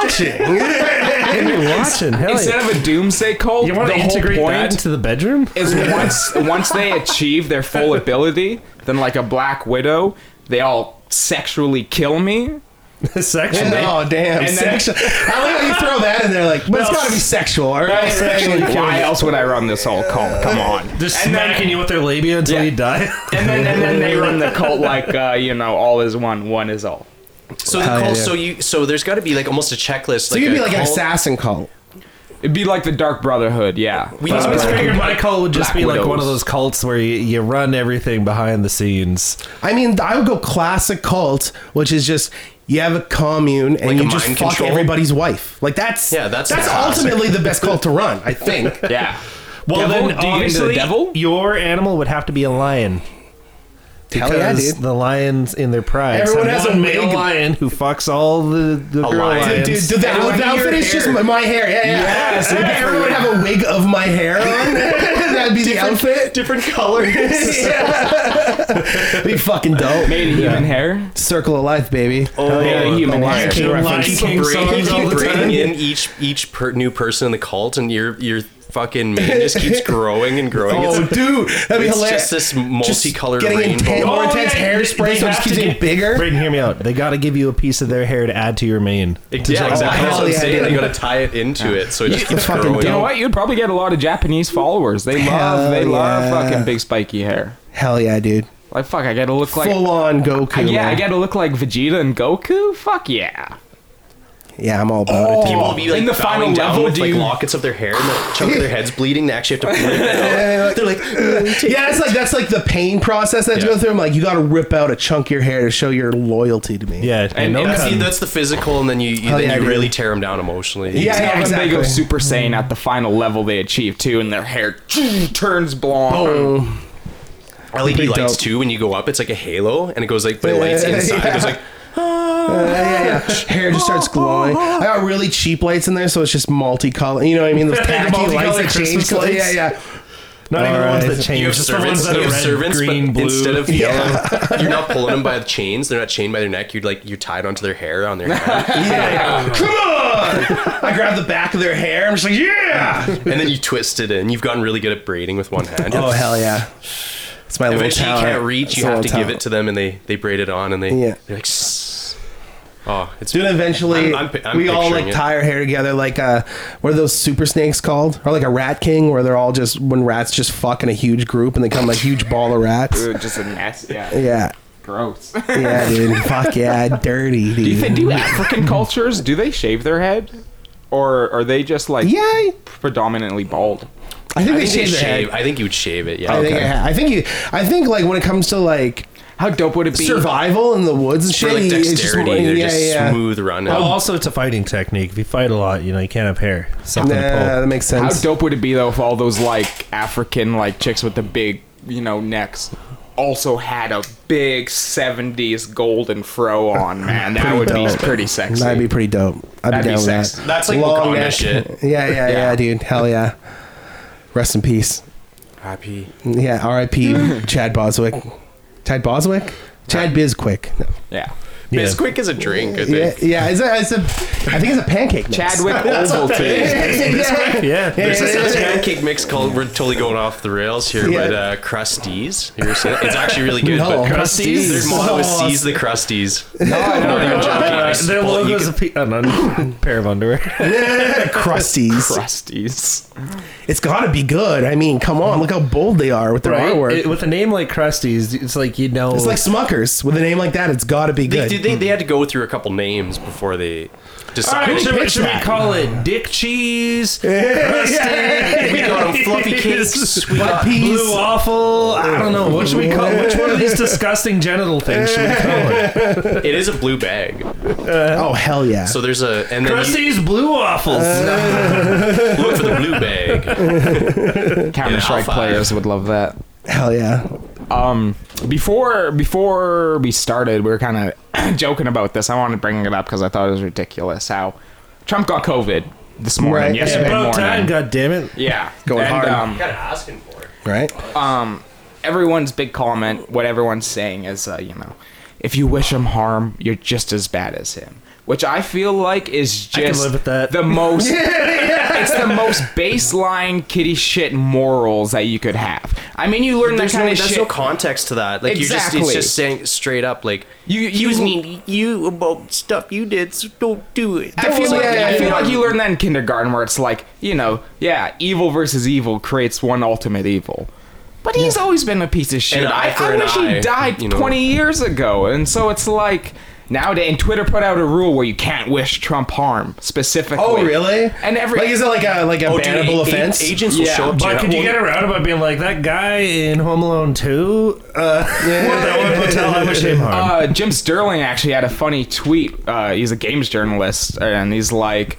pants. watching. What are you watching? Hell Instead yeah. of a doomsday cult, you the want to whole integrate that point into the bedroom? is once once they achieve their full ability, then like a Black Widow, they all sexually kill me. Sexually, oh damn! and then- sexual. I like how you throw that in there. Like, but it's got to be sexual, all right? sexually kill Why me. else would I run this whole cult? Come on. they're smacking you with their labia until Yeah. you die. And then, and then they run the cult like uh, you know, all is one, one is all. So the Hell cult. yeah. So you. So there's got to be like almost a checklist. So you'd be like an cult- assassin cult. It'd be like the Dark Brotherhood, yeah. We I need always to figured my cult would just Black be like one of Widows. those cults where you, you run everything behind the scenes. I mean, I would go classic cult, which is just you have a commune and Like a you just mind fuck control? everybody's wife. Like that's Yeah, that's that's classic. ultimately the best cult to run, I think. yeah. Well, Devil? then Do you get into the obviously, devil? your animal would have to be a lion. Hell yeah, Because dude. the lions in their pride. Everyone has a male wig. lion who fucks all the, the girl lion. lions. Dude, dude, the Everyone outfit in your is just hair. my, my hair. Yeah, yeah. Yes, it'd be Everyone would have a wig of my hair on. That'd be the outfit. different colors. It'd be fucking dope. Made of human hair. Circle of life, baby. Oh, Made the of human Lion hair. King Lion reference. King Bring, songs all the bring time. in each each per, new person in the cult, and you're you're fucking mane just keeps growing and growing. Oh, It's- dude, that'd be it's hilarious. just this multicolored getting rainbow. inten- more Oh, intense yeah, hairspray, they so it just have keeps to getting get- bigger. Braden, hear me out. They got to give you a piece of their hair to add to your mane. To Yeah, just- exactly. That's what I'm Oh, yeah, saying. dude. You gotta tie it into it, so it just keeps fucking growing. You know what? You'd probably get a lot of Japanese followers. They Hell love, they yeah. love fucking big spiky hair. Hell yeah, dude! Like fuck, I gotta look like Full on Goku. I- yeah, man. I gotta look like Vegeta and Goku. Fuck yeah. Yeah, I'm all about it. People will be like In the bowing final down level, with do like you- lockets of their hair and the chunk of their head's bleeding. They actually have to. Pull it out. They're like, Dude. Yeah, that's like that's like the pain process that you Yeah. go through. I'm like, you got to rip out a chunk of your hair to show your loyalty to me. yeah, And- no and that's, the, cutting. that's the physical, and then you, you Oh, then yeah, you dude. really tear them down emotionally. Yeah, Yeah, when exactly. they go Super Saiyan at the final level they achieve too, and their hair turns Oh. blonde. LED Pretty lights dope. too. When you go up, it's like a halo, and it goes like but it lights Yeah. inside. It goes like yeah, yeah, yeah. Hair just starts glowing. I got really cheap lights in there, so it's just multicolored. You know what I mean? Those tacky Multicolored lights that change Christmas color. Yeah, lights. yeah. not even the Alright. ones that change. you have just servants. the ones that You are have red, servants, green, but blue. instead of Yeah. yellow, you're not pulling them by the chains. They're not chained by their neck. You're like you're tied onto their hair on their head, Yeah. Come on! I grab the back of their hair. I'm just like, yeah. and then you twist it in. You've gotten really good at braiding with one hand. Oh hell yeah! It's my little Eventually, you talent. can't reach. It's You my have to little give it talent. to them, and they they braid it on, and they Yeah. they're like. "Sss." Oh, it's Dude, eventually I'm- I'm pi- I'm we all like picturing it. tie our hair together, like uh, what are those super snakes called? Or like a rat king, where they're all just when rats just fuck in a huge group and they come like huge ball of rats. Dude, just a mess. Yeah, Yeah, gross. yeah, dude, fuck yeah, dirty, dude. do you think do African cultures do they shave their head, or are they just like yeah, I predominantly bald? I think they I think, they shave their head. shave. I think you would shave it. Yeah. I think I, ha- I think you. I think like when it comes to like How dope would it be? survival in the woods and shit, For like it's dexterity, just more- they're just smooth running. Well, also, it's a fighting technique. If you fight a lot, you know you can't have hair. Something Nah, that to makes How sense. dope would it be though if all those like African like chicks with the big you know necks also had a big '70s golden fro on? Man, that would be dope. pretty sexy. That'd be pretty dope. I'd That'd be be down with sexy. that. That's like Long Wakanda neck. shit. Yeah, yeah, yeah, Yeah. dude. Hell yeah. Rest in peace. Happy. Yeah, R.I.P. Chad Boswick. Chad Boswick. Chad Bizquick. No. yeah. Yeah. Bisquick is a drink. I Yeah, think. yeah. It's a, it's a. I think it's a pancake. Mix. Chadwick Ovaltine. pull. Yeah, There's yeah, this yeah, yeah. pancake mix called. We're totally going off the rails here, Yeah. but uh, Crusties. You ever seen it? It's actually really good. No. but Crusties. Their motto is Oh. "Seize the Crusties." Uh, their Well, you logo's a pe- uh, no, pair of underwear. crusties. Crusties. It's gotta be good. I mean, come on, look how bold they are with their artwork. It- with a name like Krusty's, it's like you know. it's like Smuckers with a name like that. It's gotta be They, good. they, they, they had to go through a couple names before they decided. Alright, should, we- pitched should we that? call it Dick Cheese? we got them fluffy cakes. We got peas. Blue waffle. I don't know. What should we call? Which one of these disgusting genital things should we call it? it is a blue bag. oh hell yeah. So there's a and then you Krusty's blue waffles. Uh. look for the blue bag. Counter Strike Alpha. players would love that. hell yeah. Um, before before we started, we were kind of joking about this. I wanted to bring it up because I thought it was ridiculous how Trump got COVID this morning, Right. yesterday About morning. time, God damn it! Yeah, Going and, hard. Um, Gotta ask him for it. Right. everyone's big comment, what everyone's saying is, uh, you know, if you wish him harm, you're just as bad as him. Which I feel like is just can live with that. the most. It's the most baseline kitty shit morals that you could have. I mean, you learn that There's kind no, of there's shit. no context to that. Like you just Exactly. it's just saying straight up like You- he you- was mean to you about stuff you did, so don't do it. I feel, It's like, I feel yeah. like you learn that in kindergarten, where it's like, you know, yeah, evil versus evil creates one ultimate evil. But he's always been a piece of shit. An eye I, for I an wish eye, he died you know. 20 years ago. And so it's like nowadays, and Twitter put out a rule where you can't wish Trump harm specifically. Oh really? And every like is it like a like a Oh, dude, bannable a- a- offense? Agents will Yeah, show up to But could you get around about being like that guy in Home Alone Two? Uh, that one hotel, I wish him harm. uh, Jim Sterling actually had a funny tweet. Uh, he's a games journalist, and he's like,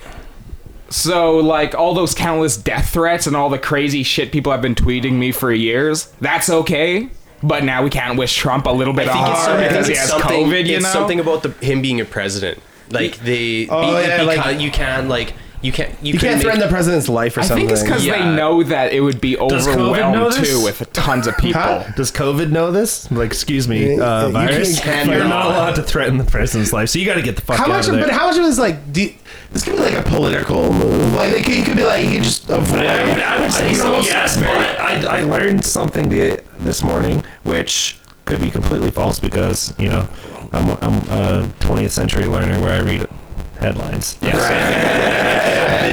"So, like all those countless death threats and all the crazy shit people have been tweeting me for years. That's okay." But now we can't wish Trump a little bit of I think it's harm something, because he it's has something- COVID, you it's know? something about the, him being a president. Like they, Oh, be- yeah, because like- you can like you can't you, you can't make- threaten the president's life or I something. think it's because Yeah. they know that it would be COVID know overwhelmed this? too with tons of people. Huh? Does COVID know this? Like, excuse me, Yeah, uh, you virus. can't- You're not cannot. allowed to threaten the president's life, so you got to get the fuck how out much, of of, there. but how much of it is like do, this could be like a political move? Like it could, you could be like you could just avoid. I would say so. yes, but I, I learned something the- this morning, which could be completely false because you know I'm, I'm a 20th century learner where I read headlines. Yes.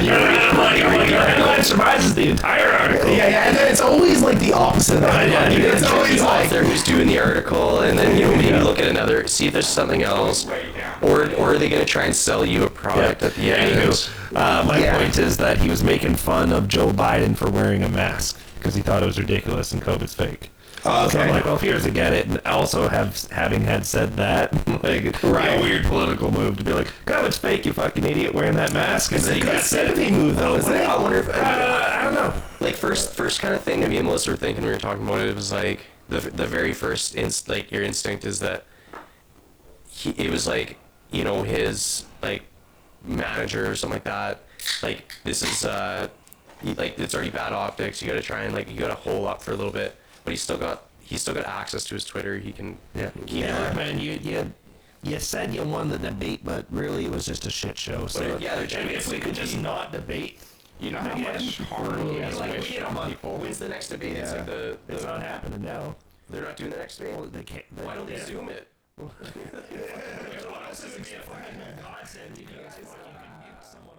and "Oh you don't get the money when your headline surprises the entire article. Yeah, yeah, and then it's always like the opposite of that. yeah, Like, yeah, it's always like who's doing the article, and then you know maybe look at another, see if there's something else, or or are they gonna try and sell you a product at the end? Anywho, uh, my Yeah. point is that he was making fun of Joe Biden for wearing a mask because he thought it was ridiculous and COVID's fake. So I'm Oh, okay. like, well, here's to get it, and also have having had said that, like, it'd be Right. a weird political move to be like, God, it's fake, you fucking idiot, wearing that mask. And then he got said if he moved though. It's like, I wonder if I don't know. like first first kind of thing that me and Melissa were thinking we were talking about it, it was like the the very first inst like your instinct is that he it was like you know his like manager or something like that like this is uh he- like it's already bad optics you gotta try and like you gotta hole up for a little bit but he's still got he's still got access to his Twitter he can Yeah, he can- yeah, man, you you you said you won the debate, but really it was just a shit show. So But, yeah, they're I mean, if we could just not debate, you know how much harm he has like, wished you know, on like, people when's the next debate it's like the, it's the not happening now. they're not doing the next debate They can't. They, why don't they yeah. zoom it What else is it gonna be? Odds that you guys fucking mute someone